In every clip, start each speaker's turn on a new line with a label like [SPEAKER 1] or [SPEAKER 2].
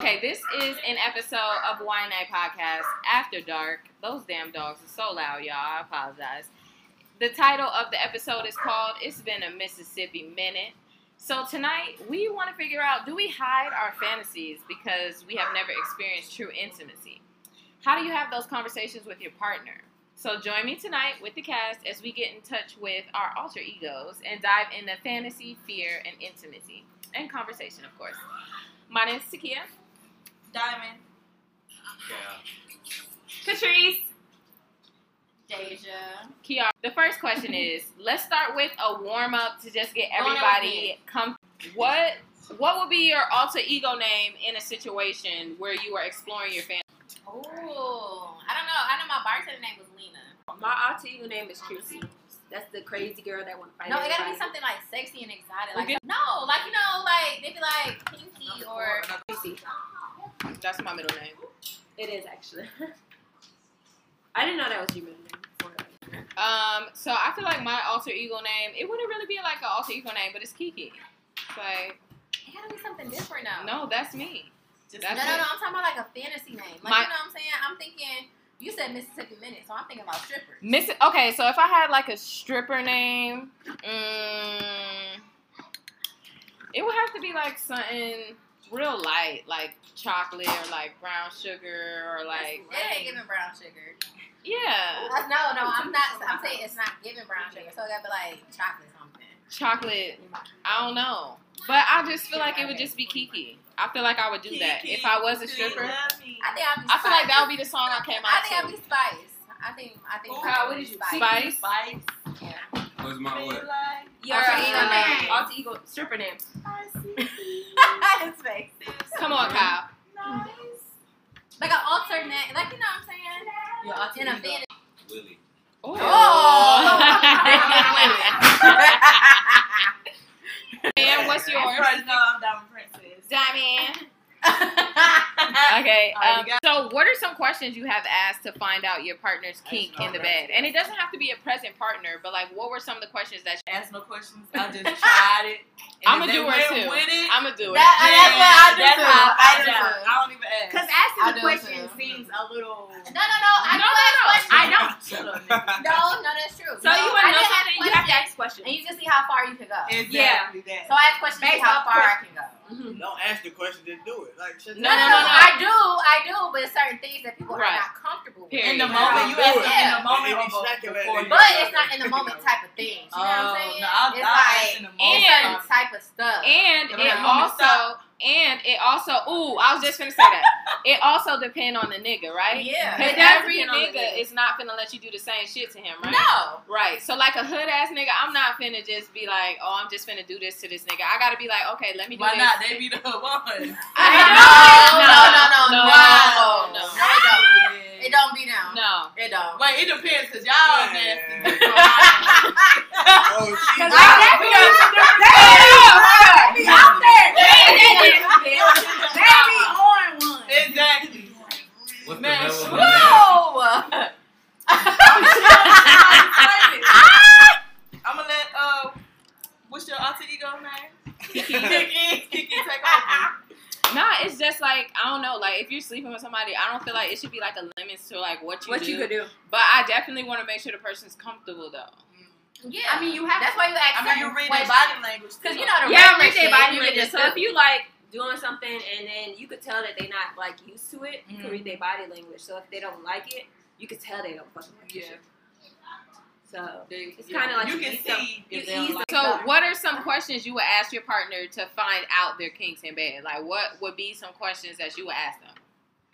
[SPEAKER 1] Okay, this is an episode of Wine Night Podcast After Dark. Those damn dogs are so loud, y'all. I apologize. The title of the episode is called It's Been a Mississippi Minute. So tonight we want to figure out do we hide our fantasies because we have never experienced true intimacy? How do you have those conversations with your partner? So join me tonight with the cast as we get in touch with our alter egos and dive into fantasy, fear, and intimacy. And conversation, of course. My name is Takia.
[SPEAKER 2] Diamond.
[SPEAKER 3] Yeah.
[SPEAKER 1] Catrice.
[SPEAKER 2] Deja.
[SPEAKER 1] Kiara. The first question is, let's start with a warm up to just get
[SPEAKER 2] Warm up
[SPEAKER 1] everybody come. What what would be your alter ego name in a situation where you are exploring your family?
[SPEAKER 2] Oh, I don't know. I know my bartender name was Lena.
[SPEAKER 4] My alter ego name is Trixie. That's the crazy girl that want to fight.
[SPEAKER 2] No, it gotta
[SPEAKER 4] everybody.
[SPEAKER 2] be something like sexy and exotic.
[SPEAKER 1] Well,
[SPEAKER 2] Like no, like you know, like maybe like Pinky or
[SPEAKER 4] Trixie.
[SPEAKER 1] That's my middle name.
[SPEAKER 4] It is actually. I didn't know that was your middle name. before.
[SPEAKER 1] Um, so I feel like my alter ego name it wouldn't really be like an alter ego name, but it's Kiki. It's like
[SPEAKER 2] it gotta be something different though.
[SPEAKER 1] no, that's me.
[SPEAKER 2] no,
[SPEAKER 1] That's
[SPEAKER 2] no,
[SPEAKER 1] it.
[SPEAKER 2] no. I'm talking about like a fantasy name. Like
[SPEAKER 1] My-
[SPEAKER 2] you know what I'm saying? I'm thinking. You said Mississippi Minute, so I'm thinking about strippers.
[SPEAKER 1] Miss. Okay, so if I had like a stripper name, mm, it would have to be like something real light, like chocolate or like brown sugar or like
[SPEAKER 2] it ain't giving brown sugar.
[SPEAKER 1] yeah,
[SPEAKER 2] That's- no, no. I'm not. I'm saying it's not giving brown sugar. So it gotta be like chocolate something.
[SPEAKER 1] chocolate. I don't know, but I just feel like it would just be Kiki. I feel like I would do that if I was a stripper.
[SPEAKER 2] I think I'd be.
[SPEAKER 1] I feel like
[SPEAKER 2] spicy.
[SPEAKER 1] that would be the song I came
[SPEAKER 2] I think
[SPEAKER 1] out
[SPEAKER 2] I'd
[SPEAKER 1] to.
[SPEAKER 2] be Spice. I think. I think. I
[SPEAKER 5] Oh, God,
[SPEAKER 2] would be
[SPEAKER 5] what did you
[SPEAKER 1] Spice.
[SPEAKER 2] Yeah.
[SPEAKER 3] What's my what?
[SPEAKER 4] Your uh,
[SPEAKER 1] Alter ego
[SPEAKER 4] alter ego
[SPEAKER 2] name.
[SPEAKER 4] name. Alter ego stripper name.
[SPEAKER 2] His face.
[SPEAKER 1] Come on, Kyle.
[SPEAKER 2] Like an alternate, like you know what I'm saying?
[SPEAKER 5] Your alter
[SPEAKER 2] In a
[SPEAKER 5] ego.
[SPEAKER 2] fantasy.
[SPEAKER 3] Willie.
[SPEAKER 1] Oh. and what's yours?
[SPEAKER 5] I'm Diamond Princess.
[SPEAKER 1] Diamond. Okay.
[SPEAKER 5] Alright,
[SPEAKER 1] um,
[SPEAKER 5] you
[SPEAKER 1] so, what are some questions you have asked to find out your partner's kink in the bed? And it doesn't have to be a present partner, but like, what were some of the questions that
[SPEAKER 5] Ask no questions. I just tried it. And
[SPEAKER 1] I'ma
[SPEAKER 5] if
[SPEAKER 1] do
[SPEAKER 5] they
[SPEAKER 1] her
[SPEAKER 5] went
[SPEAKER 1] too.
[SPEAKER 5] With it,
[SPEAKER 1] I'm gonna do it?
[SPEAKER 5] then
[SPEAKER 2] That- uh, that's what I do
[SPEAKER 5] that's
[SPEAKER 2] too.
[SPEAKER 5] how
[SPEAKER 2] I do
[SPEAKER 5] I
[SPEAKER 2] too.
[SPEAKER 5] do I don't even ask.
[SPEAKER 6] Because
[SPEAKER 2] I
[SPEAKER 6] asking
[SPEAKER 2] do
[SPEAKER 6] the question
[SPEAKER 2] too.
[SPEAKER 6] seems a little.
[SPEAKER 2] No, no, no. I
[SPEAKER 1] No,
[SPEAKER 2] do ask
[SPEAKER 1] no, no.
[SPEAKER 2] questions.
[SPEAKER 6] I don't.
[SPEAKER 2] No, no, that's true.
[SPEAKER 6] So you want
[SPEAKER 2] I
[SPEAKER 6] to know
[SPEAKER 2] just ask
[SPEAKER 6] something, you have
[SPEAKER 2] questions,
[SPEAKER 6] to ask questions.
[SPEAKER 2] And you just see how far you can go.
[SPEAKER 5] Exactly that.
[SPEAKER 2] So I ask questions to see
[SPEAKER 6] Based
[SPEAKER 2] how
[SPEAKER 6] off
[SPEAKER 2] far I can go.
[SPEAKER 4] Mm-hmm.
[SPEAKER 7] Don't ask the question, just do it. Like, shut
[SPEAKER 1] No,
[SPEAKER 2] no,
[SPEAKER 1] no, no,
[SPEAKER 2] no,
[SPEAKER 1] no.
[SPEAKER 2] I do, I do, but it's certain things that people
[SPEAKER 1] Right.
[SPEAKER 2] are not comfortable with.
[SPEAKER 1] Period.
[SPEAKER 5] in the
[SPEAKER 1] Yeah.
[SPEAKER 5] moment, you ask them
[SPEAKER 2] Yeah.
[SPEAKER 5] in the moment
[SPEAKER 7] Maybe
[SPEAKER 5] or
[SPEAKER 7] snack it
[SPEAKER 5] before
[SPEAKER 7] later.
[SPEAKER 5] you-
[SPEAKER 2] But it's not in the moment type of things. You know what I'm
[SPEAKER 5] Oh,
[SPEAKER 2] saying?
[SPEAKER 5] no, I-
[SPEAKER 2] it's
[SPEAKER 5] I ask
[SPEAKER 2] like
[SPEAKER 5] in the
[SPEAKER 2] it's
[SPEAKER 1] moment.
[SPEAKER 2] certain type of stuff.
[SPEAKER 1] And
[SPEAKER 5] Come
[SPEAKER 1] it
[SPEAKER 5] on,
[SPEAKER 1] also, and it also, ooh, I was just gonna say that. it also depend on the nigga, right?
[SPEAKER 2] Yeah.
[SPEAKER 1] Because
[SPEAKER 2] It does
[SPEAKER 1] every
[SPEAKER 2] depend on the
[SPEAKER 1] nigga,
[SPEAKER 2] nigga.
[SPEAKER 1] is not finna let you do the same shit to him, right?
[SPEAKER 2] No.
[SPEAKER 1] Right. So like a hood ass nigga, I'm not finna just be like, oh, I'm just finna do this to this nigga. I gotta be like, okay, let me do
[SPEAKER 5] Why
[SPEAKER 1] this.
[SPEAKER 5] not? They be the ones.
[SPEAKER 2] I
[SPEAKER 1] No,
[SPEAKER 2] no, no, no,
[SPEAKER 1] no,
[SPEAKER 2] no, no,
[SPEAKER 1] no.
[SPEAKER 2] it don't. It
[SPEAKER 5] It
[SPEAKER 2] don't be down.
[SPEAKER 1] No.
[SPEAKER 2] It don't.
[SPEAKER 5] Wait, it depends because y'all
[SPEAKER 7] Man.
[SPEAKER 5] nasty.
[SPEAKER 7] Oh, she
[SPEAKER 6] Because
[SPEAKER 7] lied.
[SPEAKER 6] I
[SPEAKER 1] Yeah.
[SPEAKER 6] definitely out there.
[SPEAKER 2] They-
[SPEAKER 6] They be on one.
[SPEAKER 5] Exactly.
[SPEAKER 3] What's
[SPEAKER 5] Man,
[SPEAKER 3] the level of
[SPEAKER 5] whoa!
[SPEAKER 3] that?
[SPEAKER 2] No.
[SPEAKER 5] I'm gonna let uh, what's your alter ego name? Kiki, Kiki, take over.
[SPEAKER 1] Nah, it's just like I don't know. Like if you're sleeping with somebody, I don't feel like it should be like a limits to like what you
[SPEAKER 4] What
[SPEAKER 1] do.
[SPEAKER 4] you could do?
[SPEAKER 1] But I definitely want to make sure the person's comfortable though.
[SPEAKER 2] Yeah,
[SPEAKER 6] I mean, you have
[SPEAKER 2] that's why you ask.
[SPEAKER 5] I mean, you read their
[SPEAKER 2] body
[SPEAKER 5] body language.
[SPEAKER 2] because you know the regular
[SPEAKER 4] Yeah, read
[SPEAKER 2] shit,
[SPEAKER 4] their body
[SPEAKER 2] you can
[SPEAKER 4] language.
[SPEAKER 2] just
[SPEAKER 4] So if you like doing something and then you could tell that they not like used to it, you can
[SPEAKER 5] Mhm.
[SPEAKER 4] read their body language. So if they don't like it, you could tell they don't fucking like
[SPEAKER 5] Yeah.
[SPEAKER 4] it. So
[SPEAKER 5] It's
[SPEAKER 4] yeah. kinda like
[SPEAKER 5] you
[SPEAKER 4] you
[SPEAKER 5] can
[SPEAKER 4] eat some-
[SPEAKER 5] see
[SPEAKER 4] you
[SPEAKER 5] if they don't
[SPEAKER 4] eat
[SPEAKER 5] like
[SPEAKER 1] So
[SPEAKER 4] Exactly.
[SPEAKER 1] what are some questions you would ask your partner to find out their kinks in bed? Like what would be some questions that you would ask them?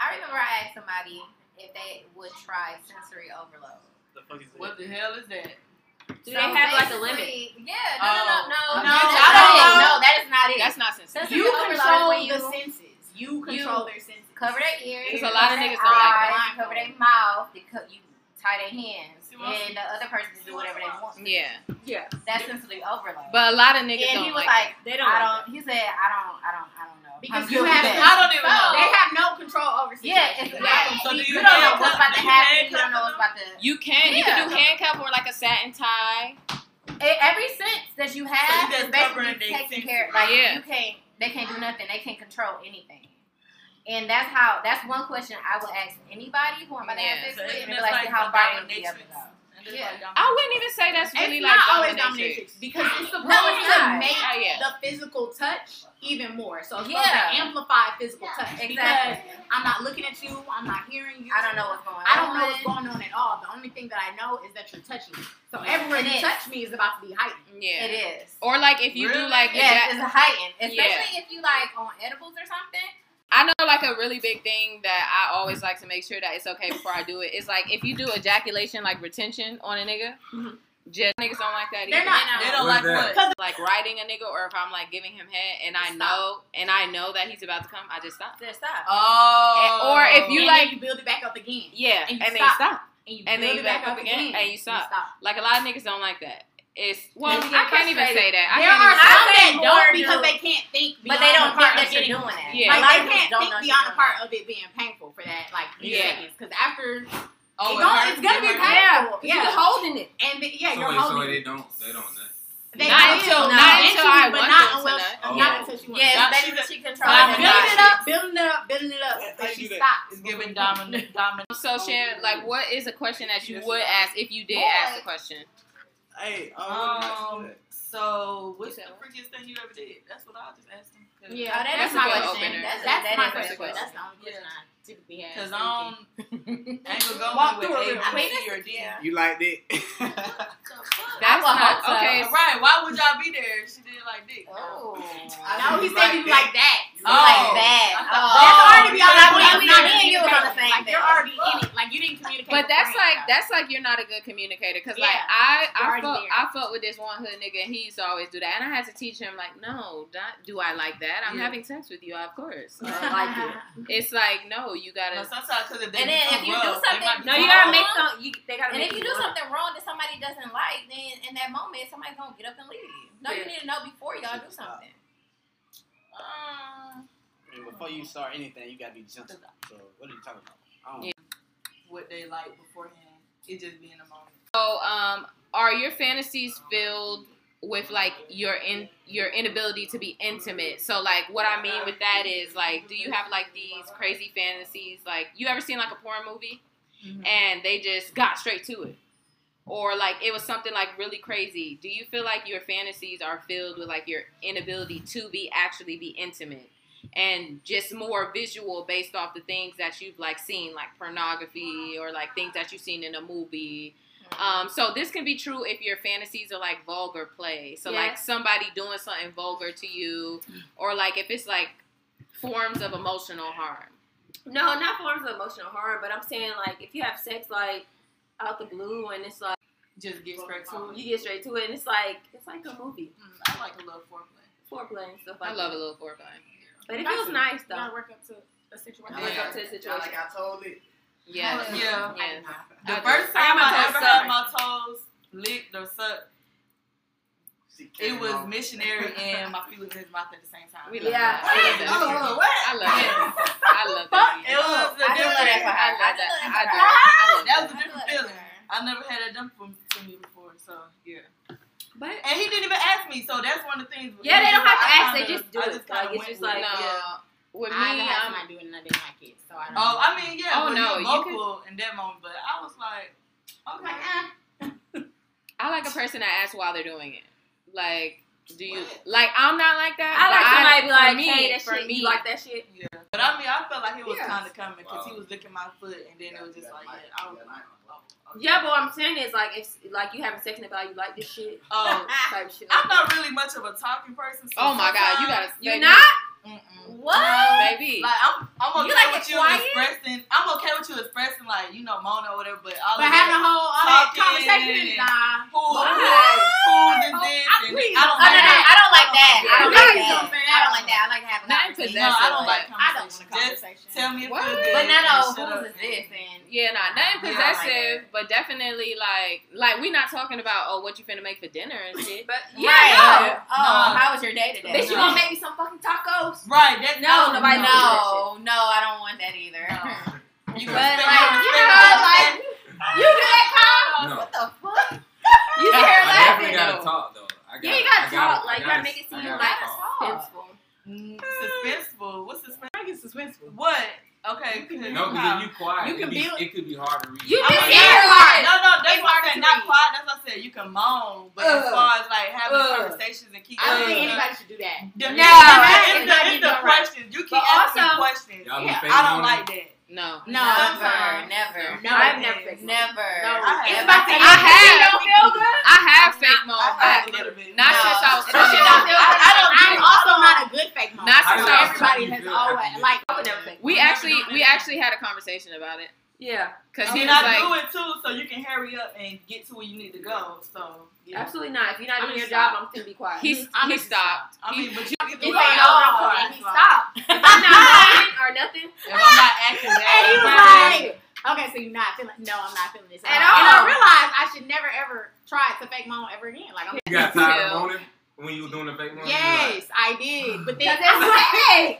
[SPEAKER 2] I remember I asked somebody if they would try sensory overload.
[SPEAKER 7] The fuck is
[SPEAKER 5] what the hell is that?
[SPEAKER 4] do
[SPEAKER 2] So
[SPEAKER 4] they have like a limit?
[SPEAKER 2] basically- Yeah, no, no, no, no, no,
[SPEAKER 5] Oh. Bitch,
[SPEAKER 2] that's
[SPEAKER 5] I
[SPEAKER 2] not
[SPEAKER 5] don't
[SPEAKER 2] it.
[SPEAKER 5] know.
[SPEAKER 2] No, that is not it.
[SPEAKER 1] That's not sensitive.
[SPEAKER 2] Sensory
[SPEAKER 6] You
[SPEAKER 2] overload is
[SPEAKER 6] control
[SPEAKER 2] when you
[SPEAKER 6] the senses. You control their senses.
[SPEAKER 2] cover their ears.
[SPEAKER 1] There's a lot of
[SPEAKER 2] cover their
[SPEAKER 1] niggas don't like
[SPEAKER 2] eyes,
[SPEAKER 6] that.
[SPEAKER 2] Cover their mouth. They cut you tie their hands,
[SPEAKER 5] See what I'm-
[SPEAKER 2] and the other person can do whatever they want.
[SPEAKER 1] Yeah,
[SPEAKER 4] Yeah.
[SPEAKER 2] That's sensory overload.
[SPEAKER 1] but a lot of niggas
[SPEAKER 2] and
[SPEAKER 1] don't
[SPEAKER 2] he
[SPEAKER 1] like.
[SPEAKER 2] was like,
[SPEAKER 4] They don't.
[SPEAKER 2] I
[SPEAKER 4] like
[SPEAKER 2] don't. He said, I don't, I don't, I don't know.
[SPEAKER 6] Because
[SPEAKER 2] I'm
[SPEAKER 6] you
[SPEAKER 2] good with
[SPEAKER 6] have
[SPEAKER 2] that.
[SPEAKER 6] to-
[SPEAKER 5] I don't even
[SPEAKER 2] So-
[SPEAKER 5] know.
[SPEAKER 6] They have no control over senses.
[SPEAKER 2] Yeah, it's
[SPEAKER 1] Right.
[SPEAKER 2] like
[SPEAKER 5] So do
[SPEAKER 2] you
[SPEAKER 5] you
[SPEAKER 2] don't know
[SPEAKER 5] handcuff-
[SPEAKER 2] what's about
[SPEAKER 5] do
[SPEAKER 2] to
[SPEAKER 5] you
[SPEAKER 2] happen. You don't
[SPEAKER 5] handcuff
[SPEAKER 2] know what's
[SPEAKER 5] them?
[SPEAKER 2] about to.
[SPEAKER 1] you can you
[SPEAKER 2] Yeah.
[SPEAKER 1] can do handcuff or like a satin tie.
[SPEAKER 2] E- Every sense that you have
[SPEAKER 5] So you
[SPEAKER 2] is
[SPEAKER 5] just covering
[SPEAKER 2] basically
[SPEAKER 5] their
[SPEAKER 2] taking
[SPEAKER 5] senses.
[SPEAKER 2] care. Like
[SPEAKER 1] Yeah.
[SPEAKER 2] you can't, they can't do nothing. They can't control anything. And that's how. That's one question I will ask anybody who I'm gonna
[SPEAKER 1] Yeah.
[SPEAKER 2] ask
[SPEAKER 5] So
[SPEAKER 2] this
[SPEAKER 5] isn't
[SPEAKER 2] week, and be
[SPEAKER 5] this
[SPEAKER 2] like,
[SPEAKER 5] like
[SPEAKER 2] see how
[SPEAKER 5] a
[SPEAKER 2] far we
[SPEAKER 5] dominatrix?
[SPEAKER 2] ever go.
[SPEAKER 5] And it's
[SPEAKER 6] Yeah.
[SPEAKER 5] like dominant-
[SPEAKER 1] I wouldn't even say that's really
[SPEAKER 6] it's
[SPEAKER 1] like
[SPEAKER 6] not always
[SPEAKER 1] dominatrix.
[SPEAKER 6] dominatrix because it's supposed
[SPEAKER 2] it's
[SPEAKER 6] to
[SPEAKER 2] not.
[SPEAKER 6] make
[SPEAKER 1] Oh, yeah.
[SPEAKER 6] the physical touch even more. So it's
[SPEAKER 2] Yeah.
[SPEAKER 6] supposed to amplify physical touch because
[SPEAKER 2] Exactly.
[SPEAKER 6] I'm not looking at you, I'm not hearing you.
[SPEAKER 2] I don't know what's going on.
[SPEAKER 6] I don't know what's going on at all. The only thing that I know is that you're touching me. So everywhere
[SPEAKER 2] It
[SPEAKER 6] you
[SPEAKER 2] is.
[SPEAKER 6] touch me is about to be heightened.
[SPEAKER 1] Yeah.
[SPEAKER 2] It is.
[SPEAKER 1] Or like if you do
[SPEAKER 5] Really?
[SPEAKER 1] like a
[SPEAKER 2] Yes,
[SPEAKER 1] ja-
[SPEAKER 2] it's heightened, especially
[SPEAKER 1] Yeah.
[SPEAKER 2] if you like on edibles or something.
[SPEAKER 1] I know like a really big thing that I always like to make sure that it's okay before I do it. It's like if you do ejaculation like retention on a nigga,
[SPEAKER 5] Mhm.
[SPEAKER 1] just niggas don't like that either.
[SPEAKER 6] They're not.
[SPEAKER 5] They don't
[SPEAKER 3] What's
[SPEAKER 5] like
[SPEAKER 3] that?
[SPEAKER 5] what?
[SPEAKER 1] like riding a nigga or if I'm like giving him head and I
[SPEAKER 5] Stop.
[SPEAKER 1] know and I know that he's about to come, I just stop.
[SPEAKER 2] There's that.
[SPEAKER 5] Oh.
[SPEAKER 1] Or if you
[SPEAKER 6] and
[SPEAKER 1] like
[SPEAKER 6] then you build it back up again.
[SPEAKER 1] Yeah,
[SPEAKER 6] And
[SPEAKER 1] and,
[SPEAKER 6] you
[SPEAKER 1] then you
[SPEAKER 6] stop.
[SPEAKER 1] stop.
[SPEAKER 6] And you
[SPEAKER 1] And then
[SPEAKER 6] build
[SPEAKER 1] you
[SPEAKER 6] it
[SPEAKER 1] back up again, and you stop. Like a lot of niggas don't like that. It's well, I
[SPEAKER 2] You get
[SPEAKER 1] can't even
[SPEAKER 2] frustrated.
[SPEAKER 1] say that. I
[SPEAKER 6] There
[SPEAKER 1] can't
[SPEAKER 6] are
[SPEAKER 1] even say
[SPEAKER 6] some
[SPEAKER 1] that.
[SPEAKER 6] that
[SPEAKER 2] say more
[SPEAKER 6] don't because
[SPEAKER 2] do-
[SPEAKER 6] they can't think,
[SPEAKER 2] But
[SPEAKER 6] beyond
[SPEAKER 2] they don't
[SPEAKER 6] the part
[SPEAKER 2] think that
[SPEAKER 6] of
[SPEAKER 2] you're
[SPEAKER 6] getting-
[SPEAKER 2] doing that.
[SPEAKER 1] Yeah.
[SPEAKER 2] a lot of
[SPEAKER 6] Like they
[SPEAKER 2] people
[SPEAKER 6] can't
[SPEAKER 2] don't
[SPEAKER 6] think
[SPEAKER 2] know
[SPEAKER 6] beyond
[SPEAKER 2] she's
[SPEAKER 6] the
[SPEAKER 2] doing
[SPEAKER 6] part of it being painful for that, like few
[SPEAKER 1] Yeah.
[SPEAKER 6] seconds, because after
[SPEAKER 5] Oh,
[SPEAKER 6] it
[SPEAKER 5] it
[SPEAKER 6] gon-
[SPEAKER 5] hurts.
[SPEAKER 6] it's gonna
[SPEAKER 5] It
[SPEAKER 6] be
[SPEAKER 5] hurts.
[SPEAKER 6] painful.
[SPEAKER 2] that.
[SPEAKER 6] Yeah,
[SPEAKER 2] You're holding it.
[SPEAKER 6] and then, yeah,
[SPEAKER 3] so wait, so
[SPEAKER 6] you're
[SPEAKER 3] wait,
[SPEAKER 6] holding.
[SPEAKER 3] they don't, they don't. That.
[SPEAKER 6] They
[SPEAKER 1] Not
[SPEAKER 6] will,
[SPEAKER 1] until- not
[SPEAKER 6] no.
[SPEAKER 1] until
[SPEAKER 6] Eventually,
[SPEAKER 1] I want
[SPEAKER 6] but not
[SPEAKER 1] them to
[SPEAKER 6] unless-
[SPEAKER 3] know.
[SPEAKER 6] not
[SPEAKER 3] Oh.
[SPEAKER 6] until she wants.
[SPEAKER 2] Yeah,
[SPEAKER 5] Not-
[SPEAKER 2] especially when she
[SPEAKER 5] she's I'm
[SPEAKER 2] controls
[SPEAKER 6] I'm building
[SPEAKER 2] her body.
[SPEAKER 5] not-
[SPEAKER 6] it up, building it up, building it up,
[SPEAKER 7] I- I
[SPEAKER 6] but she
[SPEAKER 7] do that.
[SPEAKER 6] stops.
[SPEAKER 5] It's giving dominant. dominant.
[SPEAKER 1] So Shan, like what is a question that you would ask if you did
[SPEAKER 2] Boy.
[SPEAKER 1] ask the question?
[SPEAKER 7] Hey,
[SPEAKER 3] Oh,
[SPEAKER 7] um,
[SPEAKER 5] Um, so what's the
[SPEAKER 1] You said what?
[SPEAKER 5] freakiest thing you ever did? That's what I'll just ask them. Cause,
[SPEAKER 6] Yeah,
[SPEAKER 2] Oh, that
[SPEAKER 1] That's
[SPEAKER 2] is
[SPEAKER 1] a
[SPEAKER 2] my
[SPEAKER 1] good
[SPEAKER 2] question.
[SPEAKER 1] opener.
[SPEAKER 2] That's,
[SPEAKER 6] That's
[SPEAKER 2] that
[SPEAKER 6] my
[SPEAKER 2] is
[SPEAKER 6] first
[SPEAKER 2] a
[SPEAKER 6] question. That's the only
[SPEAKER 5] Yeah.
[SPEAKER 6] question I typically have.
[SPEAKER 5] Cause um, I don't, I ain't gonna go
[SPEAKER 6] Walk
[SPEAKER 5] with
[SPEAKER 6] through it real
[SPEAKER 5] A, B,
[SPEAKER 2] quick.
[SPEAKER 5] C, or D.
[SPEAKER 7] you liked it?
[SPEAKER 1] That's
[SPEAKER 2] will
[SPEAKER 1] not
[SPEAKER 2] hope so.
[SPEAKER 1] okay.
[SPEAKER 5] Right? Why would y'all be there if she did like dick?
[SPEAKER 2] Oh.
[SPEAKER 6] No,
[SPEAKER 7] You
[SPEAKER 6] he said
[SPEAKER 7] like
[SPEAKER 6] you
[SPEAKER 7] that.
[SPEAKER 6] like that.
[SPEAKER 5] Oh.
[SPEAKER 2] Like that.
[SPEAKER 5] I
[SPEAKER 2] Oh.
[SPEAKER 5] thought- That's already
[SPEAKER 6] beyond
[SPEAKER 2] But I
[SPEAKER 6] my
[SPEAKER 2] mean,
[SPEAKER 6] point.
[SPEAKER 2] me and you was on the same
[SPEAKER 6] Like
[SPEAKER 2] thing.
[SPEAKER 6] you're already in it. Like you didn't communicate.
[SPEAKER 1] But that's
[SPEAKER 6] beforehand.
[SPEAKER 1] like that's like you're not a good communicator because like
[SPEAKER 6] Yeah.
[SPEAKER 1] I
[SPEAKER 6] You're
[SPEAKER 1] I
[SPEAKER 6] already
[SPEAKER 1] fuck,
[SPEAKER 6] there.
[SPEAKER 1] I fuck with this one hood nigga and he used to always do that and I had to teach him like no not, do I like that I'm
[SPEAKER 5] Yeah.
[SPEAKER 1] having sex with you of course
[SPEAKER 2] I like it.
[SPEAKER 1] it's like no you
[SPEAKER 5] No,
[SPEAKER 1] gotta
[SPEAKER 5] sometimes because if they
[SPEAKER 2] And then if you do something-
[SPEAKER 4] No, you gotta make
[SPEAKER 2] Uh-huh.
[SPEAKER 4] some. You, they gotta
[SPEAKER 2] And
[SPEAKER 4] make
[SPEAKER 2] if you do something wrong that somebody doesn't like, then in that moment somebody's gonna get up and leave you. No, you
[SPEAKER 4] Yeah.
[SPEAKER 2] need to know before y'all do something.
[SPEAKER 5] Um,
[SPEAKER 7] Hey, Before you start anything, you gotta be gentle. So what are you talking about? I don't
[SPEAKER 1] Yeah.
[SPEAKER 5] what they like beforehand, it just be in the moment.
[SPEAKER 1] So, um, are your fantasies filled with like your in your inability to be intimate? So, like, what I mean with that is like, do you have like these crazy fantasies? Like, you ever seen like a porn movie and they just got straight to it? Or like it was something like really crazy. Do you feel like your fantasies are filled with like your inability to be actually be intimate and just more visual based off the things that you've like seen, like pornography or like things that you've seen in a movie um, so this can be true if your fantasies are like vulgar play. So
[SPEAKER 4] Yeah.
[SPEAKER 1] like somebody doing something vulgar to you, or like if it's like forms of emotional harm.
[SPEAKER 4] No, not forms of emotional harm, but I'm saying like if you have sex like out the blue and it's like
[SPEAKER 5] Just get straight to it.
[SPEAKER 4] you get straight to it and it's like it's like a movie,
[SPEAKER 5] Mm, I like a little foreplay.
[SPEAKER 4] foreplay and stuff like
[SPEAKER 1] I love a
[SPEAKER 4] that.
[SPEAKER 1] little foreplay.
[SPEAKER 4] But it feels nice
[SPEAKER 6] You gotta
[SPEAKER 4] though.
[SPEAKER 6] work up to a situation.
[SPEAKER 5] Yeah.
[SPEAKER 4] Wake up to the situation.
[SPEAKER 7] Like I told it.
[SPEAKER 1] Yeah,
[SPEAKER 5] Yeah.
[SPEAKER 3] Oh,
[SPEAKER 1] Yes.
[SPEAKER 5] The
[SPEAKER 1] I do.
[SPEAKER 5] first
[SPEAKER 4] I got
[SPEAKER 5] time
[SPEAKER 4] my
[SPEAKER 5] I,
[SPEAKER 4] toes
[SPEAKER 5] ever
[SPEAKER 4] sucked.
[SPEAKER 5] had my toes licked or sucked,
[SPEAKER 7] She came
[SPEAKER 5] it was
[SPEAKER 7] on.
[SPEAKER 5] missionary and my feet was in his mouth at the same time.
[SPEAKER 1] we
[SPEAKER 5] It
[SPEAKER 1] love
[SPEAKER 4] Yeah.
[SPEAKER 1] that.
[SPEAKER 7] Wait,
[SPEAKER 1] I love that.
[SPEAKER 7] hold on, what?
[SPEAKER 1] I love that. I love that.
[SPEAKER 5] was a
[SPEAKER 2] I do
[SPEAKER 5] different.
[SPEAKER 2] love that for
[SPEAKER 1] I
[SPEAKER 2] her.
[SPEAKER 1] love
[SPEAKER 2] I do
[SPEAKER 1] that.
[SPEAKER 2] love
[SPEAKER 1] I
[SPEAKER 2] that
[SPEAKER 1] do.
[SPEAKER 2] for her.
[SPEAKER 1] I love
[SPEAKER 5] That was a
[SPEAKER 2] I
[SPEAKER 5] different
[SPEAKER 2] feel like
[SPEAKER 5] feeling. I never had that done from to me before, so yeah.
[SPEAKER 4] But
[SPEAKER 5] And he didn't even ask me, so that's one of the things.
[SPEAKER 4] Yeah, they don't have to
[SPEAKER 5] I
[SPEAKER 4] ask, they
[SPEAKER 5] kinda-
[SPEAKER 4] just do
[SPEAKER 5] I
[SPEAKER 4] it.
[SPEAKER 5] kinda
[SPEAKER 4] Like, it's
[SPEAKER 5] went
[SPEAKER 4] just
[SPEAKER 5] with
[SPEAKER 1] No,
[SPEAKER 5] it,
[SPEAKER 4] like-
[SPEAKER 5] yeah.
[SPEAKER 1] with me, um,
[SPEAKER 6] I had
[SPEAKER 1] I'm,
[SPEAKER 6] somebody do it and I didn't like it, so I don't.
[SPEAKER 5] Oh, I mean, yeah.
[SPEAKER 1] Oh,
[SPEAKER 5] but
[SPEAKER 1] no,
[SPEAKER 5] he
[SPEAKER 1] you could-
[SPEAKER 5] vocal in that moment, but I was like,
[SPEAKER 6] I'm
[SPEAKER 5] okay.
[SPEAKER 6] like, ah.
[SPEAKER 1] I like a person that asks while they're doing it. Like, do you like? I'm not like
[SPEAKER 4] I like
[SPEAKER 1] that. but
[SPEAKER 4] somebody be like,
[SPEAKER 1] for me,
[SPEAKER 4] hey, that
[SPEAKER 1] for
[SPEAKER 4] shit,
[SPEAKER 1] me,
[SPEAKER 4] you like that shit?
[SPEAKER 5] eh, Yeah, but I mean, I felt like it was
[SPEAKER 4] Yeah.
[SPEAKER 5] kind of coming because he
[SPEAKER 3] Wow.
[SPEAKER 5] was licking my foot, and then it was just like, yeah, I was like, oh, okay.
[SPEAKER 4] Yeah, but what I'm saying is like if like you having sex and about you like this shit
[SPEAKER 5] Oh,
[SPEAKER 4] type shit.
[SPEAKER 5] I'm not really much of a talking person. So
[SPEAKER 1] Oh my god, you
[SPEAKER 5] sometimes-
[SPEAKER 1] gotta.
[SPEAKER 4] You
[SPEAKER 1] baby,
[SPEAKER 4] not?
[SPEAKER 5] Mm-mm.
[SPEAKER 4] What?
[SPEAKER 1] baby.
[SPEAKER 5] Like I'm, I'm okay
[SPEAKER 4] You like
[SPEAKER 5] with
[SPEAKER 4] it
[SPEAKER 5] you
[SPEAKER 4] quiet?
[SPEAKER 5] expressing. I'm okay with you expressing, like you know, mono or whatever. But all of
[SPEAKER 6] But
[SPEAKER 5] that,
[SPEAKER 6] having a whole all that
[SPEAKER 5] Talking and-
[SPEAKER 6] conversation, nah.
[SPEAKER 5] who, who,
[SPEAKER 4] Why?
[SPEAKER 5] who is this?
[SPEAKER 6] I-
[SPEAKER 5] and
[SPEAKER 6] please
[SPEAKER 5] I
[SPEAKER 2] Oh,
[SPEAKER 5] don't
[SPEAKER 2] no,
[SPEAKER 5] like
[SPEAKER 2] no,
[SPEAKER 5] that.
[SPEAKER 2] I don't like that. I don't like that.
[SPEAKER 6] Please don't say
[SPEAKER 2] I
[SPEAKER 6] that.
[SPEAKER 2] don't like that. I like to have an
[SPEAKER 1] Not
[SPEAKER 2] opportunity.
[SPEAKER 1] possessive,
[SPEAKER 5] No, I don't like
[SPEAKER 6] I don't want a
[SPEAKER 5] Just
[SPEAKER 6] conversation.
[SPEAKER 5] Tell me if
[SPEAKER 1] What?
[SPEAKER 5] you
[SPEAKER 1] But
[SPEAKER 5] good.
[SPEAKER 2] But
[SPEAKER 5] and
[SPEAKER 2] not
[SPEAKER 5] shut
[SPEAKER 2] no,
[SPEAKER 5] up
[SPEAKER 2] who's
[SPEAKER 5] and-
[SPEAKER 2] this? And
[SPEAKER 1] Yeah, nah, nothing
[SPEAKER 5] Yeah, I don't like
[SPEAKER 1] possessive, but definitely like like we not talking about oh what you finna make for dinner and shit.
[SPEAKER 4] But yeah,
[SPEAKER 2] Right.
[SPEAKER 4] no.
[SPEAKER 2] Oh, oh, how was your day today?
[SPEAKER 4] Bitch, you
[SPEAKER 5] No.
[SPEAKER 4] gonna make me some fucking tacos?
[SPEAKER 5] Right? That
[SPEAKER 4] No,
[SPEAKER 5] oh,
[SPEAKER 4] nobody
[SPEAKER 2] no,
[SPEAKER 5] no.
[SPEAKER 2] no, I don't want that either.
[SPEAKER 5] You
[SPEAKER 2] But
[SPEAKER 5] can
[SPEAKER 2] like,
[SPEAKER 5] spend your
[SPEAKER 2] you
[SPEAKER 5] spend
[SPEAKER 2] know,
[SPEAKER 5] your-
[SPEAKER 2] like you do that, Kyle?
[SPEAKER 3] No.
[SPEAKER 2] What the fuck?
[SPEAKER 1] You see her
[SPEAKER 3] I
[SPEAKER 1] laughing
[SPEAKER 3] definitely gotta
[SPEAKER 1] though.
[SPEAKER 3] talk though. I gotta,
[SPEAKER 4] Yeah, you gotta
[SPEAKER 3] I
[SPEAKER 4] talk,
[SPEAKER 3] I
[SPEAKER 4] like, you gotta make it
[SPEAKER 3] I
[SPEAKER 4] seem
[SPEAKER 3] gotta
[SPEAKER 4] like-
[SPEAKER 3] talk.
[SPEAKER 2] That's all.
[SPEAKER 5] Mm, suspenseful. What's suspenseful?
[SPEAKER 6] Make it suspenseful.
[SPEAKER 5] What? What? Okay. good.
[SPEAKER 3] No, because
[SPEAKER 5] How?
[SPEAKER 3] if you quiet,
[SPEAKER 6] You
[SPEAKER 3] it,
[SPEAKER 6] can
[SPEAKER 3] could be,
[SPEAKER 6] build-
[SPEAKER 3] it could be hard to read.
[SPEAKER 4] You
[SPEAKER 5] I'm
[SPEAKER 4] can
[SPEAKER 5] not
[SPEAKER 4] hear
[SPEAKER 5] quiet.
[SPEAKER 4] it.
[SPEAKER 5] No, no, that's
[SPEAKER 6] It's
[SPEAKER 5] why
[SPEAKER 6] hard
[SPEAKER 5] I said
[SPEAKER 6] to
[SPEAKER 5] not
[SPEAKER 6] read.
[SPEAKER 5] quiet. That's why I said you can moan, but as
[SPEAKER 6] Ugh.
[SPEAKER 5] far as like having
[SPEAKER 6] Ugh.
[SPEAKER 5] conversations and keep.
[SPEAKER 6] I don't think
[SPEAKER 5] Ugh.
[SPEAKER 6] anybody should do that.
[SPEAKER 5] The,
[SPEAKER 4] No,
[SPEAKER 5] no, it's,
[SPEAKER 6] it's
[SPEAKER 5] the,
[SPEAKER 6] not
[SPEAKER 5] it's
[SPEAKER 6] even
[SPEAKER 5] the
[SPEAKER 6] right.
[SPEAKER 5] questions. You keep
[SPEAKER 4] But
[SPEAKER 5] asking
[SPEAKER 4] also-
[SPEAKER 5] questions. Oh,
[SPEAKER 3] Y'all be
[SPEAKER 6] Yeah,
[SPEAKER 3] fading
[SPEAKER 5] I don't
[SPEAKER 3] on
[SPEAKER 5] like
[SPEAKER 3] it.
[SPEAKER 5] that.
[SPEAKER 1] No.
[SPEAKER 6] No,
[SPEAKER 2] Never,
[SPEAKER 6] never.
[SPEAKER 2] never,
[SPEAKER 6] No,
[SPEAKER 4] I've never fixed mine.
[SPEAKER 2] never.
[SPEAKER 6] No,
[SPEAKER 5] I
[SPEAKER 6] it's
[SPEAKER 5] have.
[SPEAKER 6] about to
[SPEAKER 1] I have.
[SPEAKER 6] You don't feel good?
[SPEAKER 1] I have fake moan.
[SPEAKER 5] I
[SPEAKER 1] I-
[SPEAKER 5] have a little bit.
[SPEAKER 1] Not
[SPEAKER 5] No.
[SPEAKER 1] since I was
[SPEAKER 5] It
[SPEAKER 1] twenty.
[SPEAKER 5] don't feel good.
[SPEAKER 1] I-
[SPEAKER 5] I don't
[SPEAKER 6] I'm
[SPEAKER 5] do it.
[SPEAKER 6] also
[SPEAKER 5] I
[SPEAKER 6] not a good fake mom.
[SPEAKER 1] Not
[SPEAKER 6] I
[SPEAKER 1] since I
[SPEAKER 6] know
[SPEAKER 1] was
[SPEAKER 6] everybody
[SPEAKER 3] trying to
[SPEAKER 6] has
[SPEAKER 3] do it. I
[SPEAKER 6] always
[SPEAKER 3] did.
[SPEAKER 6] like
[SPEAKER 4] I would never fake.
[SPEAKER 1] We
[SPEAKER 5] I'm never
[SPEAKER 1] actually
[SPEAKER 5] doing
[SPEAKER 1] we
[SPEAKER 5] that.
[SPEAKER 1] actually had a conversation about it
[SPEAKER 4] Yeah,
[SPEAKER 1] because
[SPEAKER 5] I
[SPEAKER 1] he
[SPEAKER 5] mean,
[SPEAKER 1] was
[SPEAKER 5] I
[SPEAKER 1] like,
[SPEAKER 5] do it too, so you can hurry up and get to where you need to go. So yeah.
[SPEAKER 4] absolutely not. If you're not
[SPEAKER 6] I'm
[SPEAKER 4] doing your
[SPEAKER 6] gonna
[SPEAKER 4] job, I'm gonna be quiet.
[SPEAKER 1] he
[SPEAKER 6] I'm
[SPEAKER 1] he
[SPEAKER 6] just-
[SPEAKER 1] stopped.
[SPEAKER 5] I mean, but you can
[SPEAKER 6] it's
[SPEAKER 5] do
[SPEAKER 6] like
[SPEAKER 5] it.
[SPEAKER 6] oh, and he stopped.
[SPEAKER 4] If I'm not moaning or nothing.
[SPEAKER 5] If I'm not acting
[SPEAKER 6] And he was
[SPEAKER 5] that,
[SPEAKER 6] like, okay, so you're not feeling, no, I'm not feeling this.
[SPEAKER 4] At
[SPEAKER 6] And
[SPEAKER 4] all.
[SPEAKER 6] I realized I should never ever try to fake mom ever again. Like, I'm
[SPEAKER 3] You got tired of moaning when you were doing the fake moan? You
[SPEAKER 6] yes, I did. But then
[SPEAKER 4] Because
[SPEAKER 6] I was like,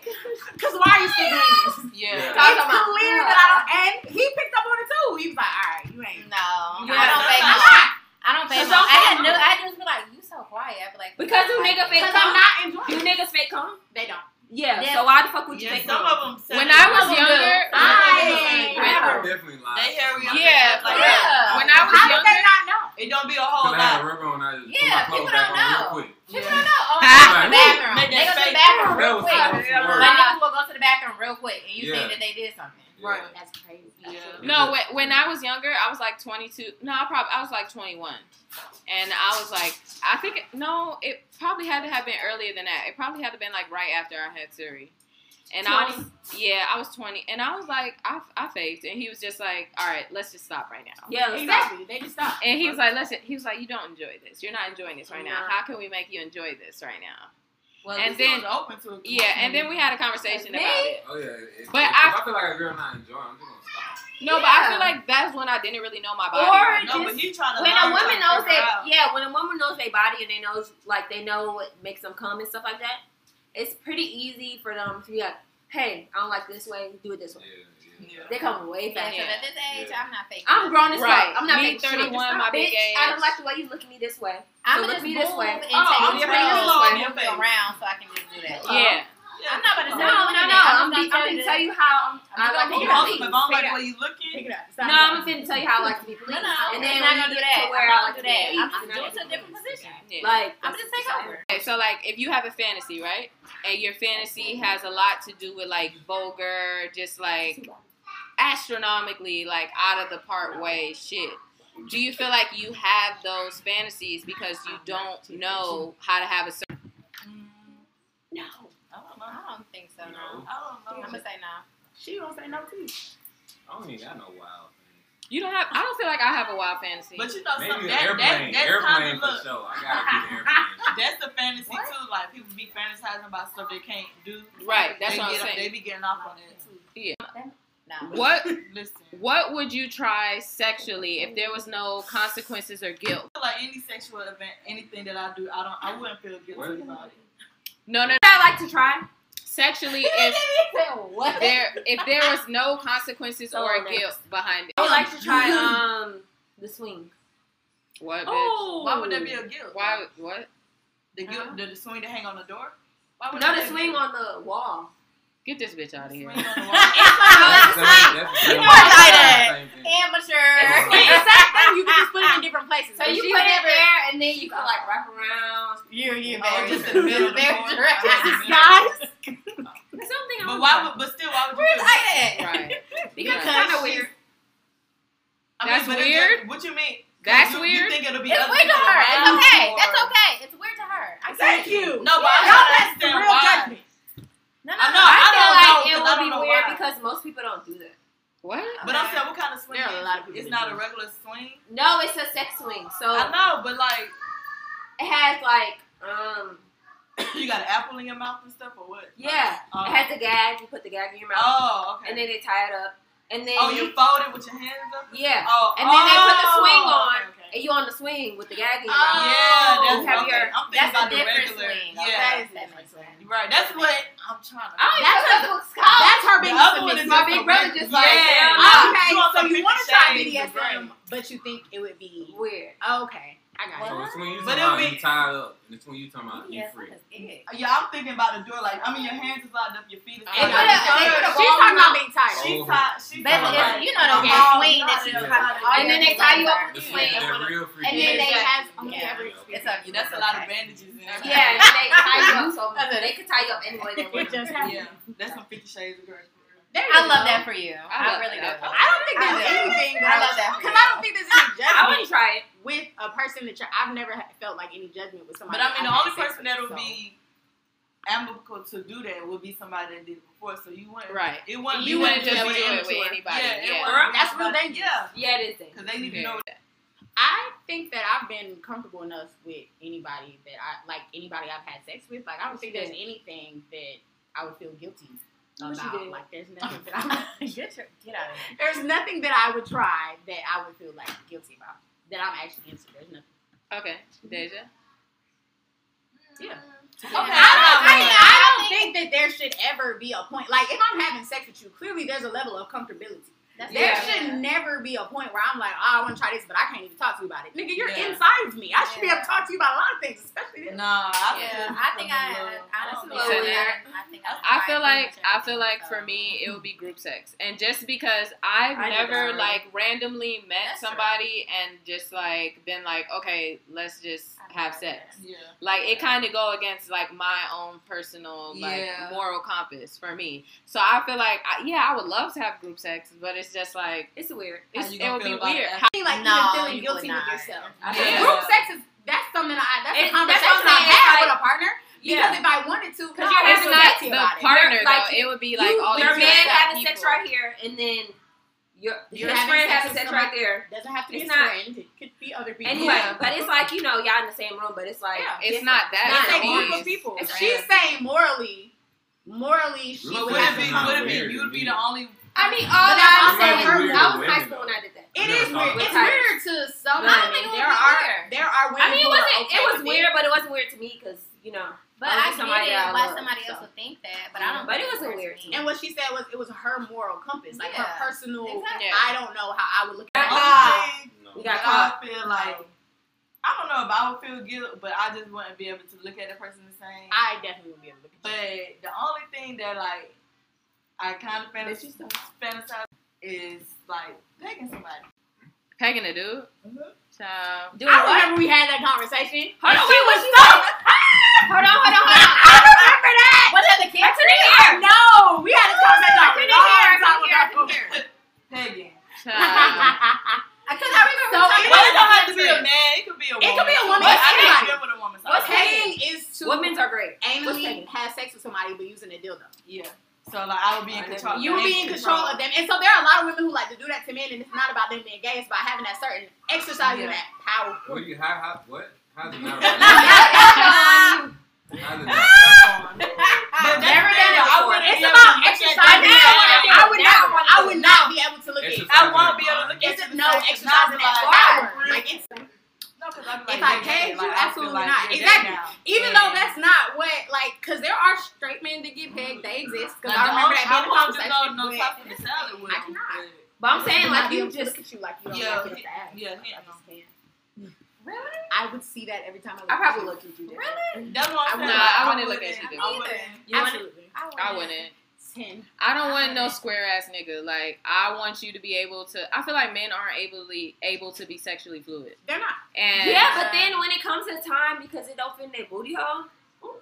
[SPEAKER 6] because why are you still doing this?
[SPEAKER 5] yeah.
[SPEAKER 4] Talk
[SPEAKER 6] It's
[SPEAKER 4] about-
[SPEAKER 6] clear that I don't, and he picked up on it too. He was like, all right, you
[SPEAKER 2] No,
[SPEAKER 6] ain't.
[SPEAKER 2] I don't
[SPEAKER 5] Yeah, that's
[SPEAKER 2] fake
[SPEAKER 5] not-
[SPEAKER 2] mom. I don't fake
[SPEAKER 4] That's
[SPEAKER 2] mom. I
[SPEAKER 4] not
[SPEAKER 2] had
[SPEAKER 4] fake
[SPEAKER 2] no.
[SPEAKER 4] mom.
[SPEAKER 2] I just be like, you so quiet. I be like,
[SPEAKER 4] Because you nigga fake
[SPEAKER 6] Because
[SPEAKER 4] mom.
[SPEAKER 6] I'm not enjoying
[SPEAKER 4] You
[SPEAKER 6] it.
[SPEAKER 4] niggas fake home?
[SPEAKER 6] They don't.
[SPEAKER 4] Yeah.
[SPEAKER 2] Yeah.
[SPEAKER 4] So why the fuck would you
[SPEAKER 5] Yeah,
[SPEAKER 4] fake
[SPEAKER 5] some
[SPEAKER 4] home?
[SPEAKER 5] of them. say-
[SPEAKER 1] When I
[SPEAKER 4] Some of
[SPEAKER 1] was
[SPEAKER 4] them do.
[SPEAKER 1] younger,
[SPEAKER 6] I
[SPEAKER 3] lied.
[SPEAKER 6] never.
[SPEAKER 3] They definitely lied.
[SPEAKER 5] They hurry up.
[SPEAKER 1] Yeah,
[SPEAKER 5] and stuff
[SPEAKER 1] for
[SPEAKER 5] like
[SPEAKER 1] real.
[SPEAKER 5] that.
[SPEAKER 1] When I was
[SPEAKER 6] How did they
[SPEAKER 1] younger,
[SPEAKER 6] not know?
[SPEAKER 5] it don't be a
[SPEAKER 3] Cause
[SPEAKER 5] whole
[SPEAKER 3] I had a
[SPEAKER 5] lot.
[SPEAKER 3] rubber on. I just
[SPEAKER 2] Yeah, people
[SPEAKER 3] put my clothes
[SPEAKER 2] don't
[SPEAKER 3] back on
[SPEAKER 2] know.
[SPEAKER 3] real quick.
[SPEAKER 2] People
[SPEAKER 5] Yeah.
[SPEAKER 2] don't know. Oh,
[SPEAKER 3] Ah.
[SPEAKER 2] they go to the bathroom.
[SPEAKER 5] Make
[SPEAKER 2] They go
[SPEAKER 5] that
[SPEAKER 2] to the
[SPEAKER 5] face.
[SPEAKER 2] bathroom
[SPEAKER 3] That
[SPEAKER 2] real
[SPEAKER 3] was
[SPEAKER 2] quick.
[SPEAKER 3] the worst word.
[SPEAKER 2] My niggas will go to the bathroom real quick, and you
[SPEAKER 3] Yeah.
[SPEAKER 2] think that they did something.
[SPEAKER 5] Right.
[SPEAKER 6] That's crazy.
[SPEAKER 5] Yeah.
[SPEAKER 1] no. wh- When I was younger, I was like 22. No, I probably I was like 21, and I was like, I think no, it probably had to have been earlier than that. It probably had to been like right after I had Siri. And I was, yeah, I was 20, and I was like, I, I faked, and he was just like, all right, let's just stop right now.
[SPEAKER 4] Yeah. Let's stop.
[SPEAKER 6] Exactly. They just stopped.
[SPEAKER 1] And he was like, listen, he was like, you don't enjoy this. You're not enjoying this right now.
[SPEAKER 4] No.
[SPEAKER 1] How can we make you enjoy this right now?
[SPEAKER 5] Well,
[SPEAKER 1] And
[SPEAKER 5] this
[SPEAKER 1] then-
[SPEAKER 5] one's open to it.
[SPEAKER 1] Yeah, and then we had a conversation
[SPEAKER 4] Me?
[SPEAKER 1] about it.
[SPEAKER 3] Oh yeah. If,
[SPEAKER 1] But
[SPEAKER 3] if,
[SPEAKER 1] I-
[SPEAKER 3] if I feel like a girl not enjoying, I'm just gonna stop.
[SPEAKER 1] No, but I
[SPEAKER 4] Yeah.
[SPEAKER 1] feel like that's when I didn't really know my
[SPEAKER 4] Or-
[SPEAKER 1] body.
[SPEAKER 5] No, but he trying to.
[SPEAKER 4] When a
[SPEAKER 5] learn,
[SPEAKER 4] woman
[SPEAKER 5] trying to
[SPEAKER 4] knows
[SPEAKER 5] figure
[SPEAKER 4] that,
[SPEAKER 5] out.
[SPEAKER 4] yeah, when a woman knows their body and they knows like they know what makes them come and stuff like that, it's pretty easy for them to be like, "Hey, I don't like this way. Do it this way."
[SPEAKER 3] Yeah, yeah.
[SPEAKER 5] Yeah.
[SPEAKER 4] They come way
[SPEAKER 2] Yeah,
[SPEAKER 4] faster.
[SPEAKER 2] so at this age,
[SPEAKER 3] Yeah.
[SPEAKER 2] I'm not faking.
[SPEAKER 4] I'm grown as
[SPEAKER 1] Right.
[SPEAKER 4] fuck. I'm not
[SPEAKER 1] Me,
[SPEAKER 4] making shit.
[SPEAKER 1] 31,
[SPEAKER 4] Just stop,
[SPEAKER 1] my big
[SPEAKER 4] bitch. I don't
[SPEAKER 1] ass.
[SPEAKER 4] like the way you look at me this way.
[SPEAKER 2] I'm
[SPEAKER 4] So
[SPEAKER 2] gonna
[SPEAKER 4] look
[SPEAKER 2] just
[SPEAKER 4] me this
[SPEAKER 2] move
[SPEAKER 4] way.
[SPEAKER 2] and take
[SPEAKER 5] Oh,
[SPEAKER 2] control
[SPEAKER 5] I'm gonna move
[SPEAKER 2] and
[SPEAKER 5] in your
[SPEAKER 2] move
[SPEAKER 5] face.
[SPEAKER 2] around so I can just do that.
[SPEAKER 1] Yeah.
[SPEAKER 2] I'm not about to say
[SPEAKER 4] No, no, no.
[SPEAKER 2] anything.
[SPEAKER 4] I'm,
[SPEAKER 2] just
[SPEAKER 4] be, I'm gonna tell you how I'm, I like
[SPEAKER 5] You
[SPEAKER 4] to be
[SPEAKER 6] Yeah.
[SPEAKER 5] also, if
[SPEAKER 4] pleased.
[SPEAKER 5] I don't like
[SPEAKER 6] Yeah.
[SPEAKER 5] where you
[SPEAKER 6] Pick
[SPEAKER 5] looking,
[SPEAKER 6] it up. Stop.
[SPEAKER 4] No, I'm gonna tell you how I like to be
[SPEAKER 2] No,
[SPEAKER 4] pleased.
[SPEAKER 2] no,
[SPEAKER 4] and
[SPEAKER 2] it's
[SPEAKER 4] then
[SPEAKER 2] not gonna
[SPEAKER 4] when you
[SPEAKER 2] do
[SPEAKER 4] get
[SPEAKER 2] that.
[SPEAKER 4] To
[SPEAKER 2] I'm
[SPEAKER 4] where
[SPEAKER 2] not
[SPEAKER 4] I
[SPEAKER 2] gonna
[SPEAKER 4] like
[SPEAKER 2] do
[SPEAKER 4] to
[SPEAKER 2] that.
[SPEAKER 4] be
[SPEAKER 2] I'm
[SPEAKER 4] pleased,
[SPEAKER 2] just doing it to
[SPEAKER 4] not
[SPEAKER 2] a
[SPEAKER 4] gonna
[SPEAKER 2] different position.
[SPEAKER 1] yeah.
[SPEAKER 4] Like
[SPEAKER 2] I'm gonna take over.
[SPEAKER 1] Okay, so like if you have a fantasy, right? And your fantasy has a lot to do with like vulgar, just like astronomically, like out of the part way shit. Do you feel like you have those fantasies because you don't know how to have a certain?
[SPEAKER 4] No.
[SPEAKER 5] Mm. I don't know.
[SPEAKER 2] I don't think so. No.
[SPEAKER 3] No.
[SPEAKER 5] I
[SPEAKER 2] I'm
[SPEAKER 5] don't know.
[SPEAKER 2] gonna say no.
[SPEAKER 6] She don't say no to you.
[SPEAKER 3] I don't even got no wild. thing.
[SPEAKER 1] You don't have. I don't feel like I have a wild fantasy.
[SPEAKER 5] But you know something.
[SPEAKER 3] Maybe an
[SPEAKER 5] Oh, That, that,
[SPEAKER 3] airplane.
[SPEAKER 5] that's kind
[SPEAKER 3] airplane
[SPEAKER 5] of
[SPEAKER 3] for
[SPEAKER 5] look.
[SPEAKER 3] sure. I gotta get an airplane.
[SPEAKER 5] That's the fantasy too. Like people be fantasizing about stuff they can't do.
[SPEAKER 1] Right, that's
[SPEAKER 5] they
[SPEAKER 1] what I'm
[SPEAKER 5] get,
[SPEAKER 1] saying.
[SPEAKER 5] They be getting off on that too.
[SPEAKER 2] No.
[SPEAKER 1] what
[SPEAKER 5] Listen, I
[SPEAKER 1] What would you try sexually if there was no consequences or guilt?
[SPEAKER 5] feel like any sexual event, anything that I do, I don't, I wouldn't feel guilty about it.
[SPEAKER 1] No, no. no.
[SPEAKER 4] I like to try.
[SPEAKER 1] Sexually, if
[SPEAKER 2] what?
[SPEAKER 1] there if there was no consequences
[SPEAKER 4] So
[SPEAKER 1] or
[SPEAKER 4] next.
[SPEAKER 1] guilt behind it,
[SPEAKER 4] I would like to try um the swing.
[SPEAKER 1] what? Bitch?
[SPEAKER 4] Oh,
[SPEAKER 5] Why would there be a guilt?
[SPEAKER 1] Why? What?
[SPEAKER 5] The guilt, the, the swing to hang on the door. Why
[SPEAKER 6] Oh,
[SPEAKER 5] would
[SPEAKER 4] No,
[SPEAKER 5] there
[SPEAKER 4] the
[SPEAKER 5] be a
[SPEAKER 4] swing
[SPEAKER 5] guilt?
[SPEAKER 4] on the wall.
[SPEAKER 1] Get this bitch out of
[SPEAKER 5] The
[SPEAKER 1] here.
[SPEAKER 5] swing on the wall.
[SPEAKER 3] That's the same- that's the same-
[SPEAKER 2] You
[SPEAKER 3] that's the
[SPEAKER 2] like
[SPEAKER 3] same thing.
[SPEAKER 2] Amateur.
[SPEAKER 3] It's
[SPEAKER 6] It's the same thing. You can just put it in different places.
[SPEAKER 4] So
[SPEAKER 6] But
[SPEAKER 4] you
[SPEAKER 6] she
[SPEAKER 4] put it
[SPEAKER 6] never-
[SPEAKER 4] there, and then you can like wrap around.
[SPEAKER 6] Yeah, yeah,
[SPEAKER 5] Oh,
[SPEAKER 6] very
[SPEAKER 5] just in
[SPEAKER 6] true.
[SPEAKER 5] the middle of the
[SPEAKER 6] Very
[SPEAKER 5] corner.
[SPEAKER 6] true.
[SPEAKER 5] Just in
[SPEAKER 6] This is
[SPEAKER 5] the middle.
[SPEAKER 6] nice.
[SPEAKER 4] That's something I
[SPEAKER 5] But
[SPEAKER 4] would
[SPEAKER 5] why
[SPEAKER 4] try.
[SPEAKER 5] would? But still, why would
[SPEAKER 2] Where's
[SPEAKER 5] you? feel-
[SPEAKER 2] I at?
[SPEAKER 1] Right.
[SPEAKER 4] because it's
[SPEAKER 1] Right.
[SPEAKER 4] kind of weird.
[SPEAKER 1] That's
[SPEAKER 5] but it's
[SPEAKER 1] weird?
[SPEAKER 5] Just, what you mean? 'Cause
[SPEAKER 1] That's
[SPEAKER 5] you, You
[SPEAKER 1] weird?
[SPEAKER 5] think it'll be
[SPEAKER 2] It's
[SPEAKER 5] other
[SPEAKER 2] weird to
[SPEAKER 5] people
[SPEAKER 2] her. It's
[SPEAKER 5] around
[SPEAKER 2] okay.
[SPEAKER 5] or-
[SPEAKER 2] That's okay. It's weird to her. I
[SPEAKER 6] Thank you.
[SPEAKER 5] No, but
[SPEAKER 6] Y'all,
[SPEAKER 5] I don't
[SPEAKER 6] that's the
[SPEAKER 5] understand
[SPEAKER 6] real
[SPEAKER 5] why.
[SPEAKER 6] judgment.
[SPEAKER 2] No, no,
[SPEAKER 5] I know.
[SPEAKER 2] no.
[SPEAKER 5] I don't know,
[SPEAKER 4] I feel like
[SPEAKER 5] 'cause I
[SPEAKER 4] it
[SPEAKER 5] don't
[SPEAKER 4] would
[SPEAKER 5] know
[SPEAKER 4] be weird
[SPEAKER 5] why.
[SPEAKER 4] because most people don't do that.
[SPEAKER 1] What?
[SPEAKER 5] But I'm saying, what kind of swing?
[SPEAKER 6] There are a
[SPEAKER 5] is
[SPEAKER 6] lot
[SPEAKER 5] it?
[SPEAKER 6] of people
[SPEAKER 5] It's
[SPEAKER 6] that
[SPEAKER 5] not
[SPEAKER 6] do
[SPEAKER 5] a
[SPEAKER 6] it.
[SPEAKER 5] regular swing.
[SPEAKER 4] No, it's a sex swing. So
[SPEAKER 5] I know, but like,
[SPEAKER 4] it has like um
[SPEAKER 5] you got an apple in your mouth and stuff, or what?
[SPEAKER 4] yeah,
[SPEAKER 5] Oh.
[SPEAKER 4] it has a gag. You put the gag in your mouth,
[SPEAKER 5] Oh, okay.
[SPEAKER 4] and then they tie it up, and then
[SPEAKER 5] oh, you fold it with your hands up.
[SPEAKER 4] yeah,
[SPEAKER 5] Oh,
[SPEAKER 4] And then they put the
[SPEAKER 5] oh,
[SPEAKER 4] swing on.
[SPEAKER 5] okay, okay.
[SPEAKER 4] and you on the swing with the gag in your mouth.
[SPEAKER 5] Yeah, that's
[SPEAKER 4] you have
[SPEAKER 5] okay.
[SPEAKER 4] your-
[SPEAKER 5] I'm thinking
[SPEAKER 2] That's
[SPEAKER 5] about
[SPEAKER 2] a
[SPEAKER 5] the
[SPEAKER 2] different
[SPEAKER 5] regular.
[SPEAKER 2] swing.
[SPEAKER 5] Yeah,
[SPEAKER 6] Okay.
[SPEAKER 2] That is a different swing.
[SPEAKER 5] right. That's what I'm trying to.
[SPEAKER 4] I
[SPEAKER 6] That's
[SPEAKER 4] don't even know
[SPEAKER 6] a-
[SPEAKER 4] what it's called.
[SPEAKER 6] That's her
[SPEAKER 5] the
[SPEAKER 6] being
[SPEAKER 5] other one is
[SPEAKER 6] submissive.
[SPEAKER 5] like
[SPEAKER 4] big
[SPEAKER 5] a
[SPEAKER 4] brother
[SPEAKER 5] reg-
[SPEAKER 4] just like,
[SPEAKER 5] yeah. Ah,
[SPEAKER 4] damn,
[SPEAKER 6] Okay,
[SPEAKER 5] You want
[SPEAKER 6] so
[SPEAKER 5] some
[SPEAKER 6] you
[SPEAKER 5] Fifty
[SPEAKER 6] want to try
[SPEAKER 5] Shades of Grey.
[SPEAKER 6] BDSM, but you think it would be
[SPEAKER 4] weird.
[SPEAKER 6] okay.
[SPEAKER 4] I
[SPEAKER 3] So
[SPEAKER 4] got you.
[SPEAKER 3] it's when you talking
[SPEAKER 5] But
[SPEAKER 3] about
[SPEAKER 5] it'll be-
[SPEAKER 3] you tied up, and it's when you talking about you
[SPEAKER 4] Yes,
[SPEAKER 3] free.
[SPEAKER 4] that is it.
[SPEAKER 5] Yeah, I'm thinking about the door. Like, I mean, your hands is lined up, your feet
[SPEAKER 1] Oh,
[SPEAKER 5] is lined
[SPEAKER 1] yeah,
[SPEAKER 5] up.
[SPEAKER 6] they could've
[SPEAKER 5] She's talking
[SPEAKER 6] balled them
[SPEAKER 5] about
[SPEAKER 6] out.
[SPEAKER 5] being tied. She's tied. She's
[SPEAKER 3] That's-
[SPEAKER 5] talking about.
[SPEAKER 2] you know those
[SPEAKER 3] Okay.
[SPEAKER 2] damn queen that she
[SPEAKER 3] Yeah.
[SPEAKER 2] tied.
[SPEAKER 1] And then they tie you up
[SPEAKER 3] The
[SPEAKER 1] with
[SPEAKER 3] free,
[SPEAKER 1] swing.
[SPEAKER 3] that real free.
[SPEAKER 6] And then they
[SPEAKER 2] Yeah.
[SPEAKER 6] have only
[SPEAKER 2] Yeah.
[SPEAKER 6] every
[SPEAKER 2] It's a,
[SPEAKER 5] Yeah, that's a lot of bandages in there.
[SPEAKER 1] Yeah, and they tie you up. So
[SPEAKER 4] They could tie you up anyway they
[SPEAKER 6] It
[SPEAKER 4] want.
[SPEAKER 6] just happened.
[SPEAKER 5] Yeah, that's some Fifty Shades of Grey.
[SPEAKER 2] I love that for you. I,
[SPEAKER 1] love
[SPEAKER 2] really do.
[SPEAKER 1] that.
[SPEAKER 6] I don't think there's
[SPEAKER 2] I do.
[SPEAKER 6] anything that
[SPEAKER 2] I love that for
[SPEAKER 6] because
[SPEAKER 2] you.
[SPEAKER 6] I don't think there's any
[SPEAKER 4] I
[SPEAKER 6] judgment
[SPEAKER 4] wouldn't try it.
[SPEAKER 6] with a person that you're, I've never ha- felt like any judgment with somebody.
[SPEAKER 5] But I mean,
[SPEAKER 6] I've
[SPEAKER 5] the only
[SPEAKER 6] had sex
[SPEAKER 5] person
[SPEAKER 6] with,
[SPEAKER 5] that would
[SPEAKER 6] so.
[SPEAKER 5] be amicable to do that would be somebody that did it before. So you wouldn't.
[SPEAKER 1] Right.
[SPEAKER 5] It wouldn't.
[SPEAKER 1] You
[SPEAKER 5] be
[SPEAKER 1] wouldn't
[SPEAKER 5] that
[SPEAKER 1] just
[SPEAKER 5] would
[SPEAKER 1] do it
[SPEAKER 5] be
[SPEAKER 1] with
[SPEAKER 5] amateur.
[SPEAKER 1] anybody,
[SPEAKER 5] Yeah,
[SPEAKER 1] yeah.
[SPEAKER 5] It wouldn't be
[SPEAKER 6] That's real
[SPEAKER 5] somebody-
[SPEAKER 6] dangerous.
[SPEAKER 5] Yeah,
[SPEAKER 4] Yeah, it is. dangerous.
[SPEAKER 5] because they need to know.
[SPEAKER 6] I think that I've been comfortable enough with anybody that I like anybody I've had sex with. Like I don't think there's anything that I would feel guilty
[SPEAKER 4] What you
[SPEAKER 6] about.
[SPEAKER 4] did?
[SPEAKER 6] Like there's nothing that I
[SPEAKER 2] Get, your, get out of here.
[SPEAKER 6] there's nothing that I would try that I would feel like guilty about. That I'm actually into. There's nothing.
[SPEAKER 1] Okay, Deja.
[SPEAKER 6] Yeah.
[SPEAKER 5] Okay.
[SPEAKER 6] I don't, I, mean, I don't think that there should ever be a point. Like if I'm having sex with you, clearly there's a level of comfortability.
[SPEAKER 2] That's
[SPEAKER 6] There
[SPEAKER 1] Yeah.
[SPEAKER 6] should never be a point where I'm like, oh, I want to try this, but I can't even talk to you about it. Nigga, you're
[SPEAKER 5] Yeah.
[SPEAKER 6] inside of me. I should be
[SPEAKER 2] Yeah.
[SPEAKER 6] able to talk to you about a lot of things, especially this.
[SPEAKER 5] No, I
[SPEAKER 2] Yeah,
[SPEAKER 5] feel
[SPEAKER 2] I think I
[SPEAKER 5] something low.
[SPEAKER 2] honestly,
[SPEAKER 1] You said
[SPEAKER 2] I,
[SPEAKER 1] that.
[SPEAKER 2] I think I,
[SPEAKER 1] I feel
[SPEAKER 2] tried
[SPEAKER 1] like
[SPEAKER 2] pretty
[SPEAKER 1] I
[SPEAKER 2] much
[SPEAKER 1] feel like
[SPEAKER 2] everything,
[SPEAKER 1] for
[SPEAKER 2] so.
[SPEAKER 1] me it would be group sex, and just because I've
[SPEAKER 4] I did that
[SPEAKER 1] never
[SPEAKER 4] already.
[SPEAKER 1] like randomly met
[SPEAKER 2] That's true.
[SPEAKER 1] somebody and just like been like, okay, let's just
[SPEAKER 2] I
[SPEAKER 1] have
[SPEAKER 2] tried
[SPEAKER 1] sex.
[SPEAKER 2] that.
[SPEAKER 5] Yeah.
[SPEAKER 1] Like it kind of go against like my own personal like
[SPEAKER 5] Yeah.
[SPEAKER 1] moral compass for me. So I feel like I, yeah, I would love to have group sex, but it's just like
[SPEAKER 4] It's weird.
[SPEAKER 1] it's,
[SPEAKER 5] you
[SPEAKER 1] it
[SPEAKER 5] gonna
[SPEAKER 1] would
[SPEAKER 5] feel
[SPEAKER 1] be
[SPEAKER 5] about
[SPEAKER 1] weird.
[SPEAKER 5] that?
[SPEAKER 1] How-
[SPEAKER 6] I mean, like
[SPEAKER 2] No,
[SPEAKER 6] even feeling
[SPEAKER 2] you
[SPEAKER 6] guilty
[SPEAKER 2] would
[SPEAKER 6] with
[SPEAKER 2] not.
[SPEAKER 6] yourself.
[SPEAKER 4] I
[SPEAKER 5] Yeah.
[SPEAKER 4] mean,
[SPEAKER 6] Group sex is that's something I that's a
[SPEAKER 4] It's- that's
[SPEAKER 6] conversation
[SPEAKER 4] what I'm
[SPEAKER 6] I
[SPEAKER 4] saying.
[SPEAKER 6] have
[SPEAKER 4] It's
[SPEAKER 6] with a partner because
[SPEAKER 4] Yeah.
[SPEAKER 6] if I wanted to, because
[SPEAKER 4] you're
[SPEAKER 1] It's
[SPEAKER 4] having
[SPEAKER 1] not
[SPEAKER 4] sex
[SPEAKER 1] the
[SPEAKER 6] about it.
[SPEAKER 1] partner
[SPEAKER 4] You're,
[SPEAKER 1] though.
[SPEAKER 4] like,
[SPEAKER 1] it would be like
[SPEAKER 6] you-
[SPEAKER 1] all
[SPEAKER 4] your
[SPEAKER 1] these
[SPEAKER 4] man
[SPEAKER 1] different
[SPEAKER 4] having
[SPEAKER 1] people.
[SPEAKER 4] sex right here, and then your your
[SPEAKER 6] You're having
[SPEAKER 4] friend
[SPEAKER 6] sex
[SPEAKER 4] having
[SPEAKER 6] with
[SPEAKER 4] sex
[SPEAKER 6] somebody-
[SPEAKER 4] right there.
[SPEAKER 6] Doesn't have to be
[SPEAKER 4] It's
[SPEAKER 6] a
[SPEAKER 4] not-
[SPEAKER 6] friend. It could be other people.
[SPEAKER 4] Anyway, but it's like you know, y'all in the same room, but it's like
[SPEAKER 6] Yeah.
[SPEAKER 1] It's
[SPEAKER 4] different.
[SPEAKER 1] not that.
[SPEAKER 6] It's
[SPEAKER 4] Not
[SPEAKER 6] a
[SPEAKER 1] it
[SPEAKER 6] group
[SPEAKER 1] is.
[SPEAKER 6] of people.
[SPEAKER 4] It's
[SPEAKER 6] She's saying morally, morally, she
[SPEAKER 3] But
[SPEAKER 5] But
[SPEAKER 6] would
[SPEAKER 5] would
[SPEAKER 3] that's
[SPEAKER 5] it be?
[SPEAKER 6] have
[SPEAKER 3] not
[SPEAKER 5] Would it
[SPEAKER 3] weird
[SPEAKER 5] be?
[SPEAKER 3] to
[SPEAKER 5] You would be
[SPEAKER 3] me.
[SPEAKER 5] the only.
[SPEAKER 4] I mean, all that
[SPEAKER 6] But that's
[SPEAKER 4] I'm
[SPEAKER 6] not
[SPEAKER 4] saying
[SPEAKER 6] weird
[SPEAKER 3] to
[SPEAKER 4] is I was
[SPEAKER 3] women,
[SPEAKER 4] high school when I did that.
[SPEAKER 6] It is
[SPEAKER 3] Never
[SPEAKER 6] weird.
[SPEAKER 3] thought
[SPEAKER 6] It's
[SPEAKER 4] about it.
[SPEAKER 6] weird to
[SPEAKER 2] Oh,
[SPEAKER 4] I
[SPEAKER 6] some
[SPEAKER 4] don't think
[SPEAKER 6] women.
[SPEAKER 4] it
[SPEAKER 6] There
[SPEAKER 4] would be
[SPEAKER 6] are
[SPEAKER 4] weird.
[SPEAKER 6] there are women.
[SPEAKER 4] I mean, it
[SPEAKER 6] who are
[SPEAKER 4] wasn't.
[SPEAKER 6] okay
[SPEAKER 4] It was
[SPEAKER 6] with
[SPEAKER 4] weird, but it wasn't weird to me because you know.
[SPEAKER 2] But I
[SPEAKER 4] I was
[SPEAKER 2] get
[SPEAKER 4] with somebody
[SPEAKER 2] it
[SPEAKER 4] that I
[SPEAKER 2] why
[SPEAKER 4] love,
[SPEAKER 2] somebody else
[SPEAKER 4] so.
[SPEAKER 2] would think that, but I don't.
[SPEAKER 4] But
[SPEAKER 2] think
[SPEAKER 4] it was a
[SPEAKER 2] works
[SPEAKER 4] weird
[SPEAKER 2] for
[SPEAKER 4] to
[SPEAKER 2] me.
[SPEAKER 4] me.
[SPEAKER 6] And what she said was it was her moral compass, like
[SPEAKER 2] Yeah.
[SPEAKER 6] her personal.
[SPEAKER 2] Exactly.
[SPEAKER 1] Yeah.
[SPEAKER 6] I don't know how I would look
[SPEAKER 5] The
[SPEAKER 6] at it.
[SPEAKER 5] only thing
[SPEAKER 3] No.
[SPEAKER 4] We got
[SPEAKER 5] I feel like I don't know if I would feel guilt, but I just wouldn't be able to look at the person the same.
[SPEAKER 6] I definitely would be able to look at
[SPEAKER 5] but the only thing that like I kind of fantasize, fantasize is like taking somebody.
[SPEAKER 1] Pegging a dude.
[SPEAKER 5] Mhm.
[SPEAKER 1] Child.
[SPEAKER 6] you. I remember we had that conversation.
[SPEAKER 4] Hold on, wait,
[SPEAKER 6] And she
[SPEAKER 4] what
[SPEAKER 6] was
[SPEAKER 4] she
[SPEAKER 6] so-
[SPEAKER 4] said? Hold on, hold on, hold on.
[SPEAKER 6] I remember that.
[SPEAKER 2] What are the kids?
[SPEAKER 4] That's in here.
[SPEAKER 6] No, we had this conversation.
[SPEAKER 4] I
[SPEAKER 6] a
[SPEAKER 4] couldn't
[SPEAKER 6] long
[SPEAKER 4] hear, I
[SPEAKER 6] time
[SPEAKER 4] couldn't hear, I
[SPEAKER 6] ago.
[SPEAKER 4] couldn't hear.
[SPEAKER 5] Taking.
[SPEAKER 1] Child.
[SPEAKER 2] Because I remember
[SPEAKER 6] So
[SPEAKER 2] talking about
[SPEAKER 5] Well,
[SPEAKER 6] it
[SPEAKER 5] it don't have to be a
[SPEAKER 2] sex.
[SPEAKER 5] man. It could be a woman.
[SPEAKER 6] It could be a woman,
[SPEAKER 5] But I
[SPEAKER 6] anybody.
[SPEAKER 5] can't deal with a woman. So
[SPEAKER 4] What's
[SPEAKER 5] I can't-
[SPEAKER 6] Pegging is to
[SPEAKER 4] Women's are great. What's pegging?
[SPEAKER 6] anally have sex with somebody but using a dildo.
[SPEAKER 5] Yeah. So like I would be in control.
[SPEAKER 6] You be in control of them. And so there are a lot of women who like to do that to men, and it's not about them being gay, it's about having that certain exercise
[SPEAKER 5] Yeah.
[SPEAKER 6] of that power.
[SPEAKER 3] What do you? How? How? What? How's it not? How's it not?
[SPEAKER 5] But
[SPEAKER 6] Never
[SPEAKER 5] never
[SPEAKER 6] done
[SPEAKER 5] I
[SPEAKER 6] it before.
[SPEAKER 5] wouldn't
[SPEAKER 6] It's
[SPEAKER 5] be able to
[SPEAKER 6] about
[SPEAKER 5] look at
[SPEAKER 6] exercising
[SPEAKER 5] them.
[SPEAKER 6] that power. I would
[SPEAKER 4] Now I
[SPEAKER 6] not,
[SPEAKER 4] wanna
[SPEAKER 6] I
[SPEAKER 4] do
[SPEAKER 6] would
[SPEAKER 4] it.
[SPEAKER 6] not be able to look at it.
[SPEAKER 3] Exercise
[SPEAKER 5] I won't be able to look at
[SPEAKER 6] It's
[SPEAKER 5] you.
[SPEAKER 6] a,
[SPEAKER 5] the
[SPEAKER 6] no
[SPEAKER 5] same. It's not
[SPEAKER 6] exercising that
[SPEAKER 5] about-
[SPEAKER 6] power. Like it's
[SPEAKER 5] No, 'cause I'd be
[SPEAKER 6] If
[SPEAKER 5] like,
[SPEAKER 6] I
[SPEAKER 5] yeah,
[SPEAKER 6] can't,
[SPEAKER 5] like,
[SPEAKER 6] you
[SPEAKER 5] I feel
[SPEAKER 6] absolutely
[SPEAKER 5] like
[SPEAKER 6] not.
[SPEAKER 5] you're
[SPEAKER 6] Exactly.
[SPEAKER 5] dead now.
[SPEAKER 6] even though that's not what like, cause there are straight men that get pegged, they exist. Cause
[SPEAKER 5] Like,
[SPEAKER 6] I
[SPEAKER 5] the
[SPEAKER 6] remember
[SPEAKER 5] only-
[SPEAKER 6] that being
[SPEAKER 5] I
[SPEAKER 6] a
[SPEAKER 5] want to
[SPEAKER 6] conversation.
[SPEAKER 5] know no
[SPEAKER 6] with-
[SPEAKER 5] top of the salad with
[SPEAKER 6] I
[SPEAKER 5] him,
[SPEAKER 6] cannot.
[SPEAKER 4] But I'm saying,
[SPEAKER 6] Not
[SPEAKER 4] like,
[SPEAKER 6] be
[SPEAKER 4] you
[SPEAKER 6] able to
[SPEAKER 4] just.
[SPEAKER 6] look at you like you don't
[SPEAKER 5] Yeah,
[SPEAKER 6] like it
[SPEAKER 5] he-
[SPEAKER 6] to ask.
[SPEAKER 5] yeah,
[SPEAKER 6] I
[SPEAKER 5] he-
[SPEAKER 6] just can't.
[SPEAKER 2] Really?
[SPEAKER 6] I would see that every time I look
[SPEAKER 4] I
[SPEAKER 6] at
[SPEAKER 4] probably
[SPEAKER 6] you.
[SPEAKER 4] look at you. different.
[SPEAKER 5] but That's what I'm
[SPEAKER 6] I
[SPEAKER 5] saying.
[SPEAKER 6] wouldn't-
[SPEAKER 5] like,
[SPEAKER 1] I wouldn't look at you
[SPEAKER 5] I
[SPEAKER 2] either.
[SPEAKER 5] wouldn't.
[SPEAKER 4] You wanna-
[SPEAKER 6] Absolutely.
[SPEAKER 1] I wouldn't.
[SPEAKER 6] Ten.
[SPEAKER 1] I don't want no square ass nigga. Like I want you to be able to. I feel like men aren't ably able to be sexually fluid.
[SPEAKER 6] They're not.
[SPEAKER 1] And
[SPEAKER 4] Yeah, but then when it comes to time, because it don't fit in their booty hole,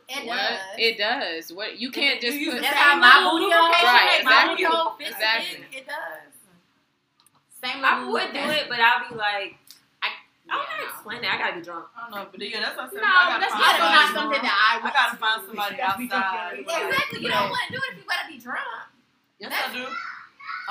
[SPEAKER 2] It
[SPEAKER 1] what?
[SPEAKER 2] does.
[SPEAKER 1] It does. What you can't just
[SPEAKER 5] You
[SPEAKER 1] put.
[SPEAKER 6] use
[SPEAKER 4] that's how my booty hole.
[SPEAKER 1] Right,
[SPEAKER 6] my
[SPEAKER 1] exactly.
[SPEAKER 6] booty hole
[SPEAKER 4] fits
[SPEAKER 1] Exactly.
[SPEAKER 4] in.
[SPEAKER 2] It does.
[SPEAKER 6] Same.
[SPEAKER 4] I
[SPEAKER 6] level
[SPEAKER 4] would do
[SPEAKER 6] as-
[SPEAKER 4] it, but I'd be like, I don't
[SPEAKER 6] Yeah,
[SPEAKER 4] gotta explain it. I gotta be drunk.
[SPEAKER 5] I don't know, but yeah, that's what I'm saying.
[SPEAKER 6] No,
[SPEAKER 5] I gotta
[SPEAKER 6] that's
[SPEAKER 5] find
[SPEAKER 6] also not
[SPEAKER 5] somebody.
[SPEAKER 6] something that I
[SPEAKER 5] I
[SPEAKER 6] would.
[SPEAKER 5] gotta find somebody outside.
[SPEAKER 2] Exactly. You
[SPEAKER 5] Yeah.
[SPEAKER 2] don't want to do it if you gotta be drunk.
[SPEAKER 5] Yes, I do.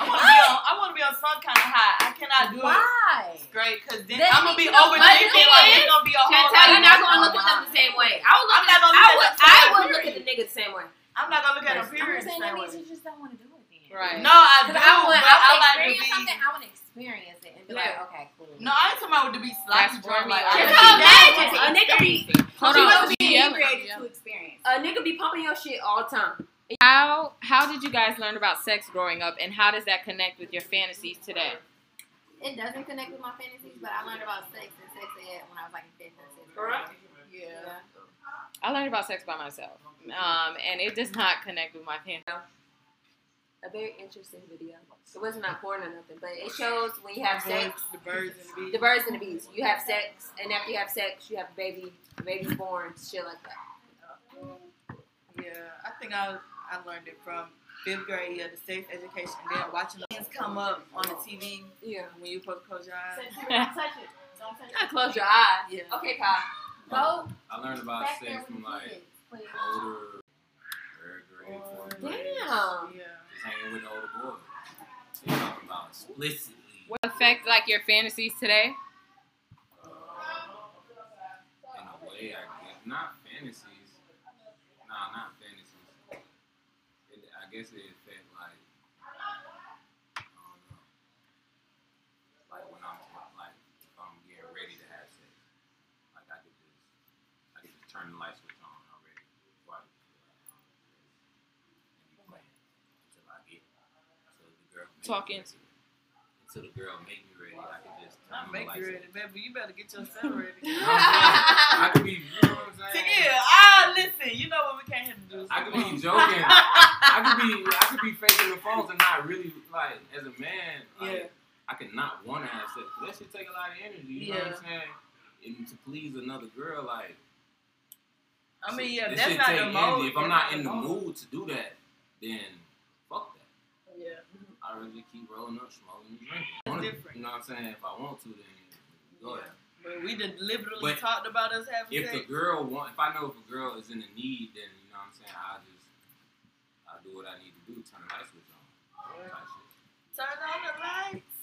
[SPEAKER 5] I want to be on. I want to be on some kind of high. I cannot do it.
[SPEAKER 2] Why?
[SPEAKER 5] It's great, cause then
[SPEAKER 4] That
[SPEAKER 5] I'm
[SPEAKER 4] means
[SPEAKER 5] gonna be
[SPEAKER 4] you don't
[SPEAKER 5] overthinking.
[SPEAKER 4] budget
[SPEAKER 5] Like
[SPEAKER 4] it.
[SPEAKER 5] it's gonna be a whole.
[SPEAKER 4] Chantel, you're
[SPEAKER 5] lot
[SPEAKER 4] not
[SPEAKER 5] of-
[SPEAKER 4] gonna look at them the same way. I would look
[SPEAKER 5] I'm
[SPEAKER 4] at.
[SPEAKER 5] not
[SPEAKER 4] I
[SPEAKER 5] gonna look
[SPEAKER 4] would.
[SPEAKER 5] at
[SPEAKER 4] I
[SPEAKER 5] them the
[SPEAKER 4] would
[SPEAKER 5] same
[SPEAKER 4] look at
[SPEAKER 5] way.
[SPEAKER 4] the nigga the same way.
[SPEAKER 5] I'm not gonna look at them.
[SPEAKER 2] I'm
[SPEAKER 5] Period.
[SPEAKER 2] saying that
[SPEAKER 5] the same
[SPEAKER 2] means
[SPEAKER 5] way.
[SPEAKER 2] you just don't want to do it then.
[SPEAKER 1] Right.
[SPEAKER 5] No,
[SPEAKER 4] Because
[SPEAKER 5] I do. But
[SPEAKER 4] I want. I
[SPEAKER 5] I like
[SPEAKER 4] would
[SPEAKER 5] to
[SPEAKER 2] Experience
[SPEAKER 5] be.
[SPEAKER 2] something, I want to experience it and be
[SPEAKER 4] Yeah.
[SPEAKER 2] like, okay, cool.
[SPEAKER 5] No, I ain't talking about to be
[SPEAKER 1] That's
[SPEAKER 5] sloppy
[SPEAKER 1] for
[SPEAKER 5] drunk.
[SPEAKER 1] me.
[SPEAKER 5] Like,
[SPEAKER 4] Just
[SPEAKER 5] I-
[SPEAKER 4] imagine a nigga be
[SPEAKER 1] Hold
[SPEAKER 6] She
[SPEAKER 1] on.
[SPEAKER 6] wasn't
[SPEAKER 1] she
[SPEAKER 6] being
[SPEAKER 1] yelling.
[SPEAKER 6] inebriated to experience.
[SPEAKER 4] a nigga be pumping your shit all the time.
[SPEAKER 1] How how did you guys learn about sex growing up, and how does that connect with your fantasies today?
[SPEAKER 2] it doesn't connect with my fantasies, but I learned about sex and sex ed when I was like in fifth and sixth.
[SPEAKER 4] Correct.
[SPEAKER 2] grade.
[SPEAKER 5] Yeah.
[SPEAKER 1] I learned about sex by myself, um, and it does not connect with my pants.
[SPEAKER 4] A very interesting video. It wasn't not porn or nothing, but it shows when you have sex,
[SPEAKER 5] The birds and the bees.
[SPEAKER 4] the birds and the bees. You have sex, and after you have sex, you have a baby. The baby's born, shit like that.
[SPEAKER 5] Yeah, I think I I learned it from fifth grade, yeah, the sex education, and then watching things come up on the TV
[SPEAKER 4] Yeah.
[SPEAKER 5] when you supposed to close your eyes.
[SPEAKER 1] Don't
[SPEAKER 6] it.
[SPEAKER 4] Gotta close your eyes.
[SPEAKER 5] Yeah.
[SPEAKER 4] Okay, Kyle.
[SPEAKER 3] Go Oh, I learned about
[SPEAKER 2] Back there
[SPEAKER 3] sex
[SPEAKER 2] with
[SPEAKER 3] from
[SPEAKER 2] the
[SPEAKER 3] like
[SPEAKER 2] kids, please.
[SPEAKER 3] older, third grade, fourth grade.
[SPEAKER 4] Damn.
[SPEAKER 5] Yeah.
[SPEAKER 3] Just hanging with the older boys. You talking about explicitly.
[SPEAKER 1] What affect like your fantasies today?
[SPEAKER 3] Uh, in a way, I guess. Not fantasies. Nah, not fantasies. It, I guess it affect like, I don't know. Like when I'm like, if I'm getting ready to have sex, like I could just, I could just turn the light switch on already. before I get to it. And be playing until I get, until the girl. make me
[SPEAKER 1] Talk
[SPEAKER 3] ready.
[SPEAKER 1] into
[SPEAKER 3] Until the girl make me ready, I could just turn
[SPEAKER 5] I
[SPEAKER 3] on the
[SPEAKER 5] make
[SPEAKER 3] light
[SPEAKER 5] you
[SPEAKER 3] switch.
[SPEAKER 5] ready, baby. You better get yourself ready.
[SPEAKER 3] You know what I'm saying? I could be, you know what I'm
[SPEAKER 5] See,
[SPEAKER 3] saying?
[SPEAKER 5] yeah, ah, listen, you know what we can't have to do.
[SPEAKER 3] I could be joking. I could be, I could be faking the phones and not really like, as a man, like,
[SPEAKER 5] Yeah.
[SPEAKER 3] I could not want to have sex. That should take a lot of energy. You know what I'm saying? And to please another girl, like,
[SPEAKER 5] I mean, yeah,
[SPEAKER 3] that
[SPEAKER 5] that's
[SPEAKER 3] should
[SPEAKER 5] not
[SPEAKER 3] take
[SPEAKER 5] the mode.
[SPEAKER 3] energy. If I'm
[SPEAKER 5] that's
[SPEAKER 3] not in the
[SPEAKER 5] mode.
[SPEAKER 3] mood to do that, then fuck that.
[SPEAKER 5] yeah.
[SPEAKER 3] I really keep rolling up, smoking, and drinking.
[SPEAKER 5] It's
[SPEAKER 3] Wanna-
[SPEAKER 5] different.
[SPEAKER 3] You know what I'm saying? If I want to, then go ahead.
[SPEAKER 5] But we deliberately
[SPEAKER 3] But
[SPEAKER 5] talked about us having
[SPEAKER 3] if the
[SPEAKER 5] sex.
[SPEAKER 3] girl want, if I know if a girl is in a need, then you know what I'm saying. I'll just, I'll do what I need to do. Turn the light switch on. type shit.
[SPEAKER 5] Turn on the lights.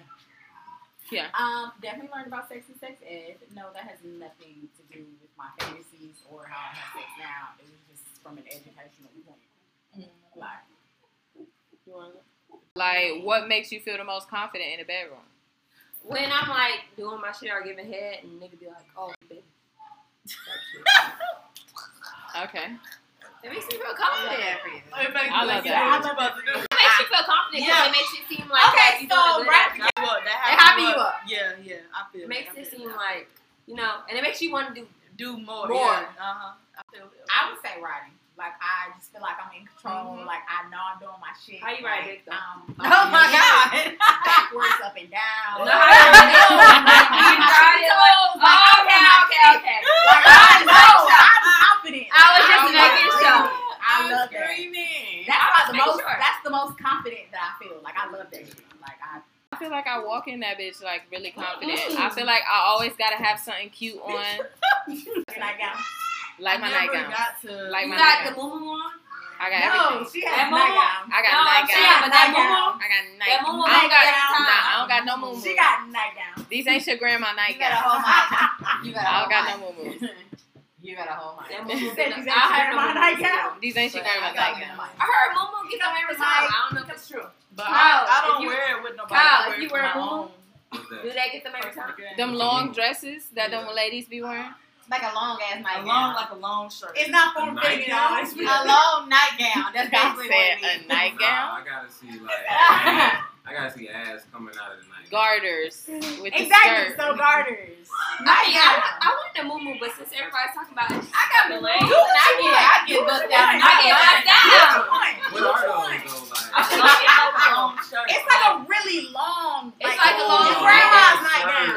[SPEAKER 1] Yeah.
[SPEAKER 6] Um, definitely learned about sex and sex ed. No, that has nothing to do with my fantasies or how I have sex now. It was just from an educational point. Like, you want to
[SPEAKER 1] Like, what makes you feel the most confident in the bedroom?
[SPEAKER 4] When I'm like doing my shit or giving head, and nigga be like, oh, baby.
[SPEAKER 1] Okay.
[SPEAKER 4] It makes me feel confident.
[SPEAKER 2] Yeah, for you.
[SPEAKER 1] I love
[SPEAKER 5] you
[SPEAKER 1] that.
[SPEAKER 5] know what you about to do.
[SPEAKER 4] It makes you feel confident because
[SPEAKER 5] Yeah.
[SPEAKER 4] it makes you seem like
[SPEAKER 6] Okay,
[SPEAKER 4] you
[SPEAKER 6] so
[SPEAKER 4] doing good
[SPEAKER 6] right-
[SPEAKER 4] at
[SPEAKER 5] Yeah, well, that
[SPEAKER 4] They
[SPEAKER 5] hype
[SPEAKER 4] hyping you up.
[SPEAKER 5] Yeah, yeah, I feel
[SPEAKER 4] It makes
[SPEAKER 5] that, I
[SPEAKER 4] it
[SPEAKER 5] feel
[SPEAKER 4] seem
[SPEAKER 5] that.
[SPEAKER 4] like you know, and it makes you want to do.
[SPEAKER 5] do more.
[SPEAKER 4] More.
[SPEAKER 5] Yeah. Uh-huh. I feel that.
[SPEAKER 6] I would say writing. Like I just feel like I'm in control.
[SPEAKER 5] Mhm.
[SPEAKER 6] Like I know I'm doing my shit.
[SPEAKER 4] How you write
[SPEAKER 6] Like,
[SPEAKER 4] dick, though?
[SPEAKER 6] Um,
[SPEAKER 5] Oh my god.
[SPEAKER 6] Backwards, up and down.
[SPEAKER 4] No,
[SPEAKER 6] Like,
[SPEAKER 4] Oh, okay, okay, okay.
[SPEAKER 6] I know I'm confident.
[SPEAKER 4] I was Oh, just
[SPEAKER 6] I'm
[SPEAKER 4] making
[SPEAKER 6] confident.
[SPEAKER 4] sure.
[SPEAKER 6] I love that. That's
[SPEAKER 4] I was
[SPEAKER 6] about the
[SPEAKER 4] making
[SPEAKER 6] most.
[SPEAKER 4] sure.
[SPEAKER 6] That's the most confident that I feel. Like I love that shit. Like I.
[SPEAKER 1] I feel like I walk in that bitch like really confident. I feel like I always gotta have something cute on,
[SPEAKER 6] And I got.
[SPEAKER 1] like my
[SPEAKER 5] I never
[SPEAKER 1] nightgown.
[SPEAKER 5] got to
[SPEAKER 1] Like my
[SPEAKER 4] You got the
[SPEAKER 1] nightgown.
[SPEAKER 4] mumu on.
[SPEAKER 1] I got everything.
[SPEAKER 6] No, she
[SPEAKER 4] That
[SPEAKER 6] has
[SPEAKER 4] mama-
[SPEAKER 6] nightgown.
[SPEAKER 1] I got
[SPEAKER 4] No, I'm
[SPEAKER 1] nightgown.
[SPEAKER 4] saying, but that mumu.
[SPEAKER 1] I got
[SPEAKER 4] That
[SPEAKER 1] nightgown.
[SPEAKER 4] mumu
[SPEAKER 1] I don't got,
[SPEAKER 4] nightgown.
[SPEAKER 1] nah, I don't got no mumu.
[SPEAKER 6] She got nightgown.
[SPEAKER 1] These ain't your grandma
[SPEAKER 6] You got a
[SPEAKER 1] nightgown.
[SPEAKER 6] whole mic.
[SPEAKER 2] You got
[SPEAKER 1] I don't
[SPEAKER 2] a
[SPEAKER 1] got
[SPEAKER 2] whole
[SPEAKER 1] no mumu.
[SPEAKER 2] mic. You got a whole mic.
[SPEAKER 4] That
[SPEAKER 1] She
[SPEAKER 4] mumu.
[SPEAKER 6] She said,
[SPEAKER 4] I
[SPEAKER 6] "You
[SPEAKER 4] heard
[SPEAKER 6] got
[SPEAKER 4] the
[SPEAKER 6] my
[SPEAKER 4] mumu.
[SPEAKER 6] nightgown."
[SPEAKER 1] These ain't your
[SPEAKER 2] But I
[SPEAKER 1] grandma
[SPEAKER 2] got
[SPEAKER 1] nightgown.
[SPEAKER 2] one.
[SPEAKER 4] I heard mumu get up every time. I don't know if it's true.
[SPEAKER 1] Oh,
[SPEAKER 5] but
[SPEAKER 4] Kyle,
[SPEAKER 5] I, I
[SPEAKER 4] if
[SPEAKER 5] don't
[SPEAKER 4] you-
[SPEAKER 5] wear it with nobody.
[SPEAKER 4] Kyle,
[SPEAKER 5] I
[SPEAKER 4] if
[SPEAKER 5] wear it
[SPEAKER 4] you
[SPEAKER 5] with
[SPEAKER 4] wear
[SPEAKER 5] my
[SPEAKER 4] a
[SPEAKER 5] own.
[SPEAKER 3] What's that?
[SPEAKER 4] Do they get them every time?
[SPEAKER 5] personal brand.
[SPEAKER 1] Them long dresses that them ladies be wearing.
[SPEAKER 2] Like a long ass
[SPEAKER 5] a
[SPEAKER 2] nightgown.
[SPEAKER 5] long like a long shirt.
[SPEAKER 6] It's not form fitting at all. It's
[SPEAKER 2] a
[SPEAKER 6] really-
[SPEAKER 2] long nightgown. That's basically what
[SPEAKER 1] I said
[SPEAKER 2] it
[SPEAKER 1] a
[SPEAKER 2] means.
[SPEAKER 1] nightgown.
[SPEAKER 3] Nah, I gotta see like, ass- I gotta see ass coming out of the night.
[SPEAKER 1] Garters with the
[SPEAKER 6] Exactly.
[SPEAKER 1] skirt.
[SPEAKER 6] So garters.
[SPEAKER 4] I mean, I,
[SPEAKER 6] Nightgown.
[SPEAKER 4] I want the mumu, but since everybody's talking about it,
[SPEAKER 6] I got
[SPEAKER 4] the
[SPEAKER 6] leg.
[SPEAKER 4] legs.
[SPEAKER 2] I get booked out.
[SPEAKER 4] I get knocked down.
[SPEAKER 3] What are those though? Like,
[SPEAKER 4] I like it.
[SPEAKER 5] It's a long shirt.
[SPEAKER 6] It's like a really long.
[SPEAKER 4] It's like a
[SPEAKER 6] your
[SPEAKER 4] long
[SPEAKER 6] grandma's
[SPEAKER 3] shirt.
[SPEAKER 6] nightgown.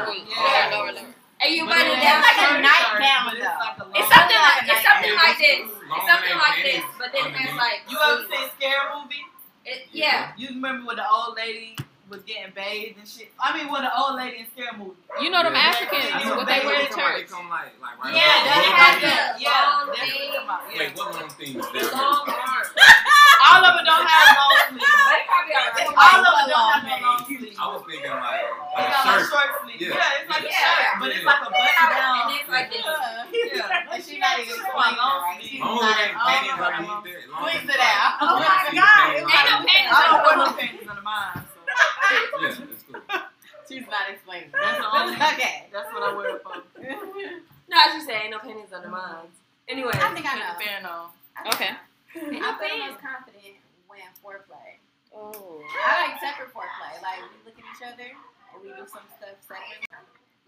[SPEAKER 1] Ooh, Lower, lower, lower.
[SPEAKER 4] and you
[SPEAKER 5] But
[SPEAKER 4] burn it
[SPEAKER 5] it ain't
[SPEAKER 4] down.
[SPEAKER 6] That's like a
[SPEAKER 5] shirt,
[SPEAKER 6] nightgown,
[SPEAKER 5] but it's like a long
[SPEAKER 4] It's something
[SPEAKER 5] shirt.
[SPEAKER 4] like it's something like this.
[SPEAKER 3] Long
[SPEAKER 4] It's something
[SPEAKER 3] neck
[SPEAKER 4] like this,
[SPEAKER 3] panties
[SPEAKER 4] but then there's
[SPEAKER 3] underneath.
[SPEAKER 4] like
[SPEAKER 5] You ever seen Scary Movie?
[SPEAKER 4] It, yeah.
[SPEAKER 5] You remember when the old lady was getting bathed and shit? I mean, when the old lady in Scary Movie.
[SPEAKER 1] You know them
[SPEAKER 3] Yeah.
[SPEAKER 1] Africans,
[SPEAKER 5] I
[SPEAKER 3] know
[SPEAKER 1] what they
[SPEAKER 5] they
[SPEAKER 1] wear to
[SPEAKER 3] come
[SPEAKER 1] church.
[SPEAKER 3] like- They come like, like right
[SPEAKER 4] Yeah, that
[SPEAKER 3] up-
[SPEAKER 4] has
[SPEAKER 5] Yeah,
[SPEAKER 4] long
[SPEAKER 5] that's what I'm talking about, yeah.
[SPEAKER 3] Wait, what long things?
[SPEAKER 4] The
[SPEAKER 3] that-
[SPEAKER 4] long arm.
[SPEAKER 5] All of it don't have long sleeves.
[SPEAKER 4] They probably are right.
[SPEAKER 5] All of it don't have no long sleeves.
[SPEAKER 3] I was thinking like,
[SPEAKER 5] They
[SPEAKER 3] like a
[SPEAKER 5] got like
[SPEAKER 3] shirt.
[SPEAKER 5] short sleeves.
[SPEAKER 3] Yeah.
[SPEAKER 5] Yeah. it's like
[SPEAKER 4] Yeah.
[SPEAKER 5] a shirt, but it's like a button down.
[SPEAKER 4] And it's like this.
[SPEAKER 5] Yeah, and she not even explaining it right. She's
[SPEAKER 3] Long
[SPEAKER 5] not
[SPEAKER 3] neck
[SPEAKER 5] even-
[SPEAKER 4] oh
[SPEAKER 3] panties
[SPEAKER 5] all of it.
[SPEAKER 3] underneath there. Long
[SPEAKER 5] Please
[SPEAKER 3] neck
[SPEAKER 5] sit down.
[SPEAKER 3] panties.
[SPEAKER 6] Oh my
[SPEAKER 3] Long neck
[SPEAKER 6] God, it
[SPEAKER 4] Ain't no
[SPEAKER 3] panties.
[SPEAKER 4] panties.
[SPEAKER 5] I don't wear
[SPEAKER 4] on
[SPEAKER 5] no
[SPEAKER 4] it.
[SPEAKER 5] panties under mine, so
[SPEAKER 3] Yeah, that's cool.
[SPEAKER 6] She's not explaining.
[SPEAKER 5] that's the only.
[SPEAKER 6] Okay.
[SPEAKER 5] That's what I wear it for.
[SPEAKER 4] No, I just say ain't no panties under mine. Anyway.
[SPEAKER 6] I think I
[SPEAKER 5] With the
[SPEAKER 6] know.
[SPEAKER 5] fan on.
[SPEAKER 1] Okay.
[SPEAKER 2] I feel most confident when foreplay.
[SPEAKER 1] Oh.
[SPEAKER 2] I like separate foreplay. Like like we look at each other and we do some stuff separate.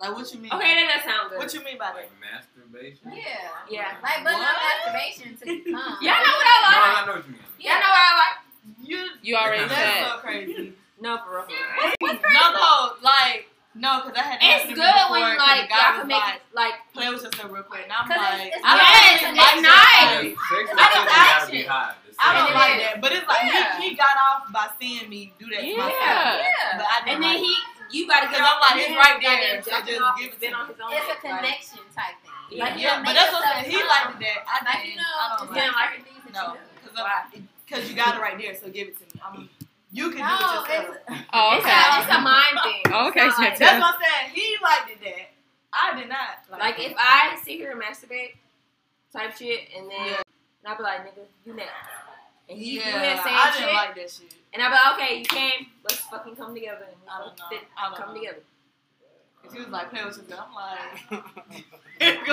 [SPEAKER 5] Like what you mean?
[SPEAKER 4] Okay, that does sound good.
[SPEAKER 5] What you mean by that?
[SPEAKER 3] Like masturbation?
[SPEAKER 2] Yeah.
[SPEAKER 4] yeah.
[SPEAKER 2] Like, but not
[SPEAKER 5] What?
[SPEAKER 2] masturbation to come.
[SPEAKER 4] Y'all know what I
[SPEAKER 3] No,
[SPEAKER 4] like.
[SPEAKER 3] I know what you mean.
[SPEAKER 4] Y'all know what I like.
[SPEAKER 5] You
[SPEAKER 1] You already
[SPEAKER 3] That's
[SPEAKER 1] said.
[SPEAKER 5] that's so crazy.
[SPEAKER 4] No, for real.
[SPEAKER 5] No, no, like no, because I had.
[SPEAKER 4] It's
[SPEAKER 5] asked
[SPEAKER 4] good
[SPEAKER 5] him
[SPEAKER 4] when you
[SPEAKER 5] before, 'cause the
[SPEAKER 4] like
[SPEAKER 5] guy
[SPEAKER 4] y'all
[SPEAKER 5] was
[SPEAKER 4] can make
[SPEAKER 5] like,
[SPEAKER 4] it like
[SPEAKER 5] play with yourself real quick, and I'm
[SPEAKER 2] 'Cause it's-
[SPEAKER 5] like,
[SPEAKER 2] it's
[SPEAKER 5] I don't
[SPEAKER 4] yes,
[SPEAKER 5] really
[SPEAKER 4] it's
[SPEAKER 5] like
[SPEAKER 4] nice.
[SPEAKER 5] that.
[SPEAKER 3] Like, sex with
[SPEAKER 5] I don't
[SPEAKER 3] something gotta
[SPEAKER 5] like
[SPEAKER 3] be
[SPEAKER 5] it.
[SPEAKER 3] high. The
[SPEAKER 5] I don't
[SPEAKER 3] sex-
[SPEAKER 5] like that, but it's like
[SPEAKER 2] Yeah.
[SPEAKER 5] he, he got off by seeing me do that to
[SPEAKER 1] Yeah.
[SPEAKER 5] myself.
[SPEAKER 2] Yeah.
[SPEAKER 5] But I didn't
[SPEAKER 4] and then
[SPEAKER 5] like
[SPEAKER 4] he you gotta
[SPEAKER 5] Because
[SPEAKER 4] get
[SPEAKER 5] I'm
[SPEAKER 4] off
[SPEAKER 5] like,
[SPEAKER 4] his right
[SPEAKER 5] it's right there,
[SPEAKER 4] there.
[SPEAKER 5] so
[SPEAKER 4] Jacking
[SPEAKER 5] just
[SPEAKER 4] off,
[SPEAKER 5] give it
[SPEAKER 4] been
[SPEAKER 5] to
[SPEAKER 4] on
[SPEAKER 5] me.
[SPEAKER 4] his own.
[SPEAKER 2] It's a
[SPEAKER 4] dick, like-
[SPEAKER 2] connection type thing.
[SPEAKER 4] Yeah.
[SPEAKER 2] Like,
[SPEAKER 5] yeah,
[SPEAKER 2] it'll
[SPEAKER 5] but
[SPEAKER 2] make
[SPEAKER 5] that's what I'm
[SPEAKER 2] yourself
[SPEAKER 5] saying. He
[SPEAKER 2] come.
[SPEAKER 5] liked that. I
[SPEAKER 2] Like, you
[SPEAKER 5] didn't.
[SPEAKER 2] know,
[SPEAKER 5] I
[SPEAKER 2] it's
[SPEAKER 5] don't
[SPEAKER 4] Yeah.
[SPEAKER 5] like
[SPEAKER 2] not like it.
[SPEAKER 5] no,
[SPEAKER 4] Why?
[SPEAKER 5] because you got it right there. So give it to me. I'm, you can
[SPEAKER 2] No,
[SPEAKER 5] do it yourself.
[SPEAKER 2] it's-
[SPEAKER 1] Oh,
[SPEAKER 4] It's
[SPEAKER 1] okay.
[SPEAKER 4] a, it's a mind thing.
[SPEAKER 1] Okay,
[SPEAKER 4] It's not like,
[SPEAKER 1] Chantel.
[SPEAKER 5] That's what I'm saying. He liked it. That I did not.
[SPEAKER 4] like
[SPEAKER 5] it.
[SPEAKER 4] if I sit here and masturbate type shit, and then
[SPEAKER 5] Yeah.
[SPEAKER 4] and I be like, nigga, you next, and he do
[SPEAKER 5] yeah,
[SPEAKER 4] that
[SPEAKER 5] I
[SPEAKER 4] same
[SPEAKER 5] didn't
[SPEAKER 4] shit,
[SPEAKER 5] like that shit.
[SPEAKER 4] and I be like, okay, you came, let's fucking come together, and we
[SPEAKER 5] I don't know.
[SPEAKER 4] fucking fit-
[SPEAKER 5] I don't
[SPEAKER 4] come
[SPEAKER 5] know.
[SPEAKER 4] together.
[SPEAKER 5] Cause he was like, play with yourself. I'm like,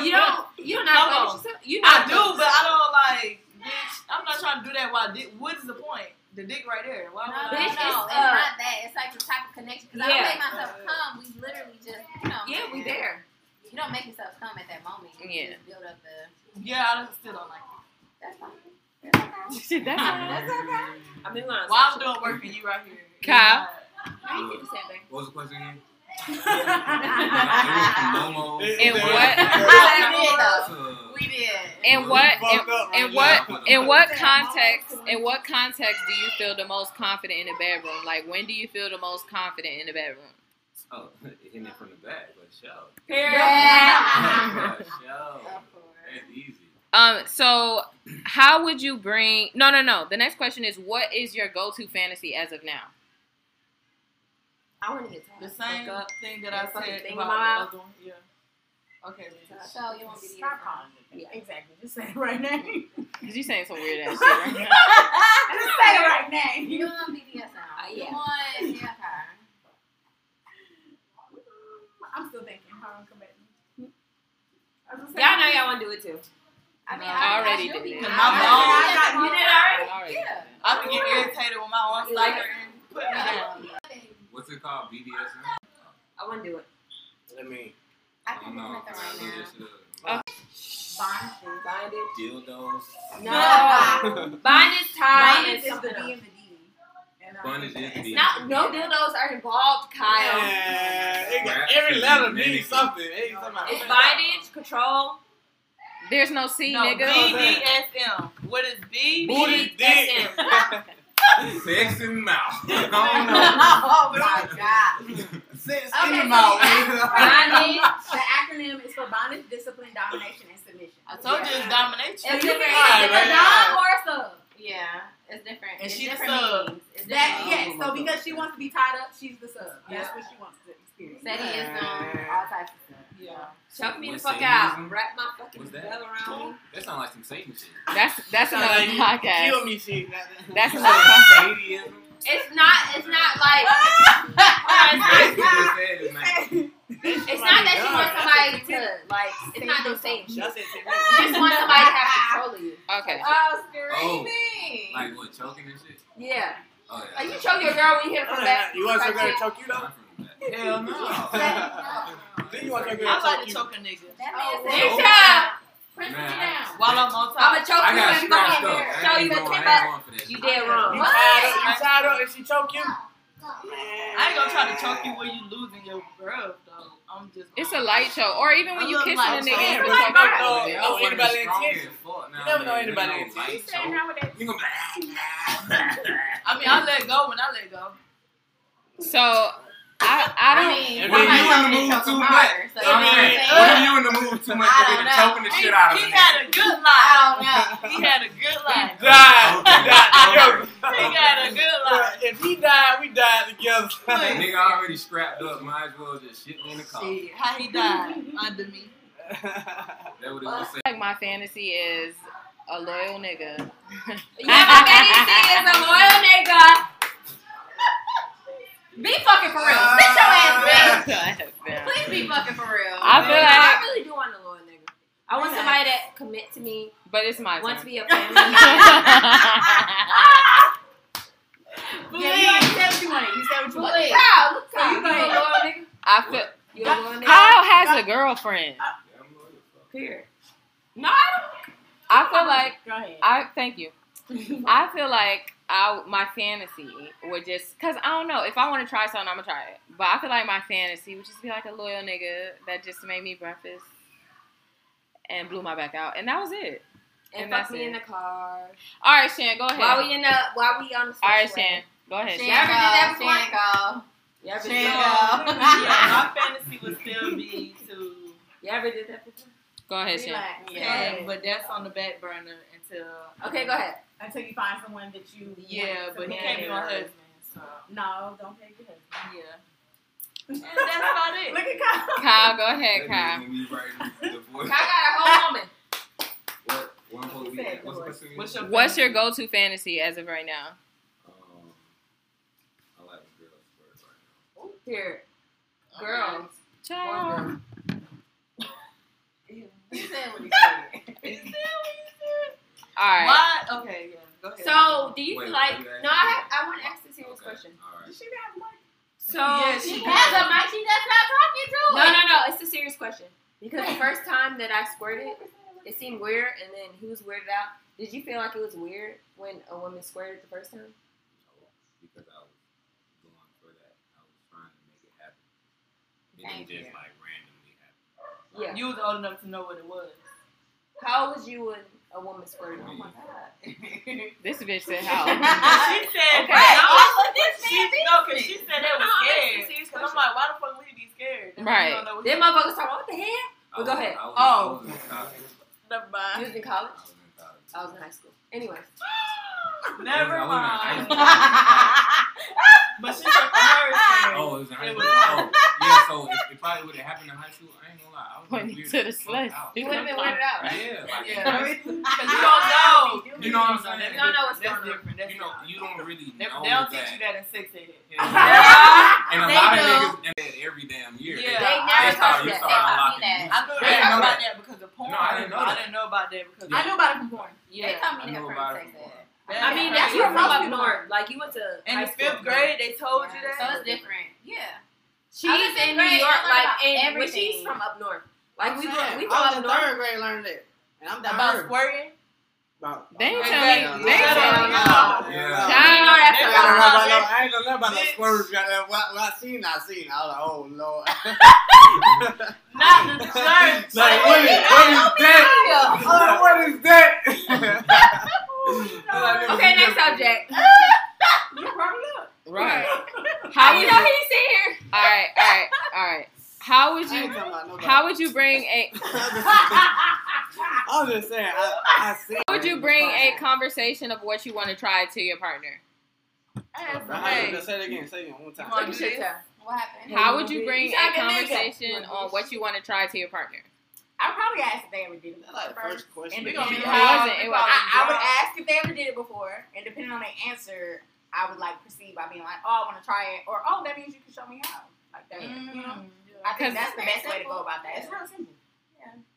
[SPEAKER 4] You don't, you don't
[SPEAKER 5] Come
[SPEAKER 4] not
[SPEAKER 5] on.
[SPEAKER 4] play with yourself. You know,
[SPEAKER 5] I do, but I don't like. Bitch, I'm not trying to do that. While dick, what is the point? The dick right there. Why
[SPEAKER 2] No,
[SPEAKER 5] would
[SPEAKER 2] no,
[SPEAKER 5] I?
[SPEAKER 4] Bitch,
[SPEAKER 2] no,
[SPEAKER 4] it's,
[SPEAKER 2] it's
[SPEAKER 4] uh,
[SPEAKER 2] not that. It's like the type of connection. Because I
[SPEAKER 4] Yeah.
[SPEAKER 2] don't make myself come. We literally just, you know.
[SPEAKER 4] yeah, we there.
[SPEAKER 2] You don't make yourself come at that moment. You
[SPEAKER 1] Yeah.
[SPEAKER 2] just build up the.
[SPEAKER 5] Yeah, I don't- still don't like.
[SPEAKER 2] That's fine. That's okay.
[SPEAKER 1] Shit, that's
[SPEAKER 2] That's okay.
[SPEAKER 4] I mean, when I
[SPEAKER 5] It. Why I'm doing work for you right here?
[SPEAKER 1] Kyle.
[SPEAKER 4] you get the same thing.
[SPEAKER 3] What was the question again?
[SPEAKER 5] Yeah.
[SPEAKER 1] And
[SPEAKER 2] We did.
[SPEAKER 1] And what? And,
[SPEAKER 7] Fuck
[SPEAKER 1] and
[SPEAKER 7] up.
[SPEAKER 1] what? In what context? In what context do you feel the most confident in the bedroom? Like, when do you feel the most confident in the bedroom?
[SPEAKER 3] Oh, hitting it from the back, but show.
[SPEAKER 4] Period.
[SPEAKER 2] Yeah.
[SPEAKER 3] But
[SPEAKER 2] Go
[SPEAKER 3] show.
[SPEAKER 2] for it.
[SPEAKER 3] That's easy.
[SPEAKER 1] Um. So, how would you bring? No, no, no. The next question is, what is your go-to fantasy as of now?
[SPEAKER 4] I want to get tired.
[SPEAKER 5] The same
[SPEAKER 4] Fuck up.
[SPEAKER 5] thing that I
[SPEAKER 4] Fuck
[SPEAKER 5] said
[SPEAKER 4] thing about-
[SPEAKER 5] about the other one. Yeah. Okay. bitch.
[SPEAKER 2] So you won't be the
[SPEAKER 6] Stop calling it that. Exactly. Just say the right name.
[SPEAKER 1] Cause you saying some weird ass shit. Right now.
[SPEAKER 6] Just say the right name.
[SPEAKER 2] You want BDSM.
[SPEAKER 4] Uh, yeah.
[SPEAKER 2] You want yeah, okay.
[SPEAKER 6] I'm still thinking. Hold on, come back. I was just
[SPEAKER 4] Y'all
[SPEAKER 6] saying-
[SPEAKER 4] know y'all want to do it too.
[SPEAKER 2] I mean,
[SPEAKER 5] No,
[SPEAKER 2] I,
[SPEAKER 1] I already
[SPEAKER 2] I do
[SPEAKER 1] did
[SPEAKER 2] be-
[SPEAKER 1] that.
[SPEAKER 5] I
[SPEAKER 2] I- I-
[SPEAKER 4] got- you did
[SPEAKER 2] I-
[SPEAKER 1] All right.
[SPEAKER 2] Yeah.
[SPEAKER 5] I can get irritated when my own slider and put me down.
[SPEAKER 3] What's it called? BDSM?
[SPEAKER 4] I want to do it.
[SPEAKER 7] I mean,
[SPEAKER 2] I
[SPEAKER 3] I
[SPEAKER 2] can
[SPEAKER 3] don't
[SPEAKER 2] do
[SPEAKER 3] know. I don't know
[SPEAKER 2] nothing
[SPEAKER 3] this shit
[SPEAKER 1] Oh.
[SPEAKER 3] up.
[SPEAKER 4] Binded.
[SPEAKER 3] Dildos.
[SPEAKER 4] No. Bondage tie
[SPEAKER 6] Bondage
[SPEAKER 4] is something else.
[SPEAKER 6] and the D. And, uh,
[SPEAKER 3] Bondage is the D.
[SPEAKER 4] Not, no dildos are involved, Kyle.
[SPEAKER 7] Yeah, it got-
[SPEAKER 3] Rap
[SPEAKER 7] every
[SPEAKER 3] is
[SPEAKER 7] letter
[SPEAKER 3] amazing.
[SPEAKER 7] means something. It ain't something.
[SPEAKER 4] It's bondage, control,
[SPEAKER 1] There's no C,
[SPEAKER 5] No,
[SPEAKER 1] nigga.
[SPEAKER 5] BDSM. What is B?
[SPEAKER 7] Booty, dick.
[SPEAKER 3] Sex in the mouth. I
[SPEAKER 6] oh my
[SPEAKER 3] don't know.
[SPEAKER 6] god.
[SPEAKER 7] Sex
[SPEAKER 2] Okay,
[SPEAKER 7] in the
[SPEAKER 2] so-
[SPEAKER 7] mouth.
[SPEAKER 6] Bondage. The acronym is for bondage, discipline, domination, and submission.
[SPEAKER 5] I told you it's domination.
[SPEAKER 2] It's different.
[SPEAKER 7] Alright,
[SPEAKER 2] It's
[SPEAKER 7] right,
[SPEAKER 2] different.
[SPEAKER 7] right.
[SPEAKER 6] Or sub.
[SPEAKER 2] Yeah, it's different.
[SPEAKER 5] And
[SPEAKER 2] it's
[SPEAKER 5] she the
[SPEAKER 2] different
[SPEAKER 5] sub.
[SPEAKER 2] meanings. It's
[SPEAKER 6] That
[SPEAKER 2] different
[SPEAKER 6] yes. So because she wants to be tied up, she's the sub.
[SPEAKER 5] Yeah.
[SPEAKER 6] That's what she wants to experience.
[SPEAKER 2] Steady is um, all types of stuff.
[SPEAKER 5] Yeah.
[SPEAKER 4] Chuck me the
[SPEAKER 3] What's
[SPEAKER 4] fuck
[SPEAKER 3] Satanism?
[SPEAKER 4] out. Wrap my fucking
[SPEAKER 3] What's that?
[SPEAKER 4] bell around me.
[SPEAKER 3] That sounds like some Satan shit.
[SPEAKER 1] That's that's
[SPEAKER 7] Sound
[SPEAKER 1] another
[SPEAKER 7] like you
[SPEAKER 1] podcast.
[SPEAKER 7] Kill me, shit.
[SPEAKER 1] That's
[SPEAKER 3] Some
[SPEAKER 1] another.
[SPEAKER 3] Satanism.
[SPEAKER 4] It's not. It's not like.
[SPEAKER 3] You basically just said it's not.
[SPEAKER 4] It's not that she wants somebody to like. It's not no same. She
[SPEAKER 7] Just said
[SPEAKER 4] just wants somebody to have control of you.
[SPEAKER 1] Okay.
[SPEAKER 6] Oh,
[SPEAKER 3] Oh,
[SPEAKER 6] screaming.
[SPEAKER 3] like what? Choking and shit?
[SPEAKER 4] Yeah.
[SPEAKER 3] Oh, yeah.
[SPEAKER 4] Like you choke your girl when you hit her from back.
[SPEAKER 7] You want your girl
[SPEAKER 4] Like,
[SPEAKER 7] to choke you though?
[SPEAKER 3] Not from that. Hell
[SPEAKER 7] Then you want your girl
[SPEAKER 5] I
[SPEAKER 7] to choke
[SPEAKER 5] like to
[SPEAKER 7] you.
[SPEAKER 5] choke a nigga
[SPEAKER 2] That
[SPEAKER 6] Oh,
[SPEAKER 2] man
[SPEAKER 4] Big
[SPEAKER 3] Nope.
[SPEAKER 4] time.
[SPEAKER 3] Man,
[SPEAKER 6] Princess
[SPEAKER 3] I-
[SPEAKER 6] down.
[SPEAKER 5] while I'm on
[SPEAKER 4] I'ma
[SPEAKER 5] top.
[SPEAKER 4] choke
[SPEAKER 3] I
[SPEAKER 4] you
[SPEAKER 3] got
[SPEAKER 4] and
[SPEAKER 3] scratched
[SPEAKER 4] fucking
[SPEAKER 3] up.
[SPEAKER 4] show
[SPEAKER 3] I
[SPEAKER 4] you
[SPEAKER 3] ain't
[SPEAKER 4] the
[SPEAKER 3] going,
[SPEAKER 4] tip
[SPEAKER 3] I ain't
[SPEAKER 4] up.
[SPEAKER 3] going for that.
[SPEAKER 4] You
[SPEAKER 3] shit.
[SPEAKER 4] dead
[SPEAKER 7] You
[SPEAKER 4] wrong.
[SPEAKER 7] tied up, you tied up, and she choke you.
[SPEAKER 5] I ain't gonna try to choke you when you losing your breath though. I'm just.
[SPEAKER 1] It's a light show, or even when
[SPEAKER 5] I
[SPEAKER 1] you
[SPEAKER 5] love
[SPEAKER 1] kissing a
[SPEAKER 5] light
[SPEAKER 1] nigga,
[SPEAKER 5] show.
[SPEAKER 1] it's
[SPEAKER 5] It's
[SPEAKER 1] a
[SPEAKER 7] like, no,
[SPEAKER 1] fucking-
[SPEAKER 7] no,
[SPEAKER 3] Yeah, y'all women
[SPEAKER 7] anybody
[SPEAKER 3] strong
[SPEAKER 7] intense.
[SPEAKER 3] as fuck now,
[SPEAKER 7] You never know
[SPEAKER 3] man.
[SPEAKER 7] anybody
[SPEAKER 3] Nigga
[SPEAKER 7] intense.
[SPEAKER 3] don't like "Ah,
[SPEAKER 6] She said
[SPEAKER 3] choke.
[SPEAKER 6] nowadays.
[SPEAKER 3] You gonna
[SPEAKER 5] I mean, I let go when I let go.
[SPEAKER 1] So I I
[SPEAKER 2] I
[SPEAKER 1] don't.
[SPEAKER 2] mean,
[SPEAKER 7] And
[SPEAKER 2] why
[SPEAKER 7] then
[SPEAKER 2] am
[SPEAKER 3] you
[SPEAKER 2] I
[SPEAKER 3] in the
[SPEAKER 2] choking and choking
[SPEAKER 3] mood too
[SPEAKER 2] harder? So
[SPEAKER 7] much.
[SPEAKER 2] you know
[SPEAKER 7] I
[SPEAKER 2] what I'm
[SPEAKER 7] mean,
[SPEAKER 2] saying?
[SPEAKER 3] What if you in the mood too much
[SPEAKER 2] I
[SPEAKER 3] to
[SPEAKER 2] don't
[SPEAKER 3] be
[SPEAKER 2] know.
[SPEAKER 3] choking the
[SPEAKER 5] He,
[SPEAKER 3] shit out of
[SPEAKER 5] he
[SPEAKER 3] me?
[SPEAKER 5] had a good
[SPEAKER 2] I
[SPEAKER 5] life.
[SPEAKER 2] don't know.
[SPEAKER 5] He had a good life.
[SPEAKER 7] Died.
[SPEAKER 3] Okay.
[SPEAKER 7] Died.
[SPEAKER 5] He got a good life.
[SPEAKER 7] If he died, we died together.
[SPEAKER 3] That nigga already scrapped up. Might as well just shit me in the car.
[SPEAKER 5] Shit, how he died under me.
[SPEAKER 3] That what it was saying.
[SPEAKER 1] Like my fantasy is a loyal nigga.
[SPEAKER 4] Yeah, my fantasy is a loyal nigga. Be fucking for real. Sit your ass
[SPEAKER 7] Uh,
[SPEAKER 4] back.
[SPEAKER 1] I
[SPEAKER 2] Please be fucking for real.
[SPEAKER 1] feel
[SPEAKER 4] I
[SPEAKER 1] like,
[SPEAKER 4] really do want a loyal nigga. I want somebody that commit to me,
[SPEAKER 1] but it's my
[SPEAKER 4] want to
[SPEAKER 1] turn.
[SPEAKER 4] be a family.
[SPEAKER 1] I
[SPEAKER 6] Yeah, you already said what you wanted. You said what you wanted.
[SPEAKER 2] Please.
[SPEAKER 1] I feel
[SPEAKER 3] What?
[SPEAKER 4] You don't want
[SPEAKER 1] Kyle
[SPEAKER 4] that?
[SPEAKER 1] has a girlfriend.
[SPEAKER 3] Yeah, motherfucker.
[SPEAKER 6] Period.
[SPEAKER 4] No, I
[SPEAKER 1] I feel like
[SPEAKER 6] Go ahead.
[SPEAKER 1] I thank you.
[SPEAKER 4] don't.
[SPEAKER 1] I feel like I my fantasy would just because I don't know if I want to try something, I'm gonna try it. But I feel like my fantasy would just be like a loyal nigga that just made me breakfast and blew my back out, and that was it.
[SPEAKER 4] and
[SPEAKER 1] And
[SPEAKER 4] fuck
[SPEAKER 1] that's
[SPEAKER 4] me
[SPEAKER 1] it.
[SPEAKER 4] in the car.
[SPEAKER 1] All right, Shan, go ahead.
[SPEAKER 4] While we in the, while we on the.
[SPEAKER 1] All right,
[SPEAKER 4] switchway.
[SPEAKER 1] Shan, go ahead.
[SPEAKER 2] She
[SPEAKER 1] Shan.
[SPEAKER 4] Yeah.
[SPEAKER 2] ain't
[SPEAKER 4] ever did that
[SPEAKER 2] go, she ain't go.
[SPEAKER 4] You ever,
[SPEAKER 5] Shit,
[SPEAKER 4] did,
[SPEAKER 5] uh,
[SPEAKER 2] go.
[SPEAKER 5] yeah, my fantasy would still be to
[SPEAKER 4] you ever did that before?
[SPEAKER 1] Go ahead, Shan.
[SPEAKER 2] Relax.
[SPEAKER 5] yeah,
[SPEAKER 4] Yeah.
[SPEAKER 5] but that's on the back burner until
[SPEAKER 4] Okay, go ahead.
[SPEAKER 6] Until you find someone that you. want
[SPEAKER 5] Yeah,
[SPEAKER 6] to
[SPEAKER 5] but he
[SPEAKER 6] marry.
[SPEAKER 5] can't be my husband, so
[SPEAKER 6] No, don't pay your husband.
[SPEAKER 5] yeah. And that's about it.
[SPEAKER 6] Look at Kyle.
[SPEAKER 1] Kyle, go ahead,
[SPEAKER 3] That
[SPEAKER 1] Kyle.
[SPEAKER 3] nigga gonna be writing the
[SPEAKER 4] I
[SPEAKER 3] divorce.
[SPEAKER 4] got a whole woman.
[SPEAKER 3] What? One whole weekend. What's the question?
[SPEAKER 5] What's your
[SPEAKER 1] What's your
[SPEAKER 5] fantasy?
[SPEAKER 1] go-to fantasy as of right now?
[SPEAKER 3] Um, I like girls first right now.
[SPEAKER 4] Here, girls.
[SPEAKER 1] Child.
[SPEAKER 2] You said what you said.
[SPEAKER 1] All right.
[SPEAKER 5] Why? Okay, yeah. Go ahead.
[SPEAKER 4] So, do you
[SPEAKER 3] Wait,
[SPEAKER 4] feel like?
[SPEAKER 3] you asked
[SPEAKER 4] No,
[SPEAKER 3] me?
[SPEAKER 4] I have, I want to ask a serious
[SPEAKER 3] Okay,
[SPEAKER 4] question.
[SPEAKER 3] All right.
[SPEAKER 6] She got one.
[SPEAKER 4] So
[SPEAKER 5] Yeah,
[SPEAKER 2] She
[SPEAKER 5] she
[SPEAKER 2] has
[SPEAKER 5] did.
[SPEAKER 2] a mic, she just not talking to
[SPEAKER 4] No, no, no. It's a serious question. Because the first time that I squirted, it seemed weird, and then he was weirded out. Did you feel like it was weird when a woman squirted the first time?
[SPEAKER 3] No, because I was going for that. I was trying to make it happen. It
[SPEAKER 2] Thank
[SPEAKER 3] didn't just
[SPEAKER 2] you.
[SPEAKER 3] like randomly happen.
[SPEAKER 4] Yeah.
[SPEAKER 5] you was old enough to know what it was.
[SPEAKER 4] How was you when a woman squirted?
[SPEAKER 3] Oh my
[SPEAKER 1] This bitch said
[SPEAKER 5] she
[SPEAKER 1] how.
[SPEAKER 5] said,
[SPEAKER 1] Okay.
[SPEAKER 5] "Right,
[SPEAKER 4] oh,
[SPEAKER 2] Why
[SPEAKER 5] no, she, no, because she said that
[SPEAKER 4] No,
[SPEAKER 5] was
[SPEAKER 4] I'm asking a
[SPEAKER 5] scared.
[SPEAKER 4] serious
[SPEAKER 5] 'Cause I'm
[SPEAKER 4] question.
[SPEAKER 5] like, why the fuck would he be scared? That
[SPEAKER 1] Right.
[SPEAKER 5] nigga don't know what he-
[SPEAKER 4] Then motherfuckers talk. What the hell? Well, go
[SPEAKER 3] I was-
[SPEAKER 4] ahead.
[SPEAKER 3] I was,
[SPEAKER 5] Oh.
[SPEAKER 3] I was in college.
[SPEAKER 5] Never
[SPEAKER 4] You
[SPEAKER 5] mind.
[SPEAKER 4] was in
[SPEAKER 3] I was
[SPEAKER 4] college.
[SPEAKER 3] in college.
[SPEAKER 4] I was in high school. Anyway,
[SPEAKER 5] Never
[SPEAKER 3] I was- I was in
[SPEAKER 5] mind.
[SPEAKER 3] high
[SPEAKER 5] But she's a nurse.
[SPEAKER 3] school. Oh, it was in high
[SPEAKER 5] It
[SPEAKER 3] school.
[SPEAKER 5] was-
[SPEAKER 3] Oh, yeah. So if it probably would have happened in high school, I ain't gonna lie. I was
[SPEAKER 1] Pointing
[SPEAKER 3] weird
[SPEAKER 1] to the
[SPEAKER 3] as fuck
[SPEAKER 1] slice.
[SPEAKER 3] out.
[SPEAKER 4] you would have been weirded out, right?
[SPEAKER 3] Yeah, like
[SPEAKER 5] Yeah.
[SPEAKER 3] that's-
[SPEAKER 5] Because Oh, you don't know.
[SPEAKER 3] You know what I'm saying?
[SPEAKER 5] That's
[SPEAKER 4] You don't know what's
[SPEAKER 5] different.
[SPEAKER 4] going on.
[SPEAKER 5] That's different. That's
[SPEAKER 3] you know, you don't really
[SPEAKER 5] They,
[SPEAKER 3] know
[SPEAKER 5] they don't
[SPEAKER 3] that.
[SPEAKER 5] teach you that in sixth grade.
[SPEAKER 3] Yeah. And a
[SPEAKER 2] They
[SPEAKER 3] lot
[SPEAKER 2] do.
[SPEAKER 3] of niggas and that every damn year.
[SPEAKER 5] Yeah.
[SPEAKER 3] They-
[SPEAKER 4] They
[SPEAKER 5] I-
[SPEAKER 4] never
[SPEAKER 3] That's how
[SPEAKER 4] taught
[SPEAKER 3] you
[SPEAKER 4] me
[SPEAKER 2] that. They
[SPEAKER 3] start
[SPEAKER 2] taught
[SPEAKER 3] unlocking
[SPEAKER 2] me
[SPEAKER 3] these-
[SPEAKER 5] I knew
[SPEAKER 3] They didn't know
[SPEAKER 5] about
[SPEAKER 3] that.
[SPEAKER 5] that. because of porn.
[SPEAKER 3] No, I didn't know
[SPEAKER 5] but I
[SPEAKER 3] that.
[SPEAKER 5] didn't know about that because
[SPEAKER 3] Yeah.
[SPEAKER 6] I know about it from porn.
[SPEAKER 2] They
[SPEAKER 5] yeah.
[SPEAKER 2] taught me
[SPEAKER 3] I
[SPEAKER 2] that
[SPEAKER 3] knew
[SPEAKER 2] from
[SPEAKER 3] about
[SPEAKER 2] sex
[SPEAKER 3] it before.
[SPEAKER 2] ed.
[SPEAKER 4] I mean, that's
[SPEAKER 5] your
[SPEAKER 4] you're from up north. Like you went to
[SPEAKER 5] In
[SPEAKER 4] high
[SPEAKER 5] the fifth
[SPEAKER 4] school.
[SPEAKER 5] grade, they told you
[SPEAKER 2] So
[SPEAKER 5] that.
[SPEAKER 2] it's different. Yeah.
[SPEAKER 4] She's
[SPEAKER 2] I was in
[SPEAKER 4] in New
[SPEAKER 2] grade,
[SPEAKER 4] York,
[SPEAKER 2] I learned
[SPEAKER 4] like
[SPEAKER 2] about
[SPEAKER 4] and when
[SPEAKER 2] everything.
[SPEAKER 4] she's from up north. Like we were, we
[SPEAKER 6] I
[SPEAKER 4] from
[SPEAKER 6] was
[SPEAKER 4] up
[SPEAKER 6] in
[SPEAKER 4] north.
[SPEAKER 6] third grade learning that, and I'm
[SPEAKER 5] about
[SPEAKER 6] down.
[SPEAKER 5] squirting.
[SPEAKER 6] About
[SPEAKER 1] They ain't
[SPEAKER 6] about-
[SPEAKER 1] tell me-
[SPEAKER 6] Yeah.
[SPEAKER 1] they ain't tell me.
[SPEAKER 6] Yeah.
[SPEAKER 3] Yeah.
[SPEAKER 4] You know that's a
[SPEAKER 6] I ain't gonna
[SPEAKER 4] lie.
[SPEAKER 6] lie about no- I ain't gonna lie about no
[SPEAKER 5] Bitch.
[SPEAKER 6] squirts. goddamn. What what I seen, I seen. I was like, oh lord.
[SPEAKER 5] Not the church.
[SPEAKER 6] Like, what is, what is that? Like, what is that?
[SPEAKER 4] Okay, next subject.
[SPEAKER 1] Right.
[SPEAKER 4] How
[SPEAKER 1] How would
[SPEAKER 4] you
[SPEAKER 1] you?
[SPEAKER 4] know he sit here?
[SPEAKER 1] All right. All right. All right. How would
[SPEAKER 6] I ain't
[SPEAKER 1] you?
[SPEAKER 6] talking about nobody.
[SPEAKER 1] How would you bring a?
[SPEAKER 6] I'm just saying. I, I seen.
[SPEAKER 1] How would you bring a conversation of what you want to try to your partner?
[SPEAKER 5] Hey,
[SPEAKER 7] Say it again. Say it again. One time.
[SPEAKER 5] Come on,
[SPEAKER 4] You should tell.
[SPEAKER 2] What happened?
[SPEAKER 1] How would you bring
[SPEAKER 4] You
[SPEAKER 1] a
[SPEAKER 4] talking nigga.
[SPEAKER 1] conversation on what you want to try to your partner?
[SPEAKER 6] I probably asked if they ever did it.
[SPEAKER 7] That's like the first question.
[SPEAKER 5] we gonna be
[SPEAKER 1] It
[SPEAKER 5] high.
[SPEAKER 1] wasn't, it
[SPEAKER 5] We
[SPEAKER 1] wasn't.
[SPEAKER 5] probably
[SPEAKER 6] I, I would
[SPEAKER 5] drunk.
[SPEAKER 6] ask if they ever did it before, and depending on the answer, I would like proceed by being like, "Oh, I want to try it," or "Oh, that means you can show me how." Like that,
[SPEAKER 5] Mm-hmm.
[SPEAKER 6] you know. I think
[SPEAKER 1] 'Cause-
[SPEAKER 6] that's the best way to go about that. It's real simple.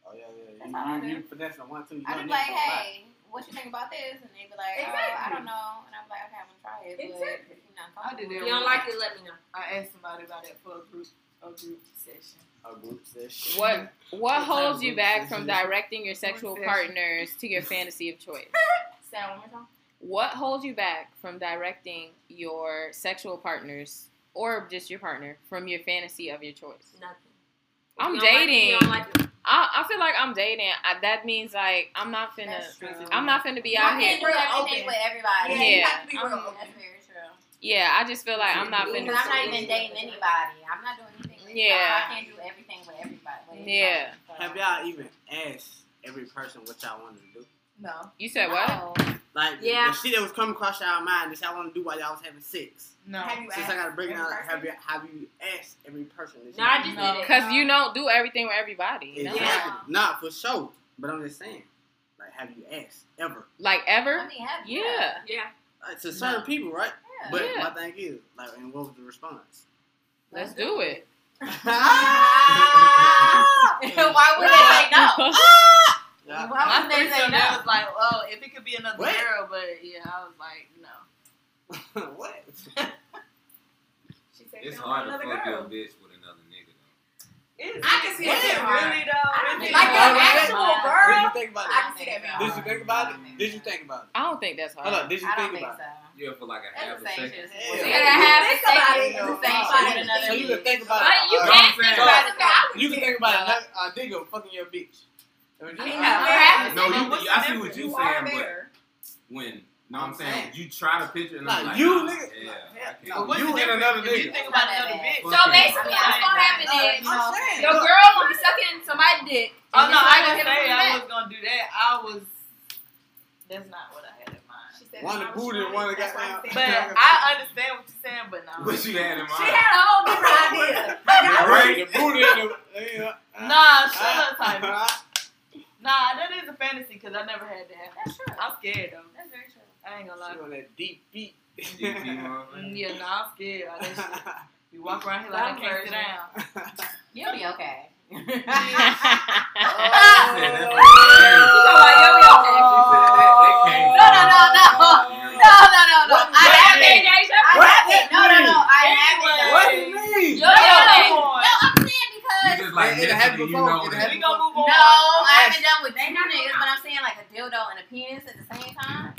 [SPEAKER 7] Oh yeah,
[SPEAKER 2] That's all I
[SPEAKER 7] yeah. You, you, you finessing one, two. You
[SPEAKER 2] I'd
[SPEAKER 7] don't
[SPEAKER 2] be
[SPEAKER 7] need
[SPEAKER 2] like,
[SPEAKER 7] to lie.
[SPEAKER 2] hey, what you think about this? And they'd be like, oh, I
[SPEAKER 6] Exactly.
[SPEAKER 2] don't know. And I'm like, okay, I'm gonna try it. But
[SPEAKER 6] Exactly.
[SPEAKER 2] if you're not
[SPEAKER 5] I
[SPEAKER 2] comfortable,
[SPEAKER 5] did that
[SPEAKER 4] You
[SPEAKER 5] one
[SPEAKER 4] don't like it? Let me know.
[SPEAKER 5] I asked somebody about that for a group, a group session.
[SPEAKER 7] A group session.
[SPEAKER 1] What What holds you back from directing your sexual partners to your fantasy of choice?
[SPEAKER 6] Say that one more time.
[SPEAKER 1] What holds you back from directing your sexual partners or just your partner from your fantasy of your choice?
[SPEAKER 4] Nothing.
[SPEAKER 1] I'm
[SPEAKER 4] You don't like it,
[SPEAKER 1] dating.
[SPEAKER 4] you don't like it.
[SPEAKER 1] I, I feel like I'm dating. I, that means like I'm not finna.
[SPEAKER 2] That's
[SPEAKER 1] I'm not finna be
[SPEAKER 2] You
[SPEAKER 1] out here.
[SPEAKER 2] can't do
[SPEAKER 6] Real
[SPEAKER 2] everything
[SPEAKER 6] open.
[SPEAKER 2] with everybody.
[SPEAKER 1] Yeah, you
[SPEAKER 6] have to be
[SPEAKER 2] I'm-
[SPEAKER 5] Mm-hmm.
[SPEAKER 6] real open.
[SPEAKER 2] That's very true.
[SPEAKER 1] Yeah, I just feel like I'm not
[SPEAKER 2] Because
[SPEAKER 1] finna.
[SPEAKER 2] I'm not even dating anybody. I'm not doing anything with
[SPEAKER 1] Yeah.
[SPEAKER 2] anybody. I can't do everything with everybody. With anybody.
[SPEAKER 1] Yeah.
[SPEAKER 2] So-
[SPEAKER 7] Have y'all even asked every person what y'all wanted to do?
[SPEAKER 5] No,
[SPEAKER 1] You said what?
[SPEAKER 2] No.
[SPEAKER 7] Like the-
[SPEAKER 4] Yeah.
[SPEAKER 7] the shit that was coming across y'all mind that y'all want to do while y'all was having sex.
[SPEAKER 5] no.
[SPEAKER 2] Have you
[SPEAKER 7] Since I
[SPEAKER 2] asked?
[SPEAKER 7] gotta break it down,
[SPEAKER 2] every
[SPEAKER 7] like, have
[SPEAKER 2] person?
[SPEAKER 7] you have you asked every person? That
[SPEAKER 4] No, I just
[SPEAKER 5] No.
[SPEAKER 4] did it.
[SPEAKER 1] Because you don't do everything with everybody. you know?
[SPEAKER 7] exactly.
[SPEAKER 2] Yeah.
[SPEAKER 7] Nah, for sure. But I'm just saying, like, have you asked ever?
[SPEAKER 1] Like
[SPEAKER 2] I
[SPEAKER 1] ever?
[SPEAKER 2] mean, have you?
[SPEAKER 1] Yeah.
[SPEAKER 4] Yeah.
[SPEAKER 7] Like, to certain
[SPEAKER 5] No.
[SPEAKER 7] people, right?
[SPEAKER 2] Yeah.
[SPEAKER 7] But
[SPEAKER 1] Yeah.
[SPEAKER 7] my thing is, like, and what was the response?
[SPEAKER 1] Let's do it.
[SPEAKER 2] Why would they say no?
[SPEAKER 7] Yeah.
[SPEAKER 2] Why
[SPEAKER 5] My
[SPEAKER 2] would they say
[SPEAKER 5] threesome, that
[SPEAKER 2] no?
[SPEAKER 5] was like, oh, if it could be another
[SPEAKER 7] What?
[SPEAKER 5] girl, but yeah, I was like, no.
[SPEAKER 7] what?
[SPEAKER 6] She said,
[SPEAKER 3] It's
[SPEAKER 6] "Don't
[SPEAKER 3] hard
[SPEAKER 6] want
[SPEAKER 3] to
[SPEAKER 6] another
[SPEAKER 3] fuck your
[SPEAKER 6] girl."
[SPEAKER 3] bitch with another nigga.
[SPEAKER 5] is.
[SPEAKER 4] I can see
[SPEAKER 5] Is it
[SPEAKER 4] that.
[SPEAKER 5] really though?
[SPEAKER 4] I
[SPEAKER 5] Is
[SPEAKER 4] mean,
[SPEAKER 5] it
[SPEAKER 4] like
[SPEAKER 5] really?
[SPEAKER 4] an
[SPEAKER 6] Alright.
[SPEAKER 4] actual
[SPEAKER 6] Did you
[SPEAKER 4] girl.
[SPEAKER 6] think about
[SPEAKER 4] I
[SPEAKER 6] it?
[SPEAKER 4] can see that.
[SPEAKER 6] Did you think about it? Did you think about it?
[SPEAKER 1] I don't think that's
[SPEAKER 6] Hold
[SPEAKER 1] hard.
[SPEAKER 6] on. Did you
[SPEAKER 4] I don't
[SPEAKER 6] think
[SPEAKER 4] think
[SPEAKER 6] about it?
[SPEAKER 4] so.
[SPEAKER 3] Yeah, for like a half
[SPEAKER 4] That's
[SPEAKER 3] a
[SPEAKER 4] the same
[SPEAKER 3] second.
[SPEAKER 4] shit. as- You
[SPEAKER 6] Yeah. You
[SPEAKER 4] gotta have
[SPEAKER 5] think
[SPEAKER 4] the same shit as the same
[SPEAKER 5] about it. So you
[SPEAKER 4] shit.
[SPEAKER 2] another
[SPEAKER 6] So you can think about
[SPEAKER 1] But
[SPEAKER 6] it.
[SPEAKER 1] you
[SPEAKER 6] uh,
[SPEAKER 1] can't think
[SPEAKER 6] so
[SPEAKER 1] about it though.
[SPEAKER 6] You can think about it. A uh, nigga fucking your bitch. I
[SPEAKER 5] I
[SPEAKER 6] mean, just-
[SPEAKER 5] mean,
[SPEAKER 4] Yeah.
[SPEAKER 5] perhaps.
[SPEAKER 3] No, you-
[SPEAKER 5] But what's
[SPEAKER 3] I see
[SPEAKER 5] the
[SPEAKER 3] what
[SPEAKER 5] difference?
[SPEAKER 3] you
[SPEAKER 5] are
[SPEAKER 3] saying, but-
[SPEAKER 5] there.
[SPEAKER 3] When, no, I'm
[SPEAKER 6] I'm
[SPEAKER 3] saying,
[SPEAKER 6] saying.
[SPEAKER 3] you try to picture and I'm
[SPEAKER 6] Nah,
[SPEAKER 3] like,
[SPEAKER 6] you
[SPEAKER 3] nah,
[SPEAKER 6] nigga-
[SPEAKER 3] Yeah, I can't.
[SPEAKER 6] Nah,
[SPEAKER 5] Oh, What's
[SPEAKER 6] you
[SPEAKER 5] the
[SPEAKER 6] and
[SPEAKER 5] difference
[SPEAKER 6] another
[SPEAKER 5] If you
[SPEAKER 6] nigga.
[SPEAKER 5] think about another bitch.
[SPEAKER 1] So basically, what's gonna happen is
[SPEAKER 5] I'm saying.
[SPEAKER 8] Your girl gonna be sucking somebody's dick.
[SPEAKER 5] Oh no, I
[SPEAKER 8] didn't
[SPEAKER 5] didn't say I was gonna do that. I was. That's not what I had in mind.
[SPEAKER 4] She said
[SPEAKER 6] One
[SPEAKER 4] that
[SPEAKER 6] the
[SPEAKER 4] I was
[SPEAKER 6] booty,
[SPEAKER 4] trying.
[SPEAKER 6] one the
[SPEAKER 4] That's why I
[SPEAKER 6] goddamn.
[SPEAKER 4] said-
[SPEAKER 5] But I understand what you're saying, but no.
[SPEAKER 3] What you had in mind?
[SPEAKER 4] She had a whole different idea.
[SPEAKER 3] Yeah, right?
[SPEAKER 6] The booty and the. yeah.
[SPEAKER 5] Nah,
[SPEAKER 3] Uh,
[SPEAKER 5] shut
[SPEAKER 6] Ah,
[SPEAKER 5] up, Titan. Nah,
[SPEAKER 6] ah.
[SPEAKER 5] that is a fantasy because I never had that.
[SPEAKER 4] That's true.
[SPEAKER 5] I'm scared though.
[SPEAKER 4] That's very true.
[SPEAKER 5] I ain't gonna lie.
[SPEAKER 6] She on that deep beat.
[SPEAKER 3] DP, motherfucker.
[SPEAKER 5] Mm, Yeah, nah, I'm scared. All that shit. You walk around here like I
[SPEAKER 4] Dumb
[SPEAKER 5] can't sit
[SPEAKER 4] version.
[SPEAKER 5] down.
[SPEAKER 4] You'll be okay.
[SPEAKER 3] She said
[SPEAKER 4] No,
[SPEAKER 3] that-
[SPEAKER 4] no,
[SPEAKER 3] that came
[SPEAKER 4] no, no.
[SPEAKER 3] from-
[SPEAKER 4] No, no, no, no.
[SPEAKER 6] What
[SPEAKER 4] I
[SPEAKER 6] that
[SPEAKER 4] have
[SPEAKER 6] mean?
[SPEAKER 4] it. I have it. No, no, no. I have it.
[SPEAKER 5] What?
[SPEAKER 6] do you mean?
[SPEAKER 4] No,
[SPEAKER 5] Come
[SPEAKER 4] no,
[SPEAKER 5] on.
[SPEAKER 4] I'm saying
[SPEAKER 3] You
[SPEAKER 4] because.
[SPEAKER 3] just like,
[SPEAKER 6] It- it
[SPEAKER 3] mentally,
[SPEAKER 6] happened
[SPEAKER 3] you
[SPEAKER 6] before.
[SPEAKER 3] know
[SPEAKER 6] It
[SPEAKER 3] that.
[SPEAKER 6] happened
[SPEAKER 5] We gonna
[SPEAKER 4] No,
[SPEAKER 5] move on.
[SPEAKER 4] I haven't done with two niggas, but I'm saying like a dildo and a penis at the same time.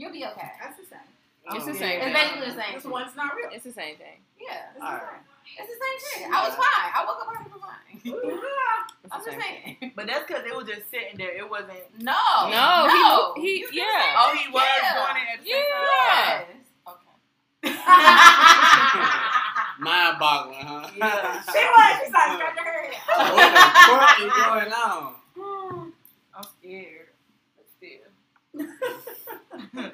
[SPEAKER 4] You'll be okay.
[SPEAKER 2] That's the same.
[SPEAKER 1] It's the same
[SPEAKER 4] It's
[SPEAKER 1] thing.
[SPEAKER 4] basically the same.
[SPEAKER 2] This
[SPEAKER 4] shit.
[SPEAKER 2] one's not real.
[SPEAKER 1] It's the same thing.
[SPEAKER 4] Yeah, it's the
[SPEAKER 6] Alright.
[SPEAKER 4] same. It's the same shit. I was fine. I woke up early for fine.
[SPEAKER 1] It's
[SPEAKER 4] I'm
[SPEAKER 1] the
[SPEAKER 4] just
[SPEAKER 1] same.
[SPEAKER 4] saying.
[SPEAKER 5] But that's because it was just sitting there. It wasn't.
[SPEAKER 4] No.
[SPEAKER 2] oh.
[SPEAKER 1] No,
[SPEAKER 4] no.
[SPEAKER 1] he,
[SPEAKER 4] You
[SPEAKER 1] he
[SPEAKER 4] feel
[SPEAKER 1] yeah.
[SPEAKER 5] Oh, he was
[SPEAKER 4] Yeah.
[SPEAKER 5] doing it at the same
[SPEAKER 1] Yeah.
[SPEAKER 4] Yes. Okay.
[SPEAKER 6] Mind boggling, huh?
[SPEAKER 5] Yeah.
[SPEAKER 4] she was. She's like, scratching her
[SPEAKER 6] What
[SPEAKER 4] head.
[SPEAKER 6] the fuck is going on?
[SPEAKER 5] time. I'm scared. But still.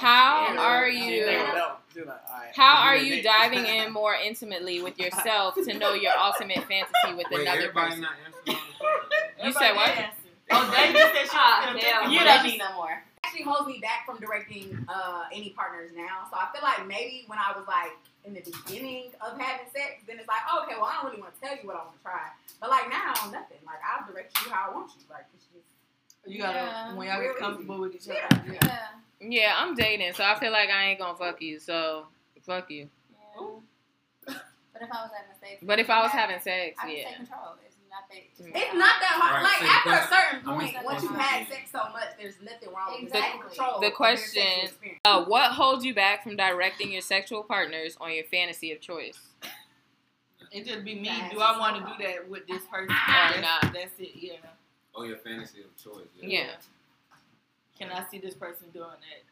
[SPEAKER 1] How
[SPEAKER 6] Yeah.
[SPEAKER 1] are
[SPEAKER 6] She
[SPEAKER 1] you-
[SPEAKER 6] like, no. She like, all right.
[SPEAKER 1] How
[SPEAKER 6] I'm
[SPEAKER 1] are
[SPEAKER 6] gonna
[SPEAKER 1] you
[SPEAKER 6] date.
[SPEAKER 1] diving in more intimately with yourself to know your ultimate fantasy with
[SPEAKER 3] Wait,
[SPEAKER 1] another
[SPEAKER 3] everybody
[SPEAKER 1] person?
[SPEAKER 3] not answering all the questions?
[SPEAKER 1] You said what?
[SPEAKER 5] Oh, they just said she was
[SPEAKER 2] Ah,
[SPEAKER 5] still
[SPEAKER 2] damn.
[SPEAKER 5] thinking
[SPEAKER 4] You
[SPEAKER 5] about
[SPEAKER 4] don't
[SPEAKER 5] it.
[SPEAKER 4] need no more.
[SPEAKER 2] actually holds me back from directing uh, any partners now. So I feel like maybe when I was like in the beginning of having sex, then it's like, okay, well, I don't really want to tell you what I want to try. But like now, nothing. Like I'll direct you how I want you. Like it's just,
[SPEAKER 5] You gotta
[SPEAKER 4] Yeah.
[SPEAKER 5] when y'all
[SPEAKER 2] Real
[SPEAKER 5] get comfortable with each other.
[SPEAKER 2] Yeah.
[SPEAKER 5] Yeah.
[SPEAKER 4] Yeah.
[SPEAKER 1] Yeah, I'm dating, so I feel like I ain't gonna fuck you. So fuck you.
[SPEAKER 4] Ooh. But if I was having sex,
[SPEAKER 1] But if I was having sex,
[SPEAKER 4] I can take
[SPEAKER 1] yeah.
[SPEAKER 4] control. It's not that. It's
[SPEAKER 1] Mm.
[SPEAKER 2] it's not that hard.
[SPEAKER 3] Right,
[SPEAKER 2] like
[SPEAKER 3] so
[SPEAKER 2] after a
[SPEAKER 3] that's-
[SPEAKER 2] certain
[SPEAKER 3] I'm
[SPEAKER 2] point,
[SPEAKER 4] just-
[SPEAKER 2] once you've had sex so much, there's nothing wrong with
[SPEAKER 4] Exactly.
[SPEAKER 2] taking control.
[SPEAKER 1] The
[SPEAKER 2] of your
[SPEAKER 1] question-
[SPEAKER 2] sexual experience.
[SPEAKER 1] Uh, what holds you back from directing your sexual partners on your fantasy of choice?
[SPEAKER 5] It just be me.
[SPEAKER 2] That's
[SPEAKER 5] Do I
[SPEAKER 2] so
[SPEAKER 5] want to do that with this person
[SPEAKER 1] Ah.
[SPEAKER 5] or not? That's it. Yeah.
[SPEAKER 3] Oh, your fantasy of choice.
[SPEAKER 1] Yeah.
[SPEAKER 5] Can I see this person doing that?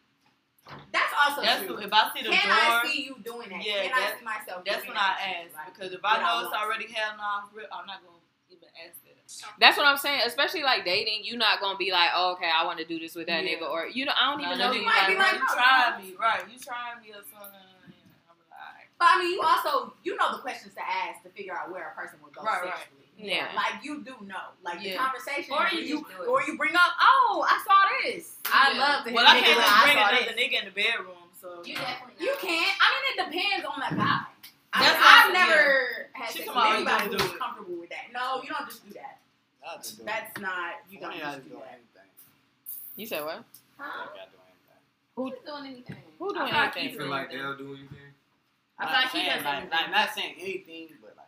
[SPEAKER 2] That's also
[SPEAKER 5] That's
[SPEAKER 2] true.
[SPEAKER 5] if I see the
[SPEAKER 2] Can I
[SPEAKER 5] door.
[SPEAKER 2] see you doing that?
[SPEAKER 5] Yeah,
[SPEAKER 2] Can
[SPEAKER 5] that-
[SPEAKER 2] I see myself?
[SPEAKER 5] That's
[SPEAKER 2] doing
[SPEAKER 5] when
[SPEAKER 2] that?
[SPEAKER 5] I
[SPEAKER 2] Like,
[SPEAKER 5] ask because if I
[SPEAKER 2] what I
[SPEAKER 5] know it's
[SPEAKER 2] want.
[SPEAKER 5] already hell no, I'm real- I'm not gonna even ask that.
[SPEAKER 1] That's what I'm saying. Especially like dating, you're not gonna be like, oh, okay, I want to do this with that
[SPEAKER 5] Yeah.
[SPEAKER 1] nigga, or you know, I don't even
[SPEAKER 5] Nah,
[SPEAKER 1] know
[SPEAKER 5] you
[SPEAKER 1] you.
[SPEAKER 5] might be
[SPEAKER 1] like,
[SPEAKER 2] like, "Oh,
[SPEAKER 5] like, you
[SPEAKER 2] no,
[SPEAKER 5] tried
[SPEAKER 2] no.
[SPEAKER 5] me, right? You tried me or something. and I'm like,
[SPEAKER 2] But I mean, you also you know the questions to ask to figure out where a person would go
[SPEAKER 5] Right, right.
[SPEAKER 2] sexually.
[SPEAKER 1] Yeah.
[SPEAKER 2] like you do know, like
[SPEAKER 5] Yeah.
[SPEAKER 2] the conversation,
[SPEAKER 4] Or
[SPEAKER 2] where
[SPEAKER 4] you
[SPEAKER 2] you,
[SPEAKER 4] just do it.
[SPEAKER 2] or you bring up, oh, I saw this. I
[SPEAKER 5] Yeah.
[SPEAKER 2] love to hear
[SPEAKER 5] Well, I
[SPEAKER 2] niggas
[SPEAKER 5] can't
[SPEAKER 2] like,
[SPEAKER 5] just
[SPEAKER 2] "I
[SPEAKER 5] bring
[SPEAKER 2] saw
[SPEAKER 5] another
[SPEAKER 2] this."
[SPEAKER 5] nigga in the bedroom. So
[SPEAKER 4] You definitely.
[SPEAKER 2] You can't. I mean, it depends on the guy. I
[SPEAKER 5] That's
[SPEAKER 2] mean,
[SPEAKER 5] what
[SPEAKER 2] I've
[SPEAKER 5] I'm saying,
[SPEAKER 2] never had
[SPEAKER 5] She
[SPEAKER 2] sex
[SPEAKER 5] come
[SPEAKER 2] with
[SPEAKER 5] out, you
[SPEAKER 2] anybody
[SPEAKER 5] don't
[SPEAKER 2] who's
[SPEAKER 5] do it.
[SPEAKER 2] comfortable with that. No, you don't just do that.
[SPEAKER 6] Y'all just doing-
[SPEAKER 2] That's not. You don't
[SPEAKER 6] One of y'all
[SPEAKER 2] just
[SPEAKER 6] is
[SPEAKER 2] do
[SPEAKER 6] doing
[SPEAKER 2] that.
[SPEAKER 6] anything.
[SPEAKER 1] You said what?
[SPEAKER 4] Huh?
[SPEAKER 6] Y'all doing anything.
[SPEAKER 4] Who's doing anything?
[SPEAKER 1] Who doing
[SPEAKER 5] I
[SPEAKER 3] You
[SPEAKER 1] anything?
[SPEAKER 3] feel like they'll do anything?
[SPEAKER 6] Not
[SPEAKER 2] I thought he
[SPEAKER 6] saying,
[SPEAKER 2] does
[SPEAKER 6] like,
[SPEAKER 2] everything.
[SPEAKER 6] like, not saying anything, but like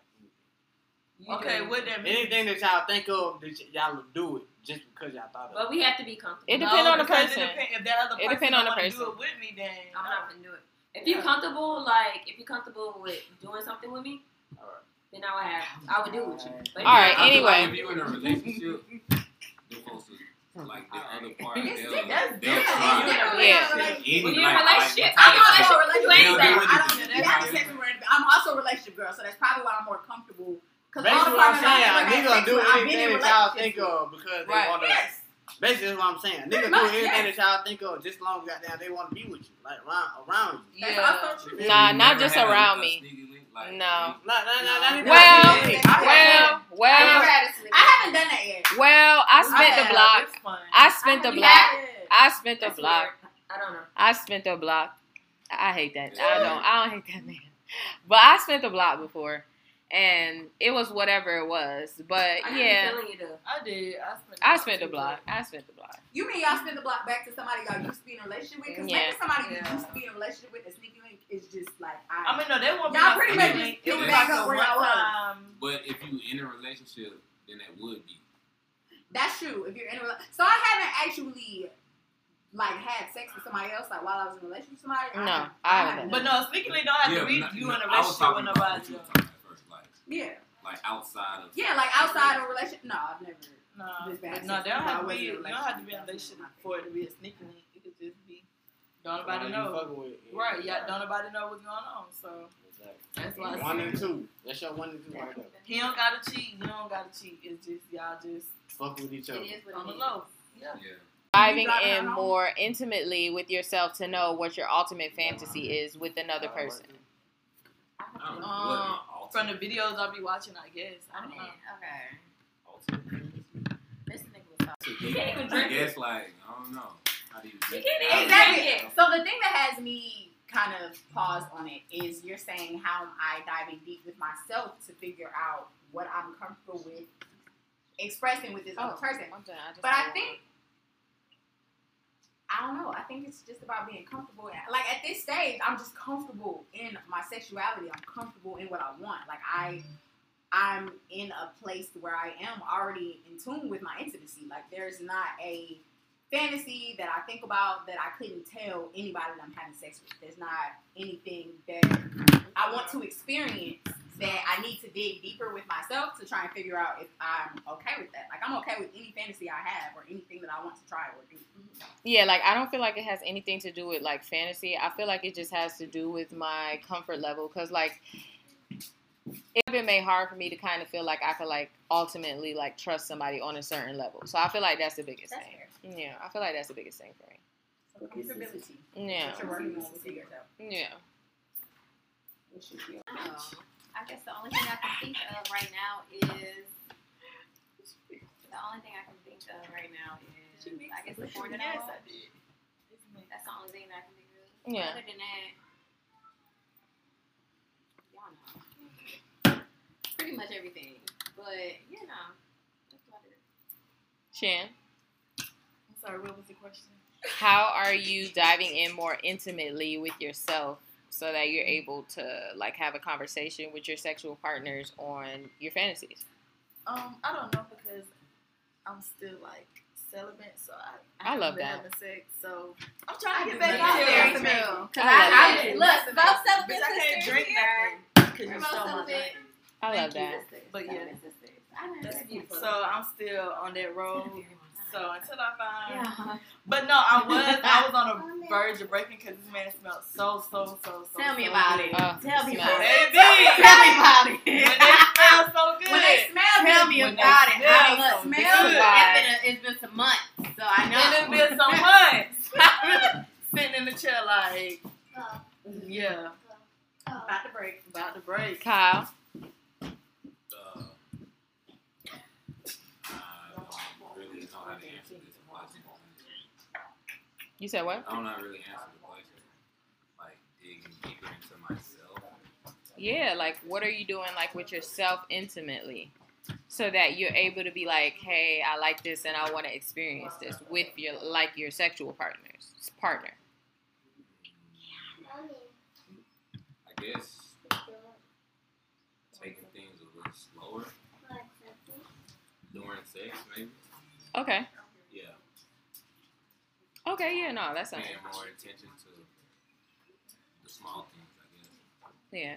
[SPEAKER 5] You okay, what that mean?
[SPEAKER 6] anything that y'all think of, that y- y'all will do it just because y'all thought of.
[SPEAKER 4] But we have to be comfortable.
[SPEAKER 1] It depend on the
[SPEAKER 5] because
[SPEAKER 1] person.
[SPEAKER 5] It depend, if that other
[SPEAKER 1] It
[SPEAKER 5] person
[SPEAKER 1] depend on the
[SPEAKER 5] wanna
[SPEAKER 1] person.
[SPEAKER 5] do it with me, then
[SPEAKER 4] I'm
[SPEAKER 5] no.
[SPEAKER 4] not gonna do it. If you're comfortable, like if you're comfortable with doing something with me,
[SPEAKER 6] Alright.
[SPEAKER 4] then I would have, I would do it with you. But if
[SPEAKER 1] All right,
[SPEAKER 4] you're
[SPEAKER 3] I feel like
[SPEAKER 1] anyway.
[SPEAKER 3] if you in a relationship, them folks is like the other part. They'll,
[SPEAKER 2] It's
[SPEAKER 3] they'll,
[SPEAKER 2] different.
[SPEAKER 3] they'll
[SPEAKER 2] That's
[SPEAKER 3] try.
[SPEAKER 2] different.
[SPEAKER 1] Yeah. Yeah.
[SPEAKER 3] Any,
[SPEAKER 4] When
[SPEAKER 3] like,
[SPEAKER 4] you're in a
[SPEAKER 3] like,
[SPEAKER 4] relationship,
[SPEAKER 3] type
[SPEAKER 2] I'm
[SPEAKER 3] of
[SPEAKER 2] also
[SPEAKER 3] shit.
[SPEAKER 2] a relationship
[SPEAKER 3] They'll
[SPEAKER 2] girl.
[SPEAKER 3] do it.
[SPEAKER 2] I don't do that.
[SPEAKER 3] They'll do it.
[SPEAKER 2] I'm also a relationship girl, so that's probably why I'm more comfortable. Because all
[SPEAKER 6] Basically,
[SPEAKER 2] the
[SPEAKER 6] what I'm
[SPEAKER 2] partners
[SPEAKER 6] saying, a
[SPEAKER 2] I've
[SPEAKER 6] nigga
[SPEAKER 2] ever had
[SPEAKER 6] do
[SPEAKER 2] sex with, I've been in
[SPEAKER 6] anything that y'all
[SPEAKER 2] relationships
[SPEAKER 6] think of because they
[SPEAKER 1] Right.
[SPEAKER 6] want
[SPEAKER 2] with.
[SPEAKER 6] to.
[SPEAKER 2] Yes.
[SPEAKER 6] Basically, that's what I'm saying. Nigga do
[SPEAKER 2] Pretty
[SPEAKER 6] anything
[SPEAKER 2] much, yes.
[SPEAKER 6] that y'all think of, just long as goddamn they want to be with you, like around, around you.
[SPEAKER 2] That's
[SPEAKER 5] Yeah.
[SPEAKER 2] also true.
[SPEAKER 3] You
[SPEAKER 1] Nah,
[SPEAKER 3] never
[SPEAKER 1] not just
[SPEAKER 3] had a-
[SPEAKER 1] around
[SPEAKER 3] a
[SPEAKER 1] me.
[SPEAKER 3] sneaky link, like,
[SPEAKER 1] No.
[SPEAKER 6] Not, not, not, not even-
[SPEAKER 1] Well,
[SPEAKER 6] Yeah.
[SPEAKER 2] I
[SPEAKER 1] Well,
[SPEAKER 4] comfortable-
[SPEAKER 1] well,
[SPEAKER 2] I haven't done that yet.
[SPEAKER 1] well. I
[SPEAKER 2] Okay.
[SPEAKER 1] spent the block.
[SPEAKER 5] It's fun.
[SPEAKER 1] I spent the
[SPEAKER 2] You
[SPEAKER 1] block.
[SPEAKER 2] haven't?
[SPEAKER 1] I spent the
[SPEAKER 4] That's
[SPEAKER 1] block.
[SPEAKER 4] weird. I don't know.
[SPEAKER 1] I spent the block. I hate that. I don't. I don't hate that man. But I spent the block before, and it was whatever it was. But
[SPEAKER 4] I
[SPEAKER 1] yeah,
[SPEAKER 4] yeah. feeling you though.
[SPEAKER 5] I did. I spent.
[SPEAKER 1] I spent the block. I spent the block.
[SPEAKER 2] You mean y'all spend the block back to somebody y'all used to be in a relationship with? Because
[SPEAKER 1] Yeah.
[SPEAKER 2] maybe somebody
[SPEAKER 5] Yeah.
[SPEAKER 2] you used to be in a relationship with, a sneaky link, is just like, I.
[SPEAKER 5] I mean, no, they won't. be
[SPEAKER 2] Y'all
[SPEAKER 5] like
[SPEAKER 2] pretty
[SPEAKER 5] sneaky
[SPEAKER 3] much
[SPEAKER 5] link.
[SPEAKER 2] just
[SPEAKER 5] It was
[SPEAKER 3] pick back
[SPEAKER 5] like
[SPEAKER 2] up
[SPEAKER 5] a
[SPEAKER 2] where
[SPEAKER 5] one
[SPEAKER 2] y'all was.
[SPEAKER 5] time.
[SPEAKER 3] But if you in a relationship, then that would be.
[SPEAKER 6] That's true. If you're in a rela- so I haven't actually like had sex with somebody else like while I was in a relationship with somebody.
[SPEAKER 1] No,
[SPEAKER 6] haven't-
[SPEAKER 1] I haven't.
[SPEAKER 5] But no, speaking don't have to be
[SPEAKER 3] not- no,
[SPEAKER 5] you in a
[SPEAKER 3] I was
[SPEAKER 5] relationship with
[SPEAKER 3] talking about what
[SPEAKER 5] nobody.
[SPEAKER 3] you were
[SPEAKER 5] else.
[SPEAKER 3] talking about first, like,
[SPEAKER 6] Yeah,
[SPEAKER 3] like outside of
[SPEAKER 6] yeah, like outside of a relationship. No, I've never.
[SPEAKER 5] No,
[SPEAKER 6] Just bad
[SPEAKER 5] no, they don't
[SPEAKER 6] sex. I
[SPEAKER 5] have to be.
[SPEAKER 6] wasn't in a
[SPEAKER 5] You don't have to be in a
[SPEAKER 6] relationship.
[SPEAKER 5] relationship for it to be a sneaky link. It could just be don't
[SPEAKER 7] Somebody
[SPEAKER 5] nobody
[SPEAKER 7] you
[SPEAKER 5] know.
[SPEAKER 7] fucking with, yeah.
[SPEAKER 5] Right? Yeah, don't nobody know what's going on. So
[SPEAKER 7] Exactly.
[SPEAKER 5] that's why I
[SPEAKER 7] One
[SPEAKER 5] said-
[SPEAKER 7] and two. That's your one and two right there.
[SPEAKER 5] He don't gotta cheat. You don't gotta cheat. It's just y'all just
[SPEAKER 7] Fuck with each other.
[SPEAKER 2] It is what
[SPEAKER 5] on the
[SPEAKER 2] it is.
[SPEAKER 5] low. Yeah.
[SPEAKER 3] Yeah.
[SPEAKER 1] diving
[SPEAKER 6] driving
[SPEAKER 1] in
[SPEAKER 6] her home?
[SPEAKER 1] more intimately with yourself to know what your ultimate fantasy is with another
[SPEAKER 7] Uh,
[SPEAKER 1] person.
[SPEAKER 3] I don't know what my ultimate,
[SPEAKER 5] From the videos I'll be watching, I guess. I don't know.
[SPEAKER 2] Okay.
[SPEAKER 3] ultimate fantasy
[SPEAKER 2] This nigga was talking.
[SPEAKER 3] is.
[SPEAKER 2] You can't even
[SPEAKER 3] I
[SPEAKER 2] drink
[SPEAKER 3] guess like I don't know. How do you drink
[SPEAKER 2] can't
[SPEAKER 3] it?
[SPEAKER 2] even
[SPEAKER 3] I
[SPEAKER 2] drink
[SPEAKER 3] don't know.
[SPEAKER 6] So the thing that has me kind of pause on it is you're saying how am I diving deep with myself to figure out what I'm comfortable with expressing with this other
[SPEAKER 2] Oh.
[SPEAKER 6] person.
[SPEAKER 1] I'm done. I just
[SPEAKER 6] But I think I don't know. I think it's just about being comfortable. Like at this stage, I'm just comfortable in my sexuality. I'm comfortable in what I want. Like I, I'm in a place where I am already in tune with my intimacy. Like there's not a fantasy that I think about that I couldn't tell anybody that I'm having sex with. There's not anything that I want to experience that I need to dig deeper with myself to try and figure out if I'm okay with that. Like I'm okay with any fantasy I have or anything that I want to try or do.
[SPEAKER 1] yeah, like I don't feel like it has anything to do with like fantasy. I feel like it just has to do with my comfort level because like it's been made hard for me to kind of feel like I could like ultimately like trust somebody on a certain level. So I feel like that's the biggest
[SPEAKER 2] That's
[SPEAKER 1] thing. Yeah, I feel like that's the biggest thing for me.
[SPEAKER 6] So comfortability.
[SPEAKER 1] Yeah,
[SPEAKER 6] What you're working on to figure out.
[SPEAKER 1] yeah.
[SPEAKER 2] Oh, I guess the only thing I can think of right now is the only thing I can think of right now is I guess the porn that I
[SPEAKER 5] Yes,
[SPEAKER 2] watch.
[SPEAKER 5] I did.
[SPEAKER 2] That's the only thing that I can think of.
[SPEAKER 1] Yeah.
[SPEAKER 2] Other than that, y'all know pretty much everything. But you know, that's about it.
[SPEAKER 1] Shan,
[SPEAKER 5] I'm sorry, what was the question?
[SPEAKER 1] how are you diving in more intimately with yourself so that you're able to like have a conversation with your sexual partners on your fantasies
[SPEAKER 5] Um, I don't know because I'm still like celibate, so I
[SPEAKER 1] I
[SPEAKER 5] haven't
[SPEAKER 1] love
[SPEAKER 5] been
[SPEAKER 1] that.
[SPEAKER 5] having sex. So I'm
[SPEAKER 2] I
[SPEAKER 5] trying to
[SPEAKER 2] do
[SPEAKER 5] get back
[SPEAKER 2] that
[SPEAKER 5] out
[SPEAKER 2] too.
[SPEAKER 5] there.
[SPEAKER 2] Very true.
[SPEAKER 5] Cause
[SPEAKER 1] I love
[SPEAKER 5] I,
[SPEAKER 1] it.
[SPEAKER 5] I,
[SPEAKER 2] Look,
[SPEAKER 5] look,
[SPEAKER 2] both
[SPEAKER 5] bitch,
[SPEAKER 2] celibate
[SPEAKER 5] I can't
[SPEAKER 2] sisters
[SPEAKER 5] drink
[SPEAKER 2] here.
[SPEAKER 5] nothing because you
[SPEAKER 2] We're
[SPEAKER 5] stole
[SPEAKER 2] both
[SPEAKER 5] my drink.
[SPEAKER 2] celibate.
[SPEAKER 1] i love
[SPEAKER 5] Thank
[SPEAKER 1] that
[SPEAKER 2] sisters.
[SPEAKER 5] But
[SPEAKER 2] celibate
[SPEAKER 5] yeah.
[SPEAKER 2] sisters. I know
[SPEAKER 5] That's
[SPEAKER 2] that's beautiful.
[SPEAKER 5] beautiful. So I'm still on that road. So until I find,
[SPEAKER 2] yeah.
[SPEAKER 5] but no, I was I was on the verge of breaking because this man smelled so so so so.
[SPEAKER 2] Tell me
[SPEAKER 5] so
[SPEAKER 2] about it.
[SPEAKER 5] good.
[SPEAKER 1] Oh,
[SPEAKER 2] Tell me
[SPEAKER 1] smell.
[SPEAKER 2] about it.
[SPEAKER 5] baby.
[SPEAKER 2] Tell me about it.
[SPEAKER 5] When it smells so good.
[SPEAKER 2] When they smell
[SPEAKER 5] Tell
[SPEAKER 2] me
[SPEAKER 5] me
[SPEAKER 2] about it,
[SPEAKER 5] about
[SPEAKER 2] I
[SPEAKER 5] it. How
[SPEAKER 2] look,
[SPEAKER 5] it
[SPEAKER 2] smell
[SPEAKER 5] smells.
[SPEAKER 2] it. It's been, a, it's been some months, so I know.
[SPEAKER 5] And it's been so much. Sitting in the chair like,
[SPEAKER 6] Uh.
[SPEAKER 5] yeah,
[SPEAKER 6] About to break.
[SPEAKER 5] about to break.
[SPEAKER 1] kyle
[SPEAKER 3] Uh, I don't really know how to answer this question.
[SPEAKER 1] you said what
[SPEAKER 3] I don't know how to really answer the question. Like digging deeper into myself.
[SPEAKER 1] yeah like what are you doing like with yourself intimately so that you're able to be like hey i like this and i want to experience this with your like your sexual partners partner
[SPEAKER 3] I guess taking things a little slower during sex, maybe.
[SPEAKER 1] okay
[SPEAKER 3] Yeah.
[SPEAKER 1] okay yeah no that sounds
[SPEAKER 3] Paying more attention to the small things, I guess.
[SPEAKER 1] yeah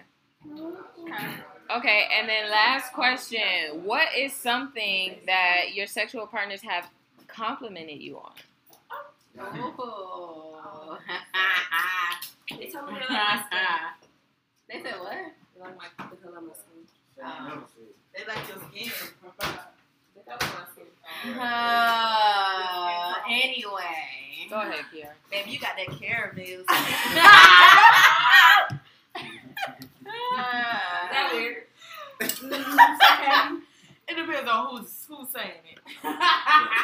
[SPEAKER 1] Okay, and then last question. What is something that your sexual partners have complimented you on?
[SPEAKER 2] Oh.
[SPEAKER 6] They told me they like my skin.
[SPEAKER 2] they said what?
[SPEAKER 6] They like my, the color of my skin.
[SPEAKER 2] Oh.
[SPEAKER 5] They like your skin.
[SPEAKER 6] They like my skin.
[SPEAKER 2] Uh, anyway.
[SPEAKER 1] Go ahead, Kiara.
[SPEAKER 5] Baby, you got that caravan.
[SPEAKER 6] Is that weird?
[SPEAKER 5] it depends on who's who's saying it.
[SPEAKER 3] Yeah,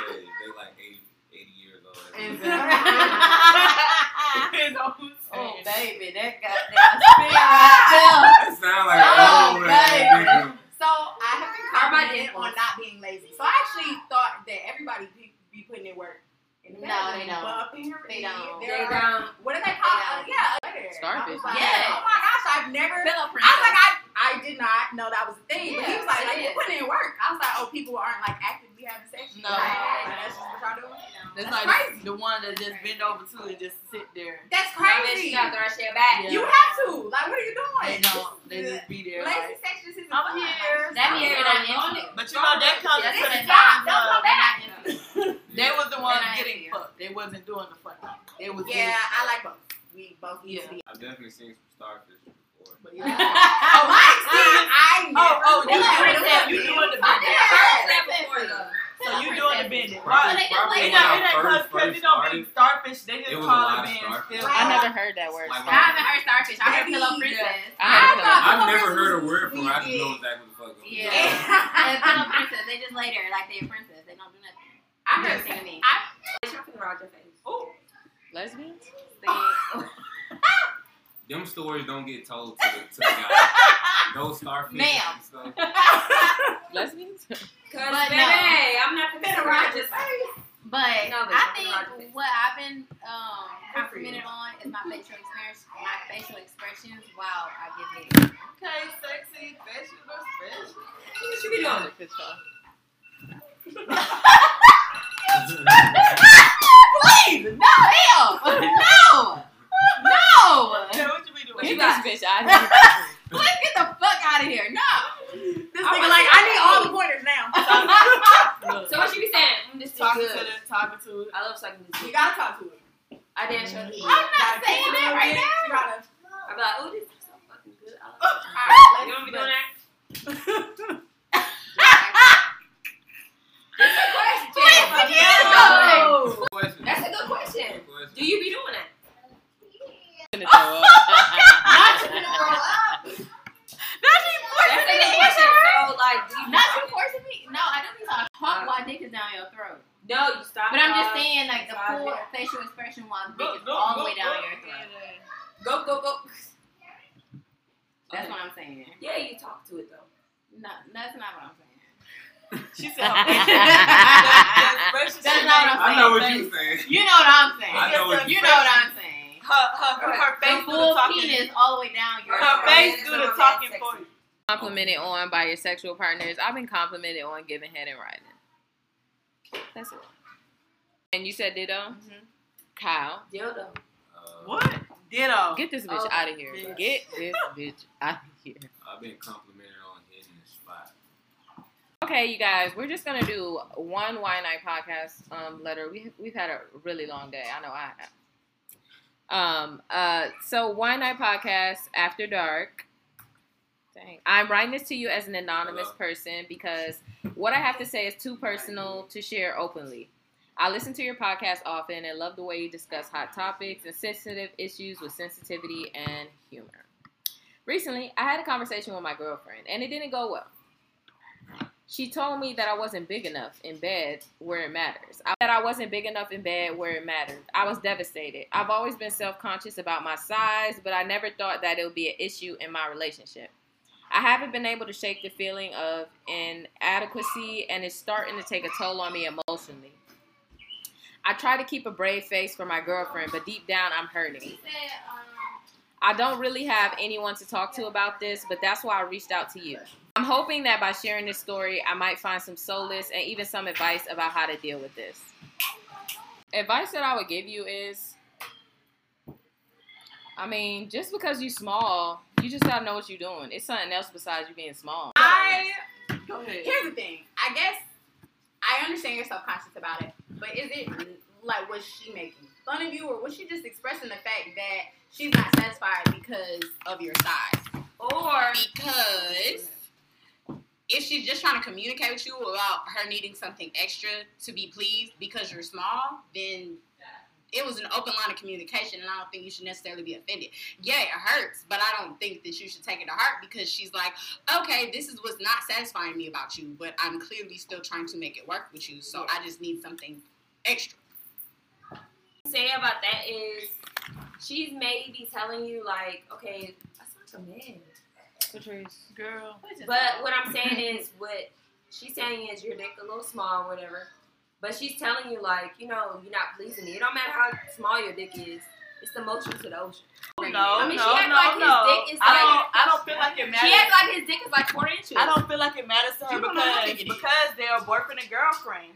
[SPEAKER 3] they, they like 80, 80 years old.
[SPEAKER 2] Oh,
[SPEAKER 6] Ah.
[SPEAKER 5] depends on who's saying
[SPEAKER 2] oh,
[SPEAKER 5] it.
[SPEAKER 2] baby, that got
[SPEAKER 3] That sound like
[SPEAKER 2] Oh,
[SPEAKER 3] old man.
[SPEAKER 6] So I have been complimented
[SPEAKER 2] Everybody
[SPEAKER 6] on
[SPEAKER 2] wants-
[SPEAKER 6] not being lazy. So I actually thought that everybody be, be putting in work. in the
[SPEAKER 2] No,
[SPEAKER 6] bedroom,
[SPEAKER 2] they don't.
[SPEAKER 6] But apparently,
[SPEAKER 2] They don't.
[SPEAKER 6] there
[SPEAKER 2] They
[SPEAKER 6] are- What do they call?
[SPEAKER 2] They don't.
[SPEAKER 6] yeah, a letter.
[SPEAKER 1] Starfish.
[SPEAKER 6] I was like,
[SPEAKER 2] Yes.
[SPEAKER 6] Oh my gosh, I've never.
[SPEAKER 2] Pillow
[SPEAKER 6] I was like, I, I did not know that was a thing. but he was like,
[SPEAKER 2] Yes,
[SPEAKER 6] like
[SPEAKER 2] it
[SPEAKER 6] you
[SPEAKER 2] is.
[SPEAKER 6] putting in work. I was like, oh, people aren't like actively having sex.
[SPEAKER 5] No.
[SPEAKER 6] Like, that's just what y'all doing.
[SPEAKER 5] That's
[SPEAKER 6] That's
[SPEAKER 5] like
[SPEAKER 6] crazy.
[SPEAKER 5] the one that just bend over to and just sit there.
[SPEAKER 6] That's
[SPEAKER 4] You
[SPEAKER 6] crazy.
[SPEAKER 4] gotta thrash your back.
[SPEAKER 5] Yeah.
[SPEAKER 6] You have to. Like, what are you
[SPEAKER 5] They
[SPEAKER 6] doing?
[SPEAKER 5] don't. They just be there. Like,
[SPEAKER 6] Lazy sex just isn't
[SPEAKER 2] I'm Oh,
[SPEAKER 6] fun.
[SPEAKER 2] here.
[SPEAKER 4] That means
[SPEAKER 2] Yeah,
[SPEAKER 4] you're not into it.
[SPEAKER 5] but you know that comes
[SPEAKER 4] That's
[SPEAKER 5] to
[SPEAKER 4] what
[SPEAKER 5] the
[SPEAKER 4] it
[SPEAKER 5] time
[SPEAKER 4] is. Don't
[SPEAKER 5] of-
[SPEAKER 4] come back.
[SPEAKER 5] They was the ones
[SPEAKER 2] And I
[SPEAKER 5] getting
[SPEAKER 2] am.
[SPEAKER 5] fucked. They wasn't doing the fucking. They was
[SPEAKER 6] Yeah, I like both. We both need to be.
[SPEAKER 3] I've definitely seen some starfish before.
[SPEAKER 5] But
[SPEAKER 6] Oh,
[SPEAKER 5] yeah.
[SPEAKER 6] my I
[SPEAKER 5] Oh, oh, you
[SPEAKER 6] never
[SPEAKER 5] doing
[SPEAKER 6] done
[SPEAKER 5] that?
[SPEAKER 6] that.
[SPEAKER 5] You doing the
[SPEAKER 6] I
[SPEAKER 5] bending?
[SPEAKER 6] never done that.
[SPEAKER 5] So you doing the bending,
[SPEAKER 3] Probably-
[SPEAKER 5] right?
[SPEAKER 3] probably when
[SPEAKER 5] It
[SPEAKER 3] I
[SPEAKER 5] don't, it ain't
[SPEAKER 3] first-
[SPEAKER 5] cause, cause it
[SPEAKER 3] first
[SPEAKER 5] don't
[SPEAKER 3] started,
[SPEAKER 5] mean starfish. They just
[SPEAKER 3] It was a
[SPEAKER 5] call
[SPEAKER 3] lot of
[SPEAKER 5] it being
[SPEAKER 3] starfish.
[SPEAKER 5] still.
[SPEAKER 1] I never heard that word.
[SPEAKER 3] Like,
[SPEAKER 2] I haven't heard starfish. I heard pillow
[SPEAKER 6] Baby,
[SPEAKER 2] princess.
[SPEAKER 1] I heard
[SPEAKER 6] I
[SPEAKER 1] that.
[SPEAKER 6] thought-
[SPEAKER 3] I've never heard a word for it. I just know exactly what the fuck.
[SPEAKER 2] Yeah.
[SPEAKER 6] Yeah.
[SPEAKER 2] They're pillow princess. They just lay there like they're a princess. They don't do nothing. I heard
[SPEAKER 6] Yes.
[SPEAKER 2] singing.
[SPEAKER 1] Lesbians?
[SPEAKER 3] Them stories don't get told to the, to the guy. Those starfish.
[SPEAKER 2] Ma'am.
[SPEAKER 3] and stuff.
[SPEAKER 1] Lesbians?
[SPEAKER 4] Cause
[SPEAKER 2] But
[SPEAKER 4] baby,
[SPEAKER 2] no.
[SPEAKER 4] I'm not
[SPEAKER 6] Better
[SPEAKER 4] gonna
[SPEAKER 6] rock
[SPEAKER 4] just
[SPEAKER 2] But
[SPEAKER 4] No, but
[SPEAKER 2] I
[SPEAKER 4] something about
[SPEAKER 2] think
[SPEAKER 4] it.
[SPEAKER 2] what I've been um,
[SPEAKER 4] Good for
[SPEAKER 2] complimented on is my facial experience. My facial expressions. Wow, I give it.
[SPEAKER 5] Okay, sexy, fashion, fresh.
[SPEAKER 4] what you be doing.
[SPEAKER 2] Please, no, hell, no, no.
[SPEAKER 5] Yeah, what you be doing?
[SPEAKER 1] Get
[SPEAKER 2] got?
[SPEAKER 1] this bitch out of here.
[SPEAKER 2] Please get the fuck out of here. No.
[SPEAKER 6] This nigga like, I need all the pointers now.
[SPEAKER 5] Look,
[SPEAKER 4] So what you be saying? Mm, this is
[SPEAKER 5] talking to
[SPEAKER 4] good.
[SPEAKER 5] the talking to it.
[SPEAKER 4] I love sucking this
[SPEAKER 6] You
[SPEAKER 4] dick.
[SPEAKER 6] gotta talk to it.
[SPEAKER 4] I dance show this.
[SPEAKER 2] I'm not saying that right now.
[SPEAKER 6] You gotta.
[SPEAKER 4] I be like, ooh, this is so fucking good. I love
[SPEAKER 6] All
[SPEAKER 4] it.
[SPEAKER 6] right,
[SPEAKER 4] You
[SPEAKER 6] let's
[SPEAKER 4] don't be doing that.
[SPEAKER 6] Please,
[SPEAKER 2] Yeah.
[SPEAKER 6] no.
[SPEAKER 3] Good question.
[SPEAKER 4] That's a good question.
[SPEAKER 3] Good question.
[SPEAKER 4] Do you be doing that?
[SPEAKER 1] I'm gonna throw up.
[SPEAKER 4] That's a good question. So like, do you
[SPEAKER 2] Not you forcing me. No, I don't think so. Pump while dick is down your throat.
[SPEAKER 4] no, you stop.
[SPEAKER 2] But I'm just
[SPEAKER 4] uh,
[SPEAKER 2] saying, like, the
[SPEAKER 4] Massage
[SPEAKER 2] full
[SPEAKER 4] it.
[SPEAKER 2] facial expression while dick
[SPEAKER 5] Go,
[SPEAKER 2] is
[SPEAKER 5] go,
[SPEAKER 2] all the
[SPEAKER 5] go,
[SPEAKER 2] way down
[SPEAKER 5] go.
[SPEAKER 2] your throat.
[SPEAKER 4] Go go go.
[SPEAKER 2] That's what I'm saying.
[SPEAKER 4] Yeah, you talk to it though.
[SPEAKER 2] No, that's not what I'm saying.
[SPEAKER 5] She said, her facial- that- that expression
[SPEAKER 2] That's
[SPEAKER 5] she
[SPEAKER 2] not
[SPEAKER 5] made,
[SPEAKER 2] what
[SPEAKER 3] I know what you're saying.
[SPEAKER 2] You know what I'm saying.
[SPEAKER 3] I know what
[SPEAKER 2] you
[SPEAKER 3] you're
[SPEAKER 2] know what
[SPEAKER 3] saying.
[SPEAKER 2] I'm saying.
[SPEAKER 5] Her, her, her
[SPEAKER 2] The
[SPEAKER 5] face do
[SPEAKER 2] full
[SPEAKER 5] the talking.
[SPEAKER 2] penis all the way down your
[SPEAKER 5] Her
[SPEAKER 2] throat.
[SPEAKER 5] face do the talking for you.
[SPEAKER 1] complimented on by your sexual partners. I've been complimented on giving head and riding. That's it. And you said ditto? Kyle,
[SPEAKER 3] Uh,
[SPEAKER 4] Dildo.
[SPEAKER 5] What? Ditto.
[SPEAKER 1] get this bitch
[SPEAKER 4] Oh,
[SPEAKER 1] out of here.
[SPEAKER 5] bitch.
[SPEAKER 1] Get this bitch out of here.
[SPEAKER 3] I've been complimented on hitting the spot.
[SPEAKER 1] Okay, you guys, we're just gonna do one wine night podcast um, letter. We we've had a really long day. I know I have. Um. Uh. So wine night podcast after dark. Dang, I'm writing this to you as an anonymous
[SPEAKER 3] Hello.
[SPEAKER 1] person because what I have to say is too personal to share openly. I listen to your podcast often and love the way you discuss hot topics and sensitive issues with sensitivity and humor. Recently, I had a conversation with my girlfriend and it didn't go well. She told me that I wasn't big enough in bed where it matters. I, that I wasn't big enough in bed where it mattered. I was devastated. I've always been self conscious about my size, but I never thought that it would be an issue in my relationship. I haven't been able to shake the feeling of inadequacy, and it's starting to take a toll on me emotionally. I try to keep a brave face for my girlfriend, but deep down, I'm hurting.
[SPEAKER 2] She said, um,
[SPEAKER 1] I don't really have anyone to talk to about this, but that's why I reached out to you. I'm hoping that by sharing this story, I might find some solace and even some advice about how to deal with this. Advice that I would give you is I mean, just because you small, you just gotta know what you're doing. It's something else besides you being small.
[SPEAKER 6] I
[SPEAKER 5] Go ahead.
[SPEAKER 6] here's the thing. I guess I understand you're self-conscious about it, but is it like was she making fun of you, or was she just expressing the fact that she's not satisfied because of your size, or because if she's just trying to communicate with you about her needing something extra to be pleased because you're small, then it was an open line of communication, and I don't think you should necessarily be offended. Yeah, it hurts, but I don't think that you should take it to heart because she's like, okay, this is what's not satisfying me about you, but I'm clearly still trying to make it work with you, so I just need something extra.
[SPEAKER 4] say about that is she's maybe telling you like, okay, that's not your man.
[SPEAKER 5] Girl.
[SPEAKER 4] But what I'm saying is what she's saying is your dick a little small or whatever. But she's telling you like, you know, you're not pleasing me. It don't matter how small your dick is. It's the motion to the ocean.
[SPEAKER 5] No,
[SPEAKER 4] I mean,
[SPEAKER 5] no,
[SPEAKER 4] she act
[SPEAKER 5] no,
[SPEAKER 4] like
[SPEAKER 5] no.
[SPEAKER 4] his dick is
[SPEAKER 5] I don't.
[SPEAKER 4] like-
[SPEAKER 5] I don't feel like it
[SPEAKER 4] She
[SPEAKER 5] matters.
[SPEAKER 4] acts like his dick is like four inches.
[SPEAKER 5] I don't feel like it matters to her
[SPEAKER 6] You don't know how
[SPEAKER 5] because
[SPEAKER 6] big it is.
[SPEAKER 5] because they are boyfriend and girlfriend.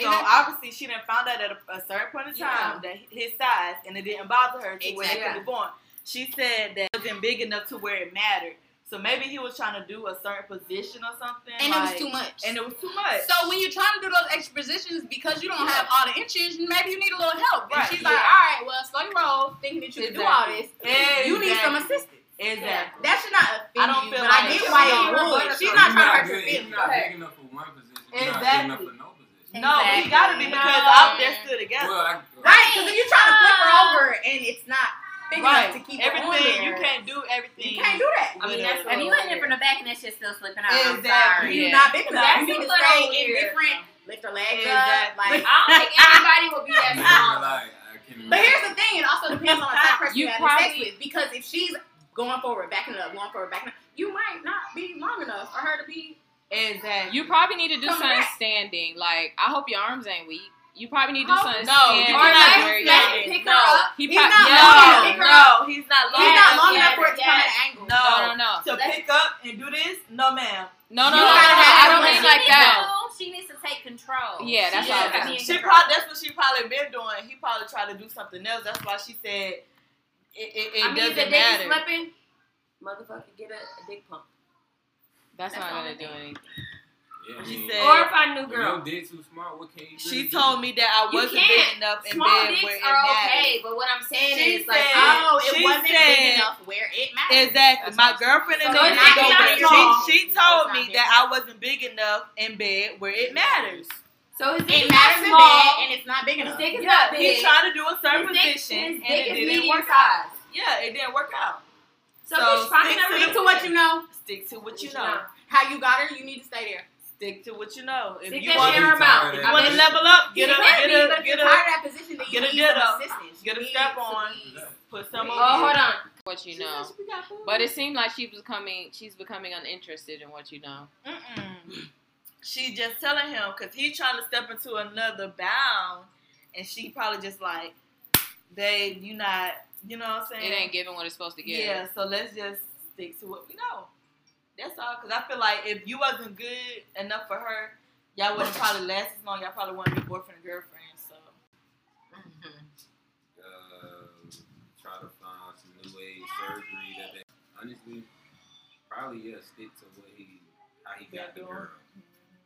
[SPEAKER 5] So
[SPEAKER 1] Exactly.
[SPEAKER 5] obviously she didn't found out at a, a certain point in time that his size and it didn't bother her to where it
[SPEAKER 4] Exactly.
[SPEAKER 5] could be born. She said that it wasn't big enough to where it mattered. So maybe he was trying to do a certain position or something.
[SPEAKER 1] And
[SPEAKER 5] like,
[SPEAKER 1] it was too much.
[SPEAKER 5] And it was too much.
[SPEAKER 1] so when you're trying to do those extra positions because you don't
[SPEAKER 5] Yeah.
[SPEAKER 1] have all the inches, maybe you need a little help.
[SPEAKER 5] Right,
[SPEAKER 1] And she's
[SPEAKER 5] yeah.
[SPEAKER 1] like, all right, well, slow your roll, thinking that you can do all this.
[SPEAKER 5] Exactly.
[SPEAKER 1] You need some assistance.
[SPEAKER 5] Exactly.
[SPEAKER 6] That should not offend
[SPEAKER 5] I don't
[SPEAKER 6] you,
[SPEAKER 5] feel
[SPEAKER 6] but
[SPEAKER 5] like
[SPEAKER 6] I
[SPEAKER 5] it
[SPEAKER 6] get
[SPEAKER 5] should
[SPEAKER 6] why
[SPEAKER 5] not
[SPEAKER 6] you ruined it.
[SPEAKER 4] ruin
[SPEAKER 6] She's
[SPEAKER 4] it.
[SPEAKER 6] not
[SPEAKER 3] You're
[SPEAKER 6] trying to hurt your
[SPEAKER 3] good-
[SPEAKER 6] feelings.
[SPEAKER 3] You're not big enough for one position. You're not
[SPEAKER 5] Exactly.
[SPEAKER 3] big enough for no position.
[SPEAKER 5] No, he
[SPEAKER 2] Exactly.
[SPEAKER 5] gotta be because out there stood together.
[SPEAKER 3] Well, I,
[SPEAKER 6] Right, because if you're trying to flip her over and it's not big
[SPEAKER 5] right.
[SPEAKER 6] enough to keep her on
[SPEAKER 5] everything
[SPEAKER 6] there,
[SPEAKER 5] you can't do everything.
[SPEAKER 6] you can't do
[SPEAKER 4] I
[SPEAKER 6] that.
[SPEAKER 4] mean,
[SPEAKER 5] with
[SPEAKER 4] that's
[SPEAKER 5] a-
[SPEAKER 4] what-
[SPEAKER 2] If you hitting it from the back and that shit's still slipping out,
[SPEAKER 5] Exactly.
[SPEAKER 2] I'm sorry.
[SPEAKER 1] Yeah.
[SPEAKER 6] You're not big enough.
[SPEAKER 2] That's
[SPEAKER 6] you need
[SPEAKER 2] a
[SPEAKER 6] to
[SPEAKER 2] little
[SPEAKER 6] stay
[SPEAKER 2] weird,
[SPEAKER 6] indifferent, lift her legs
[SPEAKER 5] Exactly.
[SPEAKER 6] up. Like,
[SPEAKER 2] I don't think anybody would be that
[SPEAKER 3] I,
[SPEAKER 2] strong.
[SPEAKER 3] like, I can't
[SPEAKER 6] but here's the thing: it also depends on the type of Oh, person
[SPEAKER 1] You
[SPEAKER 6] you, have sex
[SPEAKER 1] probably-
[SPEAKER 6] with. Because if she's going forward, backing up, going forward, backing up, you might not be long enough for her to be.
[SPEAKER 5] Exactly.
[SPEAKER 1] You probably need to do
[SPEAKER 6] Come
[SPEAKER 1] something
[SPEAKER 6] back.
[SPEAKER 1] standing. Like, I hope your arms ain't weak. You probably need to do
[SPEAKER 6] Oh,
[SPEAKER 1] something
[SPEAKER 5] no, you
[SPEAKER 1] standing.
[SPEAKER 5] cannot
[SPEAKER 1] like
[SPEAKER 5] do
[SPEAKER 1] where you-
[SPEAKER 5] that.
[SPEAKER 2] Pick her
[SPEAKER 5] No.
[SPEAKER 2] up.
[SPEAKER 1] He
[SPEAKER 6] He's
[SPEAKER 1] prob-
[SPEAKER 6] not
[SPEAKER 1] yeah.
[SPEAKER 6] long.
[SPEAKER 5] no, no, he's not long.
[SPEAKER 6] he's not long
[SPEAKER 2] yes,
[SPEAKER 6] enough for it to come at an angle.
[SPEAKER 5] No.
[SPEAKER 1] No, no, no.
[SPEAKER 5] to pick up and do this? No, ma'am.
[SPEAKER 1] No, no,
[SPEAKER 5] You
[SPEAKER 1] no.
[SPEAKER 5] gotta
[SPEAKER 1] I
[SPEAKER 5] have
[SPEAKER 1] don't
[SPEAKER 5] it
[SPEAKER 1] think
[SPEAKER 5] when
[SPEAKER 1] like
[SPEAKER 2] She
[SPEAKER 1] that.
[SPEAKER 2] needs to- She needs to take control.
[SPEAKER 1] Yeah, that's
[SPEAKER 2] She
[SPEAKER 1] all
[SPEAKER 2] needs to
[SPEAKER 1] it
[SPEAKER 2] be in
[SPEAKER 5] She
[SPEAKER 2] control.
[SPEAKER 5] probably that's what she probably been doing. He probably tried to do something else. That's why she said it, it, it
[SPEAKER 2] I mean, if the dick is
[SPEAKER 5] doesn't matter.
[SPEAKER 2] slipping,
[SPEAKER 4] Motherfucker, get a, a dick pump.
[SPEAKER 1] That's not
[SPEAKER 2] That's
[SPEAKER 1] gonna
[SPEAKER 2] all
[SPEAKER 1] do anything.
[SPEAKER 3] Yeah, I
[SPEAKER 5] She
[SPEAKER 3] mean,
[SPEAKER 5] said-
[SPEAKER 2] or if I knew
[SPEAKER 3] if
[SPEAKER 2] girl,
[SPEAKER 3] your dick too small, what can you really
[SPEAKER 5] She
[SPEAKER 3] do?
[SPEAKER 5] told me that I
[SPEAKER 2] You
[SPEAKER 5] wasn't
[SPEAKER 2] can't.
[SPEAKER 5] big enough in
[SPEAKER 2] small
[SPEAKER 5] bed where
[SPEAKER 2] dicks
[SPEAKER 5] it
[SPEAKER 2] are
[SPEAKER 5] mattered.
[SPEAKER 2] okay. But what I'm saying
[SPEAKER 5] She
[SPEAKER 2] is, like,
[SPEAKER 5] said-
[SPEAKER 2] I
[SPEAKER 6] Oh, it
[SPEAKER 5] She
[SPEAKER 6] wasn't
[SPEAKER 5] said-
[SPEAKER 6] big enough where it mattered.
[SPEAKER 5] Exactly.
[SPEAKER 1] That's
[SPEAKER 5] My
[SPEAKER 1] not-
[SPEAKER 5] girlfriend and
[SPEAKER 6] So
[SPEAKER 5] me
[SPEAKER 6] it's
[SPEAKER 5] used to go
[SPEAKER 6] not not
[SPEAKER 5] bed.
[SPEAKER 6] small.
[SPEAKER 5] She, she
[SPEAKER 6] No, it's
[SPEAKER 5] told
[SPEAKER 6] not
[SPEAKER 5] me
[SPEAKER 6] big.
[SPEAKER 5] that I wasn't big enough in bed where it matters.
[SPEAKER 2] so his dick is
[SPEAKER 6] It
[SPEAKER 2] not
[SPEAKER 6] matters in bed
[SPEAKER 2] small.
[SPEAKER 6] and it's not big
[SPEAKER 2] His
[SPEAKER 6] enough.
[SPEAKER 2] dick is
[SPEAKER 5] Yeah,
[SPEAKER 2] not
[SPEAKER 5] he
[SPEAKER 2] big.
[SPEAKER 5] tried to do a certain
[SPEAKER 2] His dick-
[SPEAKER 5] position
[SPEAKER 2] his
[SPEAKER 5] and
[SPEAKER 2] dick
[SPEAKER 5] it
[SPEAKER 2] is
[SPEAKER 5] didn't
[SPEAKER 2] medium
[SPEAKER 5] work out.
[SPEAKER 2] size.
[SPEAKER 5] Yeah, it didn't work out.
[SPEAKER 2] So,
[SPEAKER 5] So
[SPEAKER 2] bitch, find
[SPEAKER 5] stick
[SPEAKER 2] another
[SPEAKER 5] to the
[SPEAKER 2] reason.
[SPEAKER 6] Stick to what you know.
[SPEAKER 5] Stick to what you
[SPEAKER 6] What you
[SPEAKER 5] know.
[SPEAKER 6] know. How you got her, you need to stay there.
[SPEAKER 5] Stick to what you know. If
[SPEAKER 2] Stick
[SPEAKER 5] you
[SPEAKER 2] that
[SPEAKER 5] want
[SPEAKER 2] shit in
[SPEAKER 5] to
[SPEAKER 2] her mouth.
[SPEAKER 3] tired
[SPEAKER 5] You
[SPEAKER 3] I
[SPEAKER 5] want to
[SPEAKER 3] bet-
[SPEAKER 5] level up? Get a
[SPEAKER 6] Exactly,
[SPEAKER 5] get a
[SPEAKER 6] but
[SPEAKER 5] get
[SPEAKER 6] if you're
[SPEAKER 5] a
[SPEAKER 6] tired of that position, then you
[SPEAKER 5] get a
[SPEAKER 6] need
[SPEAKER 5] ditto.
[SPEAKER 6] some assistance.
[SPEAKER 5] get a
[SPEAKER 6] You
[SPEAKER 5] step
[SPEAKER 6] need
[SPEAKER 5] on.
[SPEAKER 6] some-
[SPEAKER 5] Put some
[SPEAKER 2] Oh,
[SPEAKER 5] on. you.
[SPEAKER 2] hold on.
[SPEAKER 1] What you know. But it seemed like she was becoming she's becoming uninterested in what you know.
[SPEAKER 5] Mm-mm. She just telling him because he's trying to step into another bound, and she probably just like, babe, you not, you know what I'm
[SPEAKER 1] It
[SPEAKER 5] saying?
[SPEAKER 1] ain't giving what it's supposed to give.
[SPEAKER 5] Yeah, so let's just stick to what we know. That's all. Because I feel like if you wasn't good enough for her, y'all wouldn't probably last as long. Y'all probably wouldn't be boyfriend and girlfriend. So
[SPEAKER 3] uh, try to find some new age surgery that they honestly probably yeah stick to what he how he got the girl.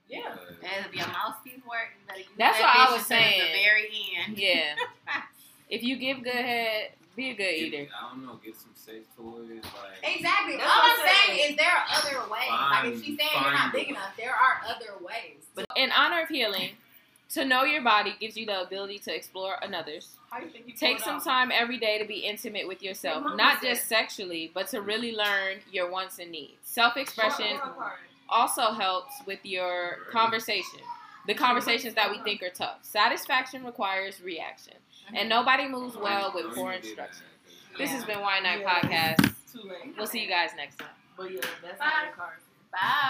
[SPEAKER 5] yeah.
[SPEAKER 3] Because
[SPEAKER 2] And If your mouthpiece work, you better use
[SPEAKER 1] That's
[SPEAKER 2] that
[SPEAKER 1] what I
[SPEAKER 2] bitch
[SPEAKER 1] was
[SPEAKER 2] until the
[SPEAKER 1] saying.
[SPEAKER 2] very end.
[SPEAKER 1] Yeah. if you give good head, be a good eater.
[SPEAKER 3] get- I don't know, get some sex toys. Like
[SPEAKER 6] Exactly.
[SPEAKER 5] That's
[SPEAKER 6] All
[SPEAKER 5] what
[SPEAKER 6] I'm
[SPEAKER 5] I'm
[SPEAKER 6] saying
[SPEAKER 5] saying.
[SPEAKER 6] is there are other ways. like
[SPEAKER 3] Find-
[SPEAKER 6] if she's saying you're
[SPEAKER 3] find
[SPEAKER 6] not
[SPEAKER 3] the
[SPEAKER 6] big
[SPEAKER 3] way.
[SPEAKER 6] enough, there are other ways. But
[SPEAKER 1] In honor of healing, to know your body gives you the ability to explore another's.
[SPEAKER 5] How you think you
[SPEAKER 1] Take
[SPEAKER 5] pulled
[SPEAKER 1] some
[SPEAKER 5] off?
[SPEAKER 1] time every day to be intimate with yourself,
[SPEAKER 6] Your mama
[SPEAKER 1] not
[SPEAKER 6] said-
[SPEAKER 1] just sexually, but to really learn your wants and needs. Self expression
[SPEAKER 5] Pull apart.
[SPEAKER 1] also helps with your conversation. The conversations that we think are tough. Satisfaction requires reaction, and nobody moves well with poor instruction. This has been Wine Night
[SPEAKER 5] Yeah.
[SPEAKER 1] Podcast.
[SPEAKER 5] It's too late.
[SPEAKER 1] We'll see you guys next time.
[SPEAKER 5] But yeah, that's
[SPEAKER 2] Bye.
[SPEAKER 5] not the card.
[SPEAKER 2] Bye.